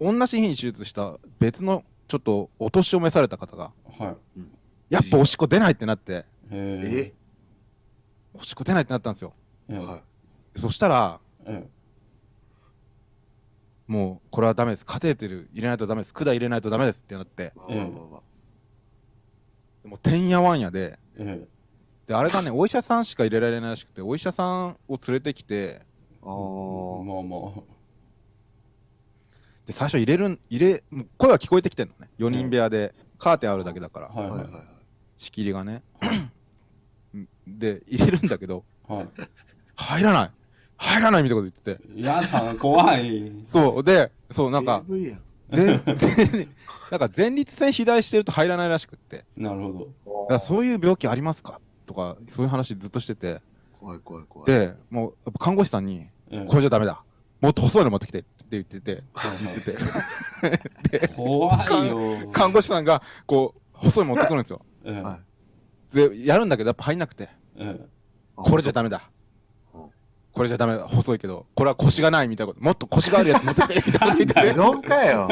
Speaker 3: うん
Speaker 4: 同じ日に手術した別のちょっとお年を召された方が
Speaker 2: はい
Speaker 4: やっぱおしっこ出ないってなって
Speaker 2: え
Speaker 3: え
Speaker 4: おしっこ出ないってなったんですよ
Speaker 2: ええ
Speaker 3: はい
Speaker 4: そしたら
Speaker 2: え
Speaker 4: もうこれはダメですカテーテル入れないとダメです管入れないとダメですってなって
Speaker 3: わわわわ
Speaker 4: もうてんやわんやで
Speaker 2: え
Speaker 4: であれが ねお医者さんしか入れられないらしくてお医者さんを連れてきて
Speaker 3: あー
Speaker 2: まあまあ
Speaker 4: で最初入れるん入れもう声は聞こえてきてんのね4人部屋でカーテンあるだけだから
Speaker 2: はい
Speaker 3: は
Speaker 2: はいい
Speaker 3: はいはい。
Speaker 4: 仕切りがねで入れるんだけど
Speaker 2: は
Speaker 4: 入らない入らないみたいなこと言ってて
Speaker 2: いやだ怖い
Speaker 4: そうでそうなんか
Speaker 3: AV やん
Speaker 4: 全全なんか前立腺肥大してると入らないらしくってだ
Speaker 2: なるほど
Speaker 4: からそういう病気ありますかとかそういう話ずっとしてて
Speaker 3: 怖い怖い怖い。
Speaker 4: でもうやっぱ看護師さんに
Speaker 2: ええ
Speaker 4: 「これじゃダメだもっと細いの持ってきて」って言ってて
Speaker 2: はい はい
Speaker 4: で
Speaker 2: 怖いよ
Speaker 4: 看護師さんがこう細いの持ってくるんですよ
Speaker 2: ええ
Speaker 3: はい
Speaker 4: でやるんだけどやっぱ入んなくて
Speaker 2: ええ
Speaker 4: 「これじゃダメだ」これじゃダメだ細いけどこれは腰がないみたいなこともっと腰があるやつ持ってきて みたいなこと言ってて
Speaker 3: うどんかよ。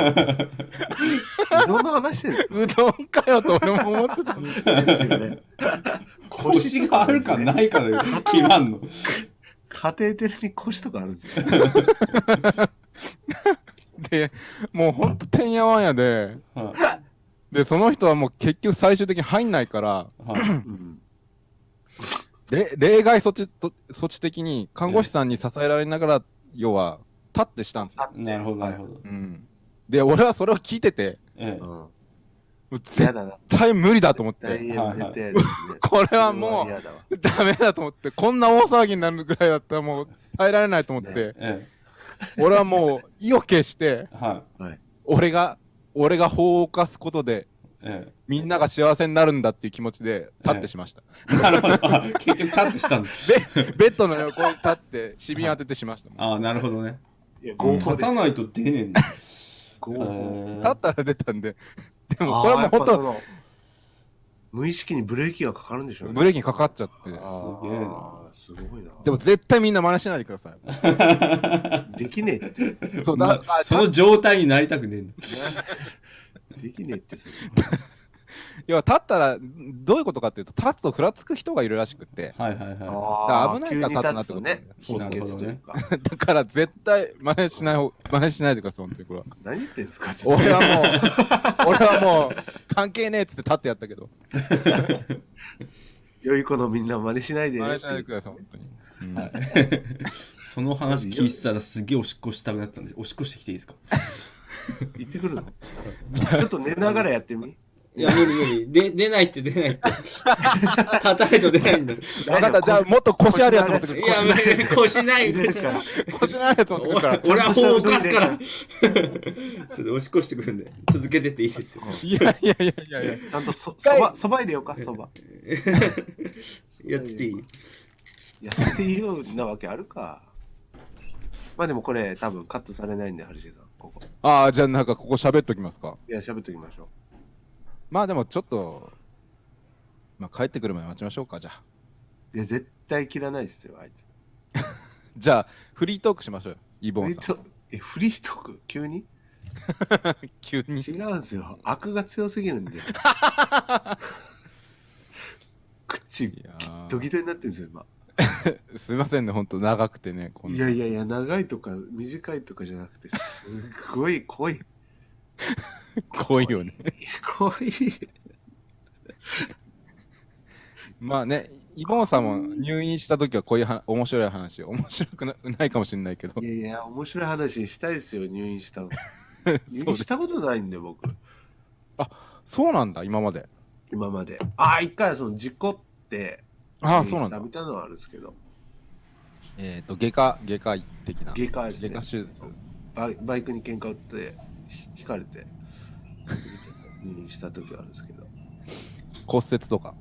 Speaker 3: うどんの話してるんですか
Speaker 4: うどんかよと俺も思ってた。
Speaker 2: 腰があるかないかで決まんの
Speaker 3: 家庭テレに腰とかあるんですよ。
Speaker 4: で、もうほんとてんやわんやで、
Speaker 2: は
Speaker 4: で、その人はもう結局最終的に入んないから、
Speaker 2: いはい
Speaker 3: うん
Speaker 4: れ例外措置と措置的に看護師さんに支えられながら、要は立ってしたんですよ。
Speaker 2: なるほどなるほど
Speaker 4: うん。で、俺はそれを聞いてて、
Speaker 2: え
Speaker 3: うん
Speaker 4: もう
Speaker 3: 嫌
Speaker 4: 絶
Speaker 3: だな。
Speaker 4: 対無理だと思っ
Speaker 3: 大
Speaker 4: て、
Speaker 3: 変
Speaker 2: はいは
Speaker 3: 絶
Speaker 2: い
Speaker 3: 対やですね。
Speaker 4: これはも
Speaker 3: 嫌だわ
Speaker 4: うダメだと思って、こんな大騒ぎになるぐらいだったらもう耐えられないと思って
Speaker 2: え、え
Speaker 4: 俺はもう意を決して、
Speaker 2: えはい
Speaker 4: 俺が、俺が法を犯すことで、
Speaker 2: え
Speaker 4: みんなが幸せになるんだっていう気持ちで立ってしました。
Speaker 2: え なるほどあ結局立ってしたんだ
Speaker 4: で、 ベッドの横に立って、シビン当ててしましたもん。
Speaker 2: ああなるほどね
Speaker 3: いや合法で
Speaker 2: 立た
Speaker 3: す。
Speaker 2: ないと出ねえんだ
Speaker 3: 合
Speaker 2: え
Speaker 3: 法。
Speaker 2: え
Speaker 4: 立ったら出たんで、でも
Speaker 3: あ
Speaker 4: これは
Speaker 3: ー
Speaker 4: もう本
Speaker 3: やっぱその無意識にブレーキがかかるんでしょ
Speaker 4: 当、
Speaker 3: うね。
Speaker 4: ブレーキにかかっちゃって。
Speaker 3: あ
Speaker 2: すげえな
Speaker 3: ーすごいな。
Speaker 4: でも絶対みんな真似しないでくださ
Speaker 3: できねえって。
Speaker 4: い。そう、
Speaker 2: ま
Speaker 4: だ
Speaker 2: あ、その状態になりたくねえんだ
Speaker 3: できねえってそれ。
Speaker 4: 要は立ったら、どういうことかっていうと、立つとふらつく人がいるらしくって、
Speaker 2: はいはいは
Speaker 4: だ
Speaker 3: あ
Speaker 4: から危ないから立つなってことだよね
Speaker 3: 急に立つとね。貧血というか。
Speaker 4: だから絶対真似しない方、真似しないでください、本当にこれは。
Speaker 3: 何言ってんですかちょっと
Speaker 4: 俺はもう、俺はもう、関係ねえっつって立ってやったけど、
Speaker 3: 良い子のみんな真似しないでね
Speaker 4: 真似しないでください、本当に。うん
Speaker 2: い。その話聞いてたらすげえおしっこしたくなったんで、おしっこしてきていいですか
Speaker 3: 行ってくるのちょっと寝ながらやってみ
Speaker 6: いや、無理無理。で、出ないって出ない って。叩いと出ないんだ。い
Speaker 4: わかった、じゃあもっと腰あるやつ持ってくる。
Speaker 6: や、無理、腰ない、
Speaker 3: 入れる
Speaker 6: 腰
Speaker 3: か
Speaker 6: ない
Speaker 3: ら。
Speaker 4: 腰のあるやつ持ってく るから。
Speaker 6: 俺は法を犯すから。 ちょっと押し越してくるんで、続けてていいですよ。
Speaker 4: いやいやいやいやいや。
Speaker 3: ちゃんとそ
Speaker 4: 回
Speaker 3: そばそば入れようかそ ば
Speaker 6: やってていい。
Speaker 3: やっていいようなわけあるかまあでもこれ多分カットされないんでハルシエさんここ
Speaker 4: ああ、じゃあなんかここ喋っときますか。
Speaker 3: いや喋っときましょ
Speaker 4: まあでもちょっと、まあ、帰ってくるまで待ちましょうか、じゃあ。
Speaker 3: いや、絶対切らないですよ、あいつ。
Speaker 4: じゃあ、フリートークしましょうよ、イボ
Speaker 3: フ
Speaker 4: ン
Speaker 3: リ
Speaker 4: さ
Speaker 3: ートえフリートーク急に
Speaker 4: ん。急に。
Speaker 3: 違うんですよ。悪が強すぎ るんで。口
Speaker 4: いやー
Speaker 3: ドギドギになってるんですよ、今。
Speaker 4: すいませんね、ほんと長くてね、こん
Speaker 3: い
Speaker 4: な
Speaker 3: やいやいや、長いとか短いとかじゃなくて、すっごい濃い。
Speaker 4: 濃いよね。
Speaker 3: 濃 い。
Speaker 4: まあね、イボンさんも入院した時はこういうは面白い話、面白くなないかもしれないけど
Speaker 3: い、やいや、面白い話したいですよ、入院 した。入
Speaker 4: そう
Speaker 3: 院
Speaker 4: で
Speaker 3: し
Speaker 4: す
Speaker 3: たことないんで、僕。
Speaker 4: そうなんだ、今まで。
Speaker 3: 今まで。ああ、一回、その、事故って、
Speaker 4: ああ、そうなん
Speaker 3: 入院し。た
Speaker 4: だ
Speaker 3: みたいなのはあるんですけど、
Speaker 4: えっ、と、外科、外科医的な。
Speaker 3: 外科です
Speaker 4: 外
Speaker 3: ね
Speaker 4: 科手術。
Speaker 3: バイバイクに喧嘩売って、ひひかれて、入院した時はあるんですけど、
Speaker 4: 骨折とか。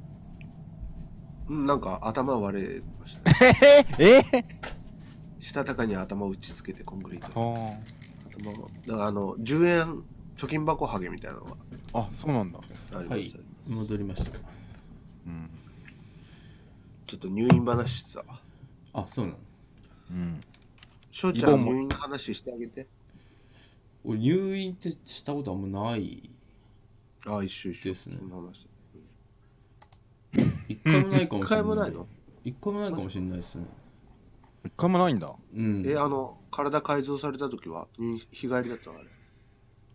Speaker 3: うん、なんか頭割れましたね。
Speaker 4: えええ
Speaker 3: したたかに頭打ちつけて、コンクリートに。
Speaker 4: あ
Speaker 3: 頭をだから、あの、10円貯金箱ハゲみたいなのが
Speaker 4: あ、そうなんだ。
Speaker 3: ありましたね。
Speaker 6: 戻りました。
Speaker 4: うん。
Speaker 3: ちょっと入院話してたわ。
Speaker 6: あ、そうなの。
Speaker 4: うん。
Speaker 3: 翔ち
Speaker 4: リ
Speaker 3: ゃ
Speaker 4: ボ
Speaker 3: ん
Speaker 4: ンも
Speaker 3: 入院の話してあげて。
Speaker 6: 俺、入院ってしたことあんまない。
Speaker 3: ああ、一周一周。
Speaker 6: ですね
Speaker 3: そんな話
Speaker 6: 一回もないかも
Speaker 3: 一
Speaker 6: しれない。
Speaker 3: 回もないの
Speaker 6: 一回もないかもしれないですね。
Speaker 4: 一回もないんだ。
Speaker 6: うん。
Speaker 3: え、あの、体改造された時は入院日帰りだったのあれ。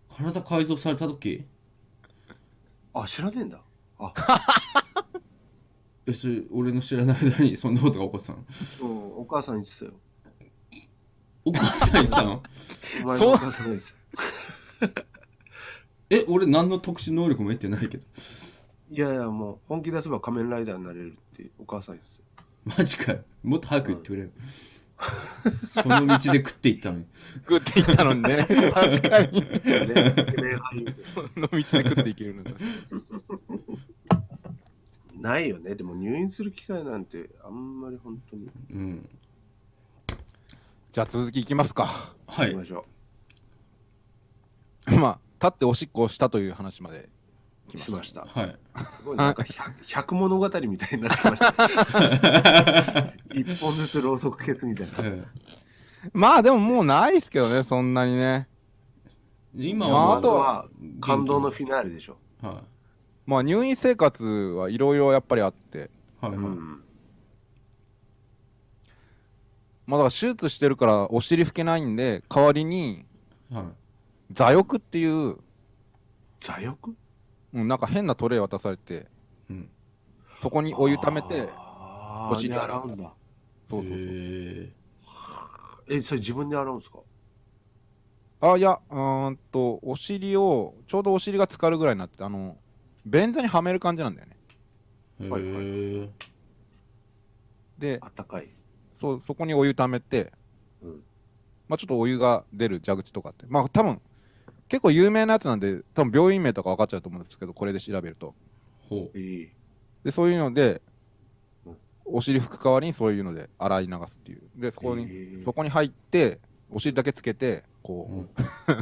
Speaker 6: 体改造された時
Speaker 3: あ、知らねえんだ。あ、
Speaker 6: え、それ、俺の知らない間にそんなことが起こってたの
Speaker 3: うん、お母さん言ってたよ。
Speaker 6: お母さん言ってた の
Speaker 3: お前のお母さんが言ってた。
Speaker 6: え、俺何の特殊能力も得てないけど。
Speaker 3: いやいや、もう本気出せば仮面ライダーになれるってお母さん言ってたよ。
Speaker 6: マジかよ。もっと早く言ってくれよ。その道で食っていったのに。
Speaker 4: 食っていったのにね。 確か
Speaker 3: ね、イケメ
Speaker 4: に。
Speaker 3: ン俳優
Speaker 4: そ の道で食っていけるのだ。
Speaker 3: ないよね。でも入院する機会なんてあんまり本当に。
Speaker 6: うん。
Speaker 4: じゃあ続きいきますか。
Speaker 6: は
Speaker 3: 行き
Speaker 6: い
Speaker 3: ま。しょ
Speaker 4: まあ、立っておしっこをしたという話ま
Speaker 3: う。
Speaker 4: で来
Speaker 3: し
Speaker 4: ま
Speaker 3: ま
Speaker 4: し。
Speaker 3: したた。
Speaker 6: はい。
Speaker 3: すごいなんか百百物語みたいになってきま した。一本ずつろうそく消すみたいな。
Speaker 6: え
Speaker 4: まあでももうないっすけどね、そんなにね。
Speaker 6: え今
Speaker 4: ま
Speaker 6: は、
Speaker 4: ああと
Speaker 3: は感動のフィナーレでしょ。
Speaker 6: は
Speaker 4: まあ入院生活はいろいろやっぱりあっ
Speaker 6: い。
Speaker 4: て、
Speaker 6: はい、
Speaker 3: う
Speaker 6: はい。
Speaker 3: ん。
Speaker 4: まあだから手術してるからお尻拭けないんで、代わりに
Speaker 6: はい。
Speaker 4: 座浴っていう、
Speaker 3: 座浴
Speaker 4: うん、なんか変なトレイ渡されて、
Speaker 6: うん。
Speaker 4: そこにお湯ためて、
Speaker 3: あー
Speaker 4: お尻
Speaker 3: で洗うんだ。
Speaker 4: そうそうそう。
Speaker 6: へ
Speaker 3: え、それ自分で洗うんですか
Speaker 4: あ、いや、うーんと、お尻を、ちょうどお尻が浸かるぐらいになって、あの、便座にはめる感じなんだよね。
Speaker 6: え。
Speaker 3: はいは
Speaker 6: へえ。
Speaker 4: で、
Speaker 3: あったかい。
Speaker 4: そうそこにお湯ためて、
Speaker 3: うん
Speaker 4: まあちょっとお湯が出る蛇口とかって、まあ多分、結構有名なやつなんで、多分病院名とか分かっちゃうと思うんですけど、これで調べると。
Speaker 6: ほ
Speaker 3: いい。
Speaker 4: で、そういうので
Speaker 3: うん、
Speaker 4: お尻拭く代わりにそういうので洗い流すっていう。で、そこに、
Speaker 3: えー
Speaker 4: そこに入って、お尻だけつけて、こ
Speaker 6: う。
Speaker 4: う、
Speaker 6: ほう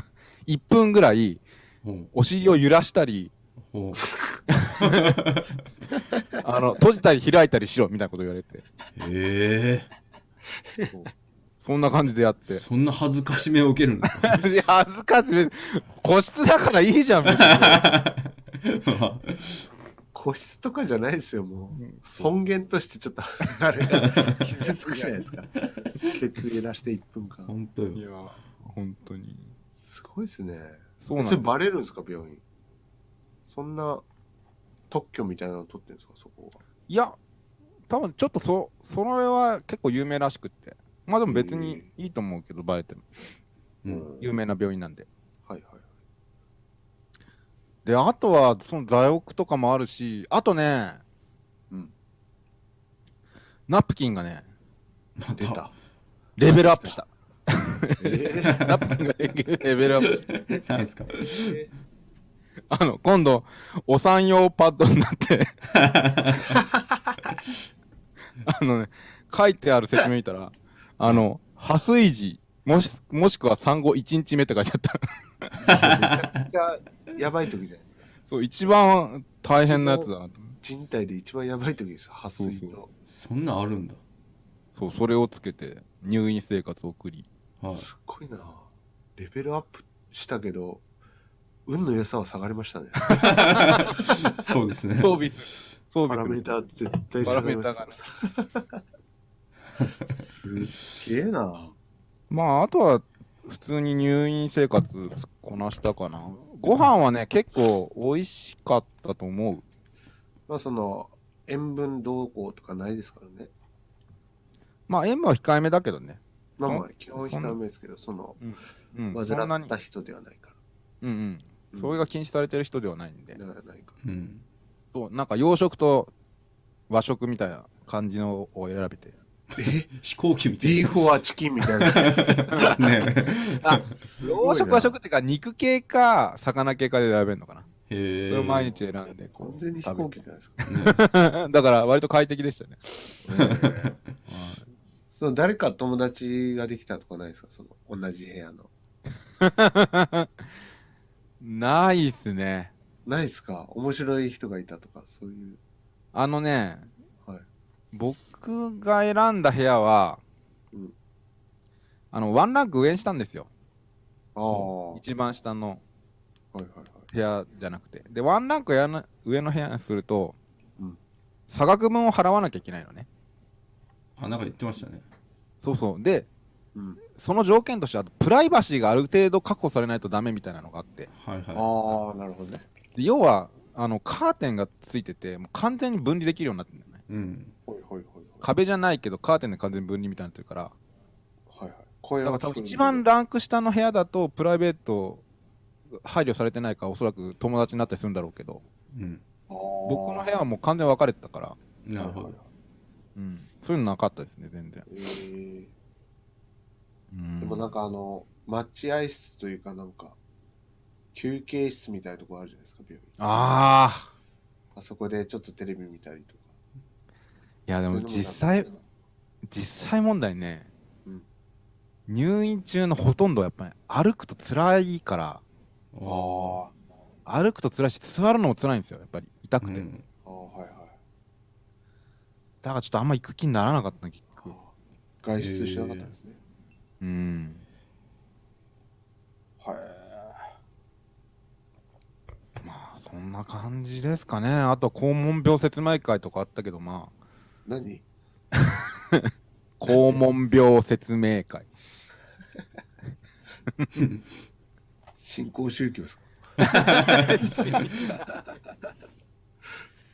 Speaker 4: 1分ぐらい、
Speaker 6: ほう。
Speaker 4: お尻を揺らしたり、
Speaker 6: ほ
Speaker 4: あの、閉じたり開いたりしろ、みたいなこと言われて。
Speaker 6: う。へ
Speaker 4: そんな感じでやって
Speaker 6: え。。そんな恥ずかしめを受けるん ですか
Speaker 4: いや恥ずかしい。個室だからいいじゃん、別に
Speaker 6: まあ
Speaker 3: 個室とかじゃないですよ、もう。尊厳としてちょ っと、あれが傷つくじゃないですか。血入らして1分間。
Speaker 6: 本当
Speaker 4: い
Speaker 6: よ。
Speaker 4: や、本当に。
Speaker 3: すごいですね。
Speaker 4: そうなん
Speaker 3: それ
Speaker 4: です
Speaker 3: バレるんですか、病院。そんな特許みたいなの取ってるんですか、そこは。
Speaker 4: いや、多分ちょっとそ、それは結構有名らしくって。まあでも別にいいと思うけど、バレても。
Speaker 6: うん。
Speaker 4: 有名な病院なんで。
Speaker 3: はいはい。
Speaker 4: で、あとは、その座浴とかもあるし、あとね、
Speaker 3: うん
Speaker 4: ナプキンがね、
Speaker 6: ま
Speaker 3: 出た。。
Speaker 4: レベルアッ プした。
Speaker 3: え
Speaker 4: ナプキンがレベルアップした。
Speaker 6: 何ですか
Speaker 3: ー
Speaker 4: あの、今度、お産用パッドにな って、あのね、書いてある説明見たら、あの、破水時、もし、もしくは産後1日目って書いてあった。
Speaker 3: めちゃくちゃやばい時じゃないですか。
Speaker 4: そう、一番大変なやつだなと思う。
Speaker 3: 人体で一番やばい時ですよ、発水
Speaker 4: そ
Speaker 3: と。
Speaker 2: そんなんあるんだ。
Speaker 4: そう、それをつけて入院生活を送り、
Speaker 2: はい。
Speaker 3: すっごいな。レベルアップしたけど、運の良さは下がりましたね。
Speaker 2: そうですね。
Speaker 4: 装備、装
Speaker 3: パ
Speaker 4: 備
Speaker 3: ラ
Speaker 4: す
Speaker 3: メー
Speaker 4: る。
Speaker 3: ター絶対下がりまし
Speaker 4: パラ
Speaker 3: た。すっげえな。
Speaker 4: まあ、あとは普通に入院生活こなしたかな。ご飯はね、結構美味しかったと思う。
Speaker 3: まあその、塩分動向とかないですからね。
Speaker 4: まあ、塩分は控えめだけどね。
Speaker 3: まあまあ
Speaker 4: そ、
Speaker 3: 基本控えめですけど、その、
Speaker 4: うん、そんな
Speaker 3: 患っ
Speaker 4: に
Speaker 3: た。人ではないか
Speaker 4: うんうん。
Speaker 3: うん
Speaker 4: それが禁止されてる人ではないんで。
Speaker 3: ら。ではないから。
Speaker 2: うん。
Speaker 4: そう、なんか洋食と和食みたいな感じのを選べて。
Speaker 2: 飛行機みたい
Speaker 3: ビーフはチキンみたいな。
Speaker 2: な。ね
Speaker 4: あ、
Speaker 3: すごいな
Speaker 4: 洋食和食っていうか、肉系か魚系かで選べるのかな。
Speaker 2: え。へえ。
Speaker 4: それを毎日選んで、こ
Speaker 3: 完
Speaker 4: う。
Speaker 3: 全に飛行
Speaker 4: 食
Speaker 3: 機じゃないですか。
Speaker 4: べて だから、割と快適でしたね。
Speaker 3: その誰か友達ができたとかないですかその同じ部屋の。
Speaker 4: ないっすね。
Speaker 3: ないですか面白い人がいたとか、そういう。
Speaker 4: あのね、
Speaker 3: はい
Speaker 4: 僕が選んだ部屋は、
Speaker 3: うん
Speaker 4: あの、ワンランク上にしたんですよ。
Speaker 3: ああ、はい
Speaker 4: 一番下の
Speaker 3: はいはい。
Speaker 4: 部屋じゃなくて。で、ワンランクやな上の部屋にすると、
Speaker 3: うん
Speaker 4: 差額分を払わなきゃいけないのね。
Speaker 2: あ、なんか言ってましたね。
Speaker 4: そうそう。で、
Speaker 3: うん、
Speaker 4: その条件としては、プライバシーがある程度確保されないとダメみたいなのがあって。
Speaker 2: はいは
Speaker 3: ああ、なるほどね。
Speaker 4: で要は、あの、カーテンがついてて、もう完全に分離できるようになってるんだよね。
Speaker 2: い。うん。
Speaker 3: ほいほいほいほい。
Speaker 4: 壁じゃないけど、カーテンで完全に分離みたいになってるから、
Speaker 3: はいはい。声
Speaker 4: だから
Speaker 3: は
Speaker 4: 多分
Speaker 3: 聞くんで
Speaker 4: 一番ランク下の部屋だとプライベート配慮されてないからおそらく友達になったりするんだろうけど
Speaker 2: うん。
Speaker 3: あー
Speaker 4: 僕の部屋はもう完全に分かれてたから、
Speaker 2: なるほど。
Speaker 4: うん、そういうのなかったですね全然、
Speaker 3: えー
Speaker 4: うん、
Speaker 3: でもなんかあの、待合室というかなんか、休憩室みたいなとこあるじゃないですか、病院。
Speaker 4: ああ
Speaker 3: あそこでちょっとテレビ見たりとか。
Speaker 4: いやでも実際実際問題ね、
Speaker 3: うん
Speaker 4: 入院中のほとんどはやっぱり、歩くと辛いから
Speaker 3: ああ、
Speaker 4: 歩くと辛いし座るのも辛いんですよやっぱり痛
Speaker 2: あ
Speaker 4: くて、
Speaker 2: うん
Speaker 3: ああ、はいはい。
Speaker 4: だからちょっとあんま行く気にならなかったな結局
Speaker 3: 外出しなかったんですね。
Speaker 4: うん
Speaker 3: はい。
Speaker 4: まあそんな感じですかねあとは肛門病説明会とかあったけどまあ
Speaker 3: 何
Speaker 4: 肛門病説明会
Speaker 3: 新興宗教 ですか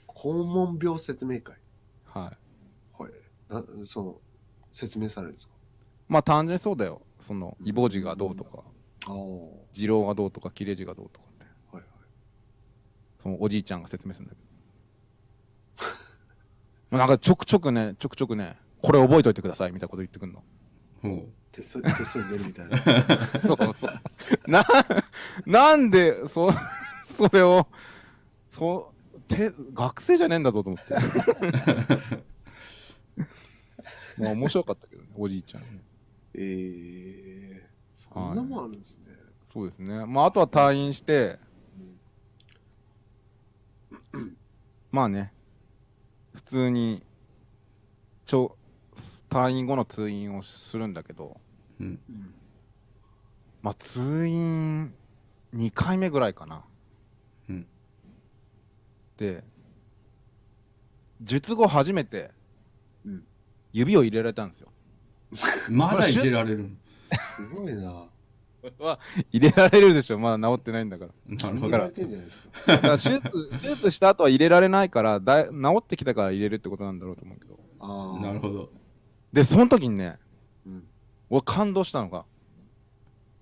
Speaker 3: 肛門病説明会。
Speaker 4: はい
Speaker 3: はい。なその、説明されるんですか
Speaker 4: まあ単純にそうだよそのイボ痔がどうとか
Speaker 3: ああ、
Speaker 4: 痔瘻がどうとか切れ痔がどうとかって
Speaker 3: はいはい。
Speaker 4: そのおじいちゃんが説明するんだけどま あなんかちょくちょくねちょくちょくねこれ覚えといてくださいみたいなこと言ってくんの
Speaker 2: ほ
Speaker 3: 手数手数出るみたいな。
Speaker 4: そうそう ななんでそそれをそうて学生じゃねえんだぞと思って まあ面白かったけどね、おじいちゃん、ね。
Speaker 3: ええそんなもんあるんですね。
Speaker 4: そうですね。まあ、あとは退院して、まあね、普通に、ちょ、退院後の通院をするんだけど、
Speaker 2: う。うん。
Speaker 3: うん
Speaker 4: まあ、通院2回目ぐらいかな。
Speaker 2: うん
Speaker 4: で、術後初めて
Speaker 3: うん、
Speaker 4: 指を入れられたんですよ。
Speaker 2: まだ入れられる
Speaker 3: すごいな。
Speaker 4: 入れられるでしょ、まだ治ってないんだから。
Speaker 2: の。
Speaker 3: 入れ。
Speaker 2: なるほど
Speaker 4: から
Speaker 3: れてんじゃないですか。
Speaker 4: だから手術手術した後は入れられないからだい治ってきたから入れるってことなんだろうと思うけど
Speaker 3: ああ。
Speaker 2: なるほど。
Speaker 4: でその時にね
Speaker 3: うん
Speaker 4: 俺感動したのが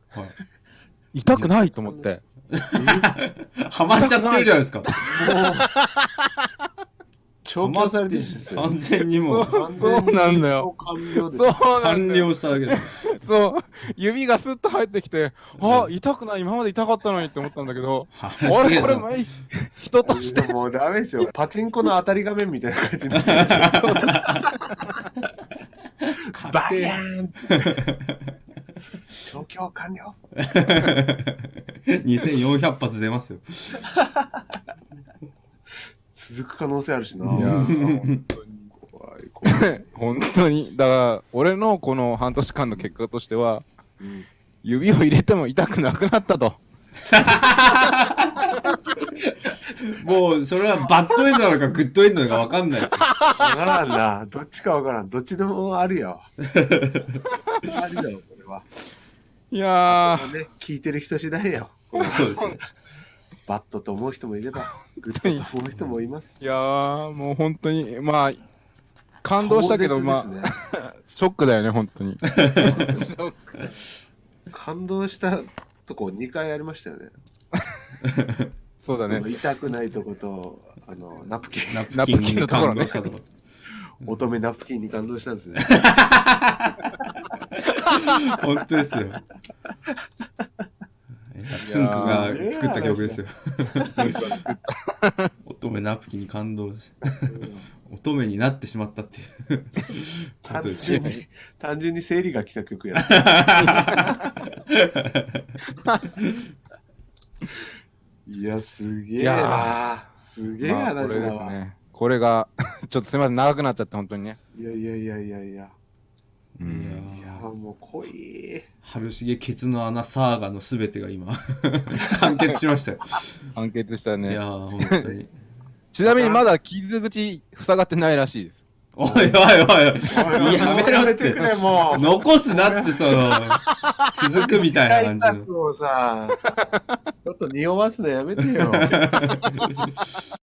Speaker 2: はい。
Speaker 4: 痛くないと思って
Speaker 2: ハマっちゃってるじゃないですか。
Speaker 3: 調教されてるんですよ。
Speaker 2: 完全にもう。
Speaker 4: そうなんだよ。
Speaker 3: 完了です。
Speaker 4: そうなん
Speaker 2: 完
Speaker 4: だよ
Speaker 2: 了しただけです。
Speaker 4: そう指がスッと入ってきてあ痛くない今まで痛かったのにって思ったんだけど
Speaker 2: は
Speaker 4: あ
Speaker 2: い
Speaker 4: れこれ
Speaker 2: すげえな
Speaker 4: 前人として
Speaker 3: もうダメですよ。パチンコの当たり画面みたいな感じになって
Speaker 2: 確定。
Speaker 3: ーン調教完了
Speaker 2: 2400発出ますよ。
Speaker 3: 続く可能性あるしな。
Speaker 4: いやー本当に
Speaker 3: 怖い怖い。
Speaker 4: 本当にだから俺のこの半年間の結果としては
Speaker 3: うん
Speaker 4: 指を入れても痛くなくなったと
Speaker 2: もう、それはバッドエンドなのかグッドエンドなのかわかんないですよ。
Speaker 3: わからんな。どっちかわからん。どっちでもあるよ。あるよ、これは。
Speaker 4: いやー
Speaker 3: ね、聞いてる人次第よ。
Speaker 2: そうですね。
Speaker 3: バットと思う人もいれば、グッドと思う人もいます。
Speaker 4: いやーもう本当にまあ 感動したけど、ま
Speaker 3: 壮
Speaker 4: あ
Speaker 3: 絶ですね
Speaker 4: ショックだよね本当にショック
Speaker 3: 感動したとこ2回ありましたよね。
Speaker 4: そうだね
Speaker 3: 痛くないとこと、あの、ナプキン、
Speaker 4: ナプキンのところ
Speaker 2: 感
Speaker 4: ね
Speaker 2: 動したとこ
Speaker 3: 乙女ナプキンに感動したんですね。
Speaker 2: 本当ですよ。やっぱつんくが作った曲ですよ。乙女ナプキンに感動し、乙女になってしまったっていうこ
Speaker 3: 単
Speaker 2: とですよ
Speaker 3: 純。に、単純に生理が来た曲や。 いや、すげえ
Speaker 4: い
Speaker 3: な
Speaker 4: や。
Speaker 3: すげえ
Speaker 4: ま
Speaker 3: 話
Speaker 4: あ
Speaker 3: だ
Speaker 4: これです
Speaker 3: わ。
Speaker 4: ねこれが ちょっとすみません長くなっちゃって本当にね
Speaker 3: いやいやいやいやいや。
Speaker 4: う
Speaker 2: いや
Speaker 4: ん
Speaker 3: いや、
Speaker 2: ー
Speaker 3: もう濃い。
Speaker 2: 春重ケツの穴サーガのすべてが今完結しましたよ。
Speaker 4: 判決した
Speaker 2: い
Speaker 4: ね
Speaker 2: やー本当に。
Speaker 4: ちなみにまだ傷口塞がってないらしいです
Speaker 2: おいおいおい、やめろ
Speaker 3: やめ
Speaker 2: ってて
Speaker 3: く。れ、もう。
Speaker 2: 残すなって、その、続くみたいな
Speaker 3: 対
Speaker 2: 感じの。
Speaker 3: 策をさ、ちょっと匂わすのやめてよ。